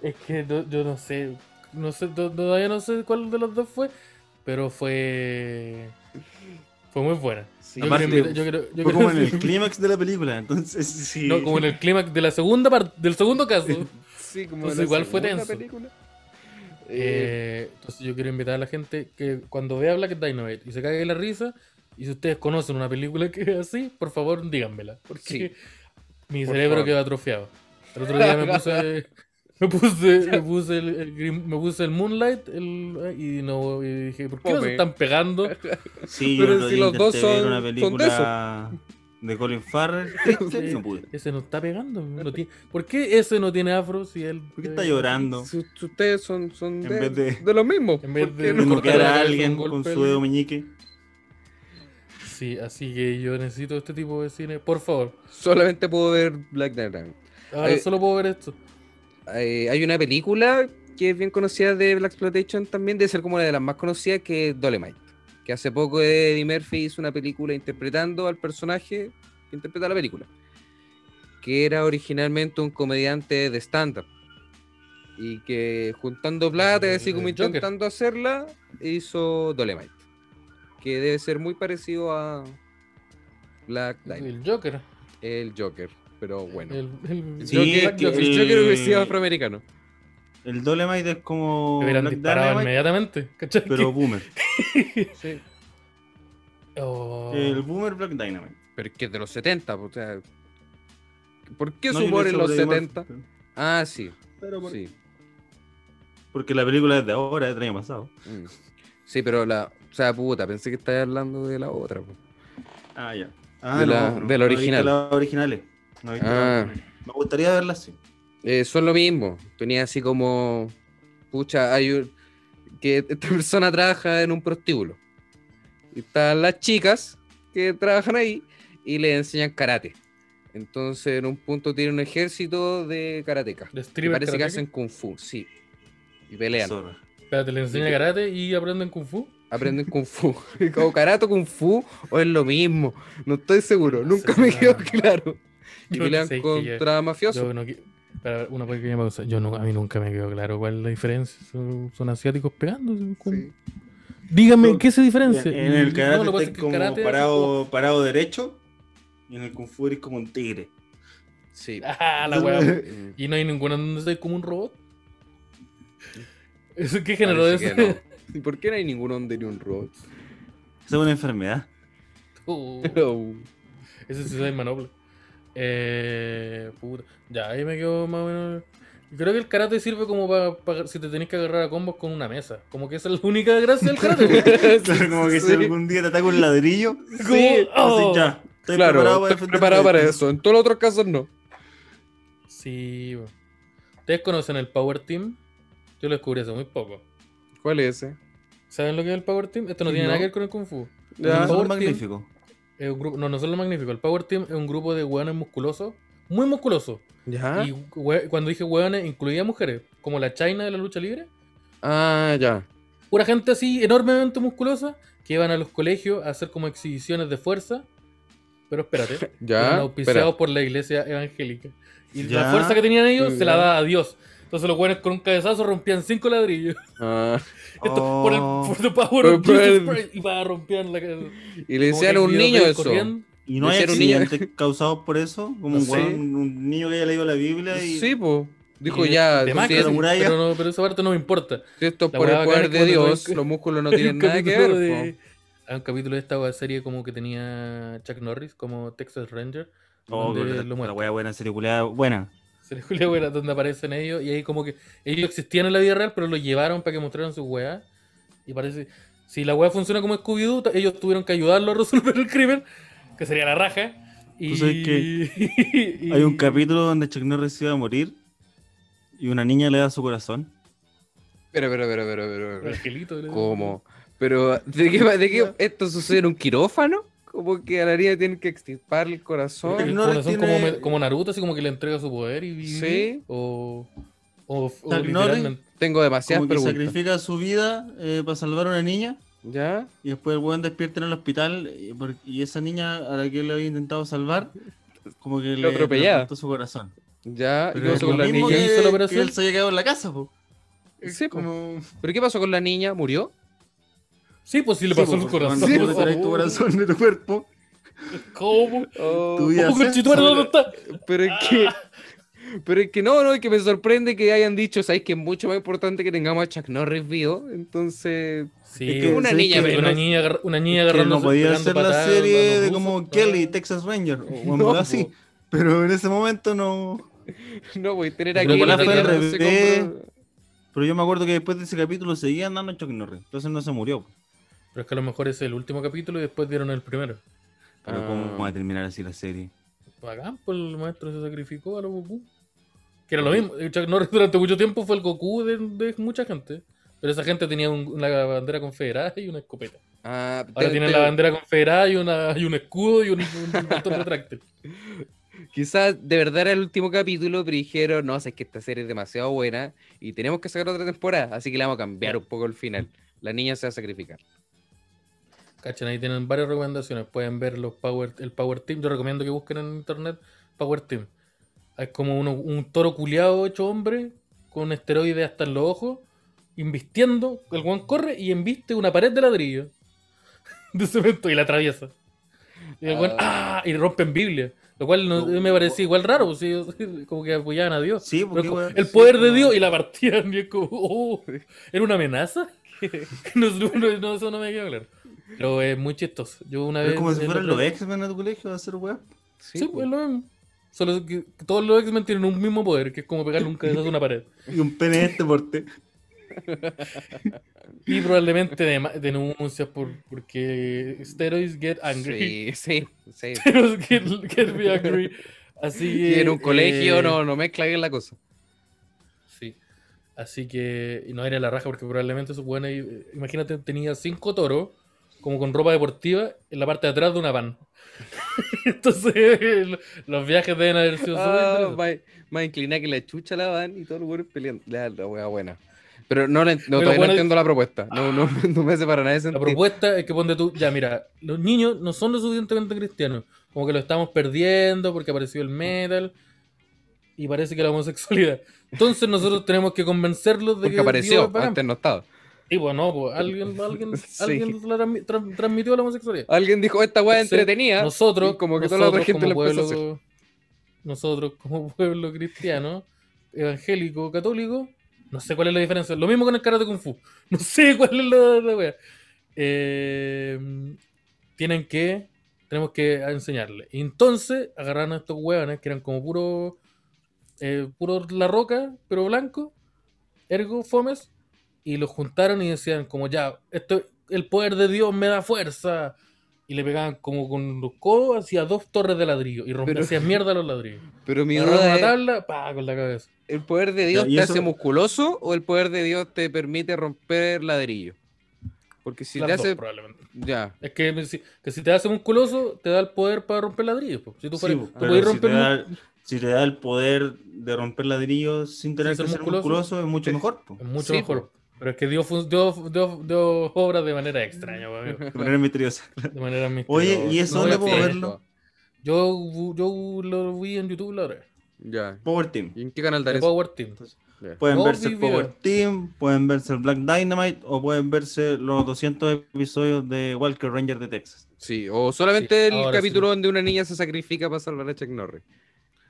Speaker 1: Es que no- yo no sé, no sé, to- todavía no sé cuál de las dos fue, pero fue fue muy buena.
Speaker 2: Sí.
Speaker 1: Yo
Speaker 3: Aparte,
Speaker 1: quiero invitar- yo quiero- yo
Speaker 3: Fue
Speaker 1: quiero-
Speaker 3: como en el clímax de la película. Entonces, sí.
Speaker 1: no, como en el clímax de la segunda parte, del segundo
Speaker 3: (laughs)
Speaker 1: caso.
Speaker 2: Sí,
Speaker 1: Entonces
Speaker 2: como la
Speaker 1: pues igual fue
Speaker 2: segunda
Speaker 1: tenso.
Speaker 2: película. Eh,
Speaker 1: Eh, entonces yo quiero invitar a la gente que cuando vea Black Dynamite y se cague la risa, y si ustedes conocen una película que es así, por favor díganmela, porque
Speaker 2: Sí.
Speaker 1: mi
Speaker 2: Por
Speaker 1: cerebro
Speaker 2: favor.
Speaker 1: queda atrofiado. El otro día me puse me puse, me puse el, el Green- me puse el Moonlight el- y no y dije, ¿por qué no se
Speaker 2: Fome.
Speaker 1: están pegando?
Speaker 3: Sí,
Speaker 2: Pero
Speaker 3: yo otro
Speaker 2: si
Speaker 3: día
Speaker 2: los dos
Speaker 3: intenté ver
Speaker 2: son-
Speaker 3: una
Speaker 2: son de
Speaker 3: película de Colin
Speaker 2: (laughs)
Speaker 3: Farrell. triste,
Speaker 1: Sí,
Speaker 3: no pude.
Speaker 1: Ese no está pegando. no tiene- ¿Por qué ese no tiene afro si él.
Speaker 3: ¿Por qué está llorando?
Speaker 2: Si us- ustedes son, son
Speaker 3: En
Speaker 2: de,
Speaker 3: vez de-
Speaker 2: de lo mismo.
Speaker 1: en vez
Speaker 2: ¿por
Speaker 1: de-
Speaker 2: qué
Speaker 1: no
Speaker 3: Como que
Speaker 1: cortaron la
Speaker 3: era
Speaker 1: cabeza
Speaker 3: alguien
Speaker 1: con
Speaker 3: con
Speaker 1: golpe
Speaker 3: su
Speaker 1: al-
Speaker 3: dedo meñique.
Speaker 1: Sí, así que yo necesito este tipo de cine. Por favor.
Speaker 2: Solamente puedo ver Black Dynamite.
Speaker 1: Ahora
Speaker 2: Eh,
Speaker 1: solo puedo ver esto.
Speaker 2: Eh, hay una película que es bien conocida de Black Exploitation también, debe ser como una de las más conocidas, que es Dolemite. Que hace poco Eddie Murphy hizo una película interpretando al personaje que interpreta la película. Que era originalmente un comediante de stand-up. Y que juntando plata y así como
Speaker 1: El Joker.
Speaker 2: intentando hacerla, hizo Dolemite. Que debe ser muy parecido a Black Dynamite,
Speaker 1: El Joker.
Speaker 2: el Joker. Pero bueno.
Speaker 1: El, el
Speaker 3: Sí,
Speaker 1: Joker.
Speaker 3: que-
Speaker 1: Joker.
Speaker 2: el Joker hubiera sido
Speaker 3: el-
Speaker 2: afroamericano.
Speaker 3: El Dolemite es como
Speaker 1: Me hubieran
Speaker 3: Black
Speaker 1: disparado
Speaker 3: Dynamite,
Speaker 1: inmediatamente. ¿Cachai?
Speaker 3: pero boomer.
Speaker 2: Sí.
Speaker 1: (laughs) Oh,
Speaker 3: El boomer Black Dynamite.
Speaker 2: Pero es que es de los 70, o sea. ¿Por qué
Speaker 3: No,
Speaker 2: su
Speaker 3: yo
Speaker 2: humor
Speaker 3: le
Speaker 2: en los
Speaker 3: sobrevivo al-
Speaker 2: 70? Ah, sí.
Speaker 3: Pero por-
Speaker 2: Sí.
Speaker 3: Porque la película es de ahora, es del año pasado.
Speaker 2: Mm. Sí, pero la. O sea, puta, pensé que estabas hablando de la otra. po.
Speaker 3: Ah, ya. Ah,
Speaker 2: De la- de la
Speaker 3: he visto
Speaker 2: original.
Speaker 3: Las originales. No he visto
Speaker 2: Ah.
Speaker 3: las originales. Me gustaría verlas, sí.
Speaker 2: Eh, son lo mismo. Tenía así como. Pucha, hay un- que esta (laughs) persona trabaja en un prostíbulo. Y están las chicas que trabajan ahí y le enseñan karate. Entonces, en un punto tiene un ejército de karatecas.
Speaker 1: de
Speaker 2: Y
Speaker 1: stripper
Speaker 2: parece que
Speaker 1: karateka.
Speaker 2: hacen kung fu, sí. Y pelean.
Speaker 3: Zorra.
Speaker 1: Espérate, le enseña karate y aprenden kung fu.
Speaker 2: aprenden kung fu. (laughs) O karate o kung fu o es lo mismo. No estoy seguro. Nunca me quedó claro. Y
Speaker 1: Yo
Speaker 2: pelean
Speaker 1: sé que
Speaker 2: contra
Speaker 1: yo-
Speaker 2: mafiosos.
Speaker 1: yo no qui- para una pequeña pausa. Yo no, a mí nunca me quedó claro cuál es la diferencia. Son, son asiáticos pegando.
Speaker 2: Sí.
Speaker 1: Dígame,
Speaker 3: No,
Speaker 1: ¿qué se diferencia?
Speaker 3: En el
Speaker 1: Y-
Speaker 3: karate
Speaker 1: no, lo que pasa
Speaker 3: estáis
Speaker 1: es que el
Speaker 3: como
Speaker 1: karate es como-
Speaker 3: parado, parado derecho y en el kung fu eres como un tigre.
Speaker 2: Sí.
Speaker 1: Ah, la
Speaker 3: (laughs)
Speaker 1: wea. Y no hay ninguna donde estáis como un robot. ¿Eso (laughs) ¿Qué generó
Speaker 2: Parece
Speaker 1: eso?
Speaker 2: que no. ¿Y por qué no hay ningún hombre ni un robot?
Speaker 3: Esa es una enfermedad.
Speaker 1: (laughs) Oh,
Speaker 2: Oh.
Speaker 1: Ese sí es manopla. Eh, puta. Ya, ahí me quedo más o menos. Creo que el karate sirve como para si te tenés que agarrar a combos con una mesa. Como que esa es la única gracia del karate.
Speaker 2: (laughs)
Speaker 1: güey.
Speaker 3: Claro, como
Speaker 2: (laughs)
Speaker 3: que
Speaker 2: Sí.
Speaker 3: si algún día te ataca un ladrillo,
Speaker 1: Como,
Speaker 2: Sí,
Speaker 1: oh.
Speaker 3: así ya. Estoy
Speaker 2: Claro,
Speaker 3: preparado para
Speaker 2: estoy
Speaker 3: defenderme
Speaker 2: preparado
Speaker 3: de
Speaker 2: para
Speaker 3: esto.
Speaker 2: eso. En todos los otros casos no.
Speaker 1: Sí, bo. ¿Ustedes conocen el Power Team? Yo lo descubrí hace muy poco.
Speaker 2: ¿Cuál es ese?
Speaker 1: ¿Saben lo que es el Power Team? Esto no tiene
Speaker 3: No.
Speaker 1: nada que ver con el Kung Fu.
Speaker 3: Es un
Speaker 2: Ya.
Speaker 1: Power
Speaker 3: sabor
Speaker 1: Team.
Speaker 3: magnífico.
Speaker 1: es un grupo, no, no son los magníficos. El Power Team es un grupo de hueones musculosos, muy musculosos.
Speaker 2: ¿Ya?
Speaker 1: Y hue- cuando dije hueones, incluía mujeres, como la China de la lucha libre.
Speaker 2: Ah, ya.
Speaker 1: Pura gente así, enormemente musculosa, que iban a los colegios a hacer como exhibiciones de fuerza. Pero espérate, eran
Speaker 2: (laughs) Ya.
Speaker 1: auspiciados
Speaker 2: Espera.
Speaker 1: por la iglesia evangélica. Y la
Speaker 3: Ya.
Speaker 1: fuerza que tenían ellos se la
Speaker 2: Ya.
Speaker 1: daba a Dios. Entonces los hueones con un cabezazo rompían cinco ladrillos. (laughs)
Speaker 2: Ah,
Speaker 1: Esto,
Speaker 3: Oh.
Speaker 1: por, el, por the power of
Speaker 2: Por- por
Speaker 1: Jesus
Speaker 2: el-
Speaker 1: Christ. Y para romper la cabeza.
Speaker 2: y le decían a un niño eso.
Speaker 3: ¿Y no hay
Speaker 2: Ser un niño.
Speaker 3: accidentes causados por eso? Como
Speaker 2: No
Speaker 3: un,
Speaker 2: sé.
Speaker 3: weón- un niño que haya leído la Biblia y...
Speaker 2: Sí, pues. Dijo ya,
Speaker 1: De
Speaker 2: si
Speaker 1: Max,
Speaker 3: es-
Speaker 1: pero,
Speaker 2: esto-
Speaker 3: muralla.
Speaker 1: no, pero esa parte no me importa.
Speaker 2: si esto es
Speaker 1: la
Speaker 2: por
Speaker 1: weá
Speaker 2: el
Speaker 1: bacana
Speaker 2: poder
Speaker 1: es que
Speaker 2: de
Speaker 1: cuando te
Speaker 2: Dios,
Speaker 1: encu-
Speaker 2: los músculos
Speaker 3: (laughs)
Speaker 2: no
Speaker 1: Hay (laughs) un
Speaker 2: tienen nada que ver.
Speaker 1: capítulo
Speaker 2: po.
Speaker 1: de- Hay un capítulo de esta serie como que tenía Chuck Norris como Texas Ranger.
Speaker 3: Oh,
Speaker 1: donde
Speaker 3: la,
Speaker 1: lo
Speaker 3: la
Speaker 1: muestra.
Speaker 3: wea buena, serie culiada, buena.
Speaker 1: Se le Julia Güera, donde aparecen ellos. Y ahí como que ellos existían en la vida real, pero los llevaron para que mostraran sus weas. Y parece. Si la wea funciona como Scooby-Doo, ta- ellos tuvieron que ayudarlo a resolver el crimen, que sería la raja. Y...
Speaker 3: Tú sabes
Speaker 1: (laughs) y-
Speaker 3: Pues Hay un capítulo donde Chuck Norris se iba a morir y una niña le da su corazón.
Speaker 2: Pero, pero, pero, pero, pero, pero.
Speaker 1: Angelito,
Speaker 3: (laughs)
Speaker 1: ¿no?
Speaker 2: ¿Cómo? Pero, ¿de qué, de qué esto sucede en un quirófano? Como que a la niña tienen que extirpar el
Speaker 1: Porque
Speaker 3: Chuck
Speaker 1: el
Speaker 2: corazón.
Speaker 3: Norris
Speaker 1: corazón como,
Speaker 3: tiene-
Speaker 1: me- como Naruto, así como que le entrega su poder y vive,
Speaker 2: Sí.
Speaker 1: O, o, o
Speaker 3: Norris-
Speaker 1: literalmente.
Speaker 2: Tengo demasiadas
Speaker 3: Como que
Speaker 2: preguntas.
Speaker 3: sacrifica su vida eh, para salvar a una niña
Speaker 2: ¿Ya?
Speaker 3: y después el weón despierta en el hospital y, por- y esa niña a la que él había intentado salvar, como que le
Speaker 2: atropellaba.
Speaker 3: le cortó su corazón.
Speaker 2: ¿Ya? ¿Y qué
Speaker 3: Pero es
Speaker 2: pasó
Speaker 3: lo
Speaker 2: con la
Speaker 3: mismo
Speaker 2: niña?
Speaker 1: ¿Hizo
Speaker 3: que,
Speaker 1: la operación?
Speaker 3: que él se había quedado en la casa, po. Es
Speaker 2: Sí, po.
Speaker 3: como...
Speaker 2: ¿Pero qué pasó con la niña? ¿Murió?
Speaker 1: Sí, pues sí le
Speaker 3: Sí,
Speaker 1: pasó
Speaker 3: po,
Speaker 1: el corazón.
Speaker 3: cuando
Speaker 2: Sí,
Speaker 3: tú
Speaker 2: po.
Speaker 3: retiras tu corazón de tu cuerpo.
Speaker 1: ¿Cómo?
Speaker 3: Tu
Speaker 2: Oh,
Speaker 3: vida
Speaker 1: ¿Cómo
Speaker 3: se-
Speaker 1: conchetumare, dónde está?
Speaker 2: pero es que. Pero es que no, no, es que me sorprende que hayan dicho, ¿sabes? Que es mucho más importante que tengamos a Chuck Norris vivo. Entonces. (laughs)
Speaker 1: Sí,
Speaker 3: Es
Speaker 2: que una
Speaker 1: sí,
Speaker 2: niña
Speaker 1: que
Speaker 2: menos.
Speaker 1: Una niña, agarra- una niña
Speaker 3: Que
Speaker 1: agarrando.
Speaker 3: no podía hacer la serie de como Kelly, Texas Ranger, o
Speaker 2: No,
Speaker 3: algo así.
Speaker 2: po.
Speaker 3: Pero en ese momento no.
Speaker 2: No, voy a tener
Speaker 1: Pero
Speaker 2: aquí.
Speaker 1: igual fue
Speaker 2: no sé
Speaker 1: al
Speaker 2: qué, no sé
Speaker 3: revés.
Speaker 2: cómo-
Speaker 3: Pero yo me acuerdo que después de ese capítulo seguía andando Chuck Norris. Entonces no se murió. po.
Speaker 1: Pero es que a lo mejor es el último capítulo y después dieron el primero.
Speaker 3: Pero
Speaker 2: Ah.
Speaker 3: cómo va a terminar así la serie.
Speaker 1: Bacán, pues el maestro se sacrificó a los Goku. Que era lo mismo. eh, Chuck Norris durante mucho tiempo fue el Goku de, de mucha gente. Pero esa gente tenía un- una bandera confederada y una escopeta.
Speaker 2: Ah, te-
Speaker 1: Ahora tienen
Speaker 2: te-
Speaker 1: la bandera confederada y, una, y un escudo y un, un, un bastón retráctil.
Speaker 2: Quizás de verdad era el último capítulo, pero dijeron, no, sé que esta serie es demasiado buena y tenemos que sacar otra temporada, así que le vamos a cambiar un poco el final. La niña se va a sacrificar.
Speaker 1: Cachan, ahí tienen varias recomendaciones. Pueden ver los Power, el Power Team. Yo recomiendo que busquen en internet Power Team. Es como uno- un toro culiado hecho hombre, con esteroides hasta en los ojos, invistiendo. El guan corre y embiste una pared de ladrillo (laughs) de cemento y la atraviesa. Y el weón, ¡ah! y rompen Biblia. Lo cual no-
Speaker 3: No.
Speaker 1: me parecía igual raro, pues, sí, (laughs) como que apoyaban a Dios.
Speaker 3: Sí,
Speaker 1: Pero
Speaker 3: porque
Speaker 1: es como,
Speaker 3: weón,
Speaker 1: el
Speaker 3: sí,
Speaker 1: poder de
Speaker 3: como-
Speaker 1: Dios y la (laughs) partían. Y es como, oh, ¿era una amenaza? (laughs) no, no, no, no, eso no me queda claro. Pero es muy chistoso. Yo una
Speaker 3: Pero
Speaker 1: vez.
Speaker 3: es como si
Speaker 1: el
Speaker 3: fueran
Speaker 1: otro-
Speaker 3: los X-Men a tu colegio a hacer weón.
Speaker 1: Sí, pues es lo mismo. Solo que todos los X-Men tienen un mismo poder, que es como pegarle un cabezazo a una pared.
Speaker 3: Y un pene de este porte.
Speaker 1: Y probablemente dema- denuncias por, porque steroids get angry.
Speaker 2: Sí, sí, sí.
Speaker 1: (laughs) Steroids get, get me angry. Así
Speaker 2: Y
Speaker 1: que,
Speaker 2: en un colegio
Speaker 1: eh,
Speaker 2: no, no mezcla bien la cosa.
Speaker 1: Sí. Así que y no era la raja porque probablemente supone, imagínate, tenía cinco toros como con ropa deportiva en la parte de atrás de una van. (laughs) Entonces (laughs) los viajes deben haber sido súper
Speaker 2: Ah,
Speaker 1: interesantes.
Speaker 2: más, más inclinada que la chucha la van y todos los buenos peleando. La, la wea buena. Pero no, la, en- no,
Speaker 1: Pero
Speaker 2: todavía
Speaker 1: bueno, ah.
Speaker 2: no entiendo la propuesta. No, no, (laughs) no me hace para nada de
Speaker 1: La
Speaker 2: sentido.
Speaker 1: propuesta es que ponte tú, ya mira, los niños no son lo suficientemente cristianos, como que lo estamos perdiendo porque apareció el metal y parece que la homosexualidad. Entonces nosotros tenemos que convencerlos de que
Speaker 2: Porque
Speaker 1: Dios es
Speaker 2: apareció,
Speaker 1: bacán.
Speaker 2: antes no estaba.
Speaker 1: Y bueno, pues, alguien, alguien,
Speaker 2: (laughs) Sí.
Speaker 1: alguien la transmi- tra- transmitió la homosexualidad.
Speaker 2: Alguien dijo, esta wea
Speaker 1: Entonces,
Speaker 2: entretenida.
Speaker 1: Nosotros,
Speaker 2: y como que toda la
Speaker 1: nosotros
Speaker 2: otra gente
Speaker 1: como
Speaker 2: la empezó a hacer.
Speaker 1: pueblo, nosotros como (laughs) pueblo cristiano, evangélico, católico, no sé cuál es la diferencia. Lo mismo con el karate kung fu. (laughs) No sé cuál es la, la wea. Eh, tienen que, tenemos que enseñarle. Y entonces agarraron a estos hueones que eran como puro, eh, puro la roca, pero blanco, ergo fomes, y los juntaron y decían como ya, esto, el poder de Dios me da fuerza. Y le pegaban como con los codos hacia dos torres de ladrillo y rompían
Speaker 2: Pero-
Speaker 1: hacían mierda los ladrillos.
Speaker 2: Pero (laughs) mi
Speaker 1: Agarraron
Speaker 2: duda
Speaker 1: una
Speaker 2: es-
Speaker 1: tabla, pa, con la cabeza.
Speaker 2: ¿El poder de Dios
Speaker 3: Ya, y
Speaker 2: te
Speaker 3: eso-
Speaker 2: hace musculoso o el poder de Dios te permite romper ladrillo? Porque si
Speaker 1: Las
Speaker 2: te
Speaker 1: dos, pues.
Speaker 2: hace.
Speaker 1: probablemente.
Speaker 2: Ya.
Speaker 1: Es que si, que si te hace musculoso, te da el poder para romper ladrillos. po. Si tú, fueras-
Speaker 3: Sí,
Speaker 1: tú
Speaker 3: pero
Speaker 1: podés
Speaker 3: si, te
Speaker 1: romper
Speaker 3: da, si te da el poder de romper ladrillos sin tener
Speaker 1: Sin ser
Speaker 3: que ser
Speaker 1: musculoso.
Speaker 3: musculoso, es mucho
Speaker 2: Sí.
Speaker 3: mejor. po.
Speaker 1: Es mucho
Speaker 2: Sí,
Speaker 1: mejor. Pero es que dio, fun- dio, dio, dio obras de manera extraña, po, amigo.
Speaker 3: De manera misteriosa.
Speaker 1: (laughs) De manera misteriosa.
Speaker 3: Oye, ¿y eso
Speaker 2: No voy
Speaker 3: dónde
Speaker 2: a
Speaker 3: puedo
Speaker 2: hacer
Speaker 3: verlo?
Speaker 2: esto.
Speaker 1: Yo, bu- yo lo vi en YouTube la otra vez.
Speaker 2: Ya.
Speaker 3: Power Team.
Speaker 2: ¿Y en qué canal
Speaker 1: De
Speaker 2: daré?
Speaker 1: Power Team.
Speaker 2: Ya.
Speaker 3: Pueden
Speaker 1: Dos
Speaker 3: verse el
Speaker 1: videos.
Speaker 3: Power Team, pueden verse el Black Dynamite o pueden verse los 200 episodios de Walker Ranger de Texas.
Speaker 2: Sí, o solamente
Speaker 1: Sí,
Speaker 2: el
Speaker 1: ahora
Speaker 2: capítulo donde una niña se sacrifica para salvar a Chuck Norris.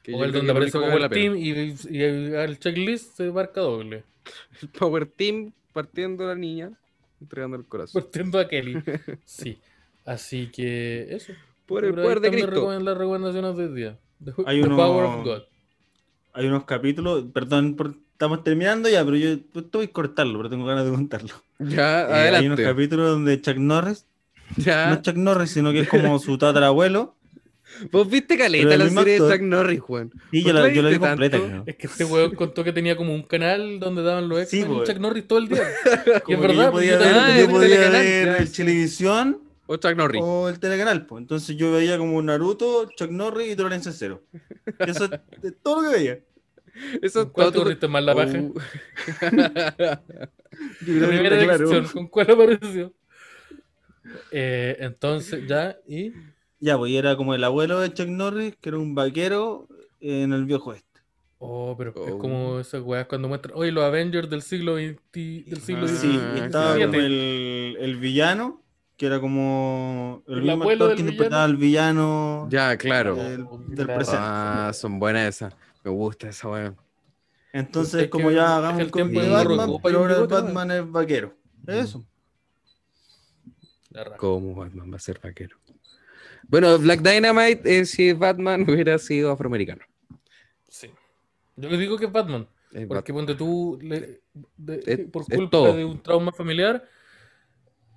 Speaker 2: Que yo
Speaker 1: O el
Speaker 2: creo que
Speaker 1: donde
Speaker 2: es
Speaker 1: aparece
Speaker 2: lo único que vale la
Speaker 1: Power
Speaker 2: pena.
Speaker 1: Team y, y el, al checklist se marca doble.
Speaker 2: El (laughs) Power Team partiendo la niña, entregando el
Speaker 1: (laughs)
Speaker 2: corazón.
Speaker 1: Partiendo a Kelly. Sí. Así que eso.
Speaker 2: Por el
Speaker 1: Por ahí
Speaker 2: poder de
Speaker 1: están mis
Speaker 2: Cristo.
Speaker 1: recome- las recomendaciones de hoy día. The,
Speaker 3: Hay
Speaker 1: The
Speaker 3: uno-
Speaker 1: Power of God.
Speaker 3: Hay unos capítulos, perdón, por- estamos terminando ya, pero yo estoy cortarlo, pero tengo ganas de contarlo.
Speaker 2: Ya,
Speaker 3: Eh, hay unos
Speaker 2: adelante. Ah.
Speaker 3: capítulos donde Chuck Norris, no
Speaker 2: Ya.
Speaker 3: es Chuck Norris, sino que es como su tatarabuelo.
Speaker 2: Vos viste
Speaker 3: Pero
Speaker 2: caleta
Speaker 3: el
Speaker 2: la
Speaker 3: mismo
Speaker 2: serie de
Speaker 3: actor.
Speaker 2: Chuck Norris, Juan.
Speaker 3: Sí,
Speaker 2: ¿Por
Speaker 3: yo
Speaker 2: qué
Speaker 3: la,
Speaker 2: la
Speaker 3: yo la vi
Speaker 2: viste
Speaker 3: completa.
Speaker 2: tanto?
Speaker 3: creo.
Speaker 1: Es que este weón contó que tenía como un canal donde daban los
Speaker 3: Sí,
Speaker 1: extras y
Speaker 3: po.
Speaker 1: Chuck Norris todo el día. Y es
Speaker 3: Como que
Speaker 1: verdad, pues,
Speaker 3: yo podía
Speaker 1: yo
Speaker 3: ver,
Speaker 1: también
Speaker 2: tenía
Speaker 3: yo
Speaker 2: el
Speaker 3: podía
Speaker 2: telecanal,
Speaker 3: ver
Speaker 2: ya,
Speaker 3: el
Speaker 2: sí.
Speaker 3: televisión
Speaker 2: O Chuck Norris.
Speaker 1: Oh,
Speaker 3: o el telecanal. pues. Entonces yo veía como Naruto, Chuck Norris y tolerancia cero. Eso es de todo lo que veía.
Speaker 2: Eso Oh.
Speaker 1: ¿Con
Speaker 2: es
Speaker 1: cuál te
Speaker 2: todo. tu-
Speaker 1: aburriste más la paja?
Speaker 2: Uh.
Speaker 1: (laughs) La
Speaker 2: (laughs)
Speaker 3: Yo creo que
Speaker 1: primera
Speaker 3: está claro.
Speaker 1: elección, ¿con cuál apareció? Eh, entonces, ya, y
Speaker 3: Ya, pues y era como el abuelo de Chuck Norris, que era un vaquero en el viejo oeste.
Speaker 1: Oh, pero es
Speaker 2: Oh.
Speaker 1: como esas weas cuando muestran, oye, los Avengers del siglo XX, del siglo
Speaker 2: Ah,
Speaker 3: Sí,
Speaker 1: XIX,
Speaker 3: y estaba
Speaker 2: claro.
Speaker 3: como el, el villano, que era como el,
Speaker 1: El
Speaker 3: mismo
Speaker 1: abuelo
Speaker 3: actor
Speaker 1: del
Speaker 3: que interpretaba al villano.
Speaker 2: Ya, claro.
Speaker 1: Eh,
Speaker 3: del-
Speaker 1: Oh,
Speaker 3: del
Speaker 1: Claro.
Speaker 3: presente.
Speaker 2: Ah, son buenas esas. Me gusta esa weón.
Speaker 3: Entonces,
Speaker 1: Es
Speaker 3: como
Speaker 1: que
Speaker 3: ya
Speaker 1: es
Speaker 3: hagamos
Speaker 1: el
Speaker 3: el cómic
Speaker 2: tiempo
Speaker 3: de
Speaker 2: de Barro,
Speaker 3: Batman,
Speaker 1: ocupa
Speaker 3: pero
Speaker 1: un
Speaker 3: ahora
Speaker 1: bigote,
Speaker 3: Batman es vaquero. Eso.
Speaker 1: La raja.
Speaker 2: ¿Cómo Batman va a ser vaquero? Bueno, Black Dynamite, eh, si Batman (laughs) hubiera sido afroamericano.
Speaker 1: Sí. Yo les digo que es Batman,
Speaker 2: Es
Speaker 1: porque ponte tú, le- de-
Speaker 2: Es-
Speaker 1: por
Speaker 2: es
Speaker 1: culpa
Speaker 2: todo.
Speaker 1: de un trauma familiar,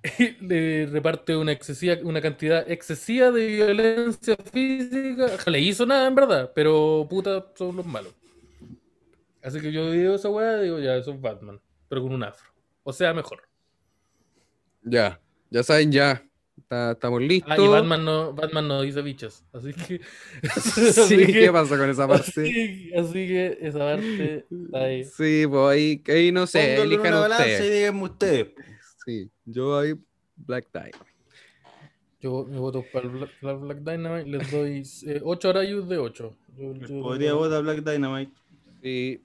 Speaker 1: (laughs) le reparte una excesiva, una cantidad excesiva de violencia física. Ojalá Le hizo nada, en verdad, pero puta, son los malos. Así que yo digo esa wea, digo, ya, eso es Batman, pero con un afro. O sea, mejor.
Speaker 2: Ya, ya saben, ya. Está- estamos listos.
Speaker 1: Ah, y Batman no, Batman no dice bichas, así que. (laughs) así
Speaker 2: (laughs) Sí, ¿qué
Speaker 1: que,
Speaker 2: pasa con esa parte?
Speaker 1: así, (laughs) así que esa parte está ahí.
Speaker 2: Sí, pues ahí, ahí no sé,
Speaker 3: Pónganlo en
Speaker 2: elijan
Speaker 3: una balanza y
Speaker 2: ustedes.
Speaker 3: díganme ustedes.
Speaker 2: Sí, yo ahí Black Dynamite.
Speaker 1: Yo me voto para el Black, la Black Dynamite, les doy 8 arayus de 8.
Speaker 3: Podría votar Black Dynamite.
Speaker 2: Sí,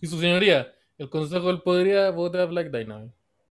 Speaker 1: Y su señoría, el consejo del podría votar Black Dynamite.